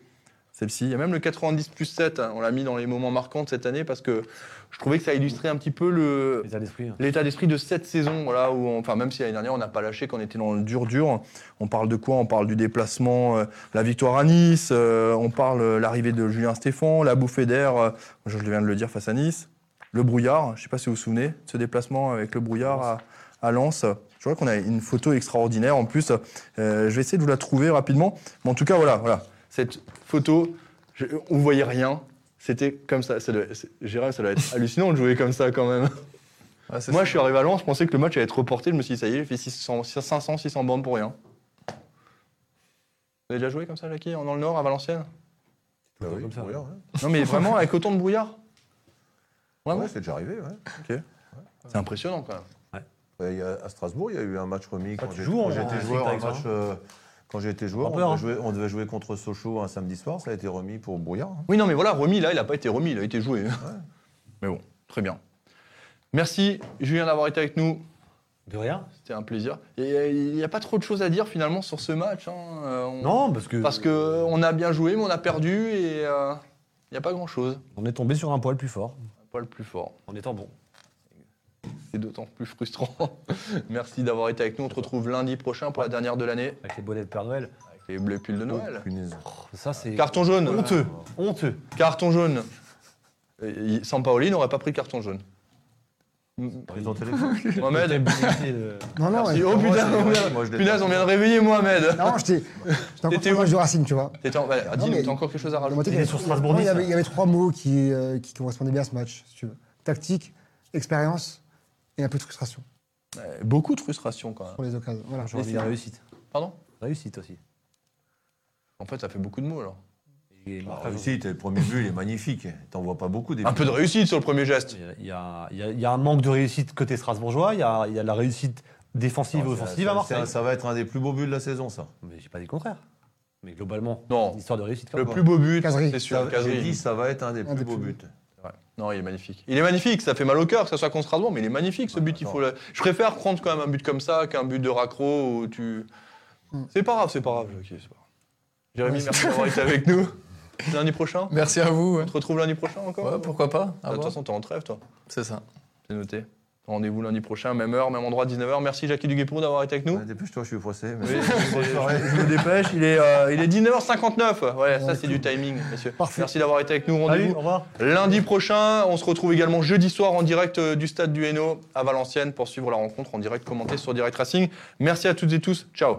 [SPEAKER 1] Celle-ci, il y a même le 90 plus 7, hein, on l'a mis dans les moments marquants de cette année parce que je trouvais que ça illustrait un petit peu le,
[SPEAKER 2] L'état d'esprit. hein.
[SPEAKER 1] l'état d'esprit de cette saison, voilà, où on- enfin même si l'année dernière on n'a pas lâché, qu'on était dans le dur dur. On parle de quoi On parle du déplacement, euh, la victoire à Nice. euh, on parle euh, l'arrivée de Julien Stéphan, la bouffée d'air. euh, je viens de le dire face à Nice. Le brouillard. Je ne sais pas si vous vous souvenez de ce déplacement avec le brouillard à, à Lens. Je crois qu'on a une photo extraordinaire. En plus, euh, je vais essayer de vous la trouver rapidement. Mais en tout cas, voilà, voilà. Cette photo, je, on voyait rien. C'était comme ça. ça doit- c'est- Gérald, ça doit être hallucinant de jouer comme ça quand même.
[SPEAKER 5] ouais, c'est
[SPEAKER 1] Moi,
[SPEAKER 5] ça.
[SPEAKER 1] je suis arrivé à Lens, je pensais que le match allait être reporté. Je me suis dit, ça y est, j'ai fait 600, 500, 600 bandes pour rien. Vous avez déjà joué comme ça, Jackie, dans le Nord, à Valenciennes
[SPEAKER 4] Bah oui,
[SPEAKER 2] comme ça.
[SPEAKER 4] brouillard, ouais.
[SPEAKER 1] Non, mais vraiment, avec autant de brouillard Vraiment
[SPEAKER 4] Ouais, c'est déjà arrivé. ouais.
[SPEAKER 1] C'est impressionnant, quand même.
[SPEAKER 4] Ouais, il y a- à Strasbourg, il y a eu un match remis
[SPEAKER 2] Ah,
[SPEAKER 4] quand
[SPEAKER 2] tu
[SPEAKER 4] j'ai-
[SPEAKER 2] joues en-
[SPEAKER 4] quand
[SPEAKER 2] en
[SPEAKER 4] j'étais joueur.
[SPEAKER 2] Ligue
[SPEAKER 4] un
[SPEAKER 2] Tax,
[SPEAKER 4] match, euh, Quand j'ai été joueur,
[SPEAKER 2] Pas
[SPEAKER 4] on
[SPEAKER 2] peur,
[SPEAKER 4] devait,
[SPEAKER 2] hein.
[SPEAKER 4] jouer, on devait jouer contre Sochaux un samedi soir. Ça a été remis pour Brouillard. hein.
[SPEAKER 1] Oui, non, mais voilà, remis, là, il n'a pas été remis, il a été joué. Mais bon, très bien. Merci, Julien, d'avoir été avec nous.
[SPEAKER 2] De rien
[SPEAKER 1] C'était un plaisir. Et euh, il n'y a pas trop de choses à dire, finalement, sur ce match. hein. Euh, on-
[SPEAKER 2] Non, parce que.
[SPEAKER 1] Parce qu'on a bien joué, mais on a perdu, et euh, il n'y a pas grand-chose.
[SPEAKER 2] On est tombé sur un poil plus fort,
[SPEAKER 1] Un poil plus fort.
[SPEAKER 2] en étant bon.
[SPEAKER 1] C'est d'autant plus frustrant. Merci d'avoir été avec nous. On te retrouve lundi prochain pour la dernière de l'année.
[SPEAKER 2] Avec les bonnets de Père Noël.
[SPEAKER 1] Avec les bleus pulls de Noël.
[SPEAKER 4] Oh, Punaise.
[SPEAKER 2] Ça, c'est.
[SPEAKER 1] Carton jaune.
[SPEAKER 2] Honteux. Honteux.
[SPEAKER 1] Carton jaune. Et- et- Sans Paoli, n'aurait pas pris le carton jaune.
[SPEAKER 4] Ils ont téléphone.
[SPEAKER 1] Mohamed.
[SPEAKER 3] Non, non,
[SPEAKER 1] merci.
[SPEAKER 3] ouais.
[SPEAKER 1] Oh putain,
[SPEAKER 4] moi,
[SPEAKER 1] on
[SPEAKER 4] je-
[SPEAKER 1] vient-
[SPEAKER 4] moi, je l'ai
[SPEAKER 1] punaise,
[SPEAKER 4] tapé.
[SPEAKER 1] on vient de réveiller Mohamed.
[SPEAKER 3] Non, j'étais j'étais encore
[SPEAKER 1] T'étais
[SPEAKER 3] sur le match
[SPEAKER 1] où
[SPEAKER 3] du Racing, tu vois.
[SPEAKER 1] T'étais en- voilà,
[SPEAKER 3] Non,
[SPEAKER 1] Dis-nous,
[SPEAKER 3] mais-
[SPEAKER 1] t'as encore quelque chose à
[SPEAKER 3] Dans ma
[SPEAKER 1] rajouter
[SPEAKER 3] tête,
[SPEAKER 2] Il est sur Strasbourg,
[SPEAKER 3] Non, Il y
[SPEAKER 2] Nice,
[SPEAKER 3] avait,
[SPEAKER 2] hein.
[SPEAKER 3] il y avait trois mots qui, euh, qui correspondaient bien à ce match, si tu veux. Tactique, expérience et un peu de frustration
[SPEAKER 1] Ouais, Beaucoup de frustration quand même.
[SPEAKER 3] pour les occasions. Voilà.
[SPEAKER 2] J'ai envie de réussite.
[SPEAKER 1] Pardon
[SPEAKER 2] Réussite aussi.
[SPEAKER 1] En fait, ça fait beaucoup de mots alors.
[SPEAKER 2] Et
[SPEAKER 4] Ah,
[SPEAKER 2] marquage
[SPEAKER 4] réussite, le premier but, il est magnifique. T'en vois pas beaucoup des
[SPEAKER 1] Un peu de réussite sur le premier geste.
[SPEAKER 2] Il y a- il y, a, il y a- il y a un manque de réussite côté strasbourgeois, il y a, il y a la réussite défensive et
[SPEAKER 4] Ça-
[SPEAKER 2] offensive
[SPEAKER 4] ça-
[SPEAKER 2] à Marseille.
[SPEAKER 4] ça- Ça va être un des plus beaux buts de la saison, ça.
[SPEAKER 2] Mais j'ai pas dit le contraire. Mais globalement,
[SPEAKER 1] Non.
[SPEAKER 2] une histoire de réussite quand
[SPEAKER 1] Le
[SPEAKER 2] même.
[SPEAKER 1] plus beau but,
[SPEAKER 3] Casery.
[SPEAKER 1] c'est
[SPEAKER 4] Ça-
[SPEAKER 1] sûr.
[SPEAKER 4] J'ai
[SPEAKER 1] Casery.
[SPEAKER 4] dit, ça va être un des
[SPEAKER 3] Un
[SPEAKER 4] plus
[SPEAKER 3] des
[SPEAKER 4] beaux
[SPEAKER 3] plus
[SPEAKER 4] buts.
[SPEAKER 1] Ouais. Non, il est magnifique. Il est magnifique, ça fait mal au cœur, que ça soit contre Strasbourg, mais il est magnifique ce but. Il faut le- Je préfère prendre quand même un but comme ça qu'un but de raccro où tu.
[SPEAKER 3] Mm.
[SPEAKER 1] C'est pas grave, c'est pas grave. ok, c'est pas grave. Jérémy,
[SPEAKER 3] Ouais,
[SPEAKER 1] merci d'avoir été avec nous. Lundi prochain
[SPEAKER 5] Merci à vous. ouais.
[SPEAKER 1] On te retrouve lundi prochain encore
[SPEAKER 5] Ouais, pourquoi pas à
[SPEAKER 1] Ah, De toute
[SPEAKER 5] voir.
[SPEAKER 1] façon, t'es en trêve, toi.
[SPEAKER 5] C'est ça.
[SPEAKER 1] C'est noté. Rendez-vous lundi prochain, même heure, même endroit, 19h. Merci Jackie Duguay-Pour d'avoir été avec nous.
[SPEAKER 4] Ouais, Dépêche-toi, je suis pressé. mais-
[SPEAKER 1] Oui, c'est- je je me dépêche, il est, euh, il est 19h59. Ouais, ça c'est du timing, messieurs.
[SPEAKER 3] Parfait.
[SPEAKER 1] Merci d'avoir été avec nous.
[SPEAKER 2] Salut,
[SPEAKER 1] Rendez-vous
[SPEAKER 2] au revoir.
[SPEAKER 1] Lundi prochain, on se retrouve également jeudi soir en direct euh, du stade du Hainaut à Valenciennes pour suivre la rencontre en direct commentée sur Direct Racing. Merci à toutes et tous. Ciao.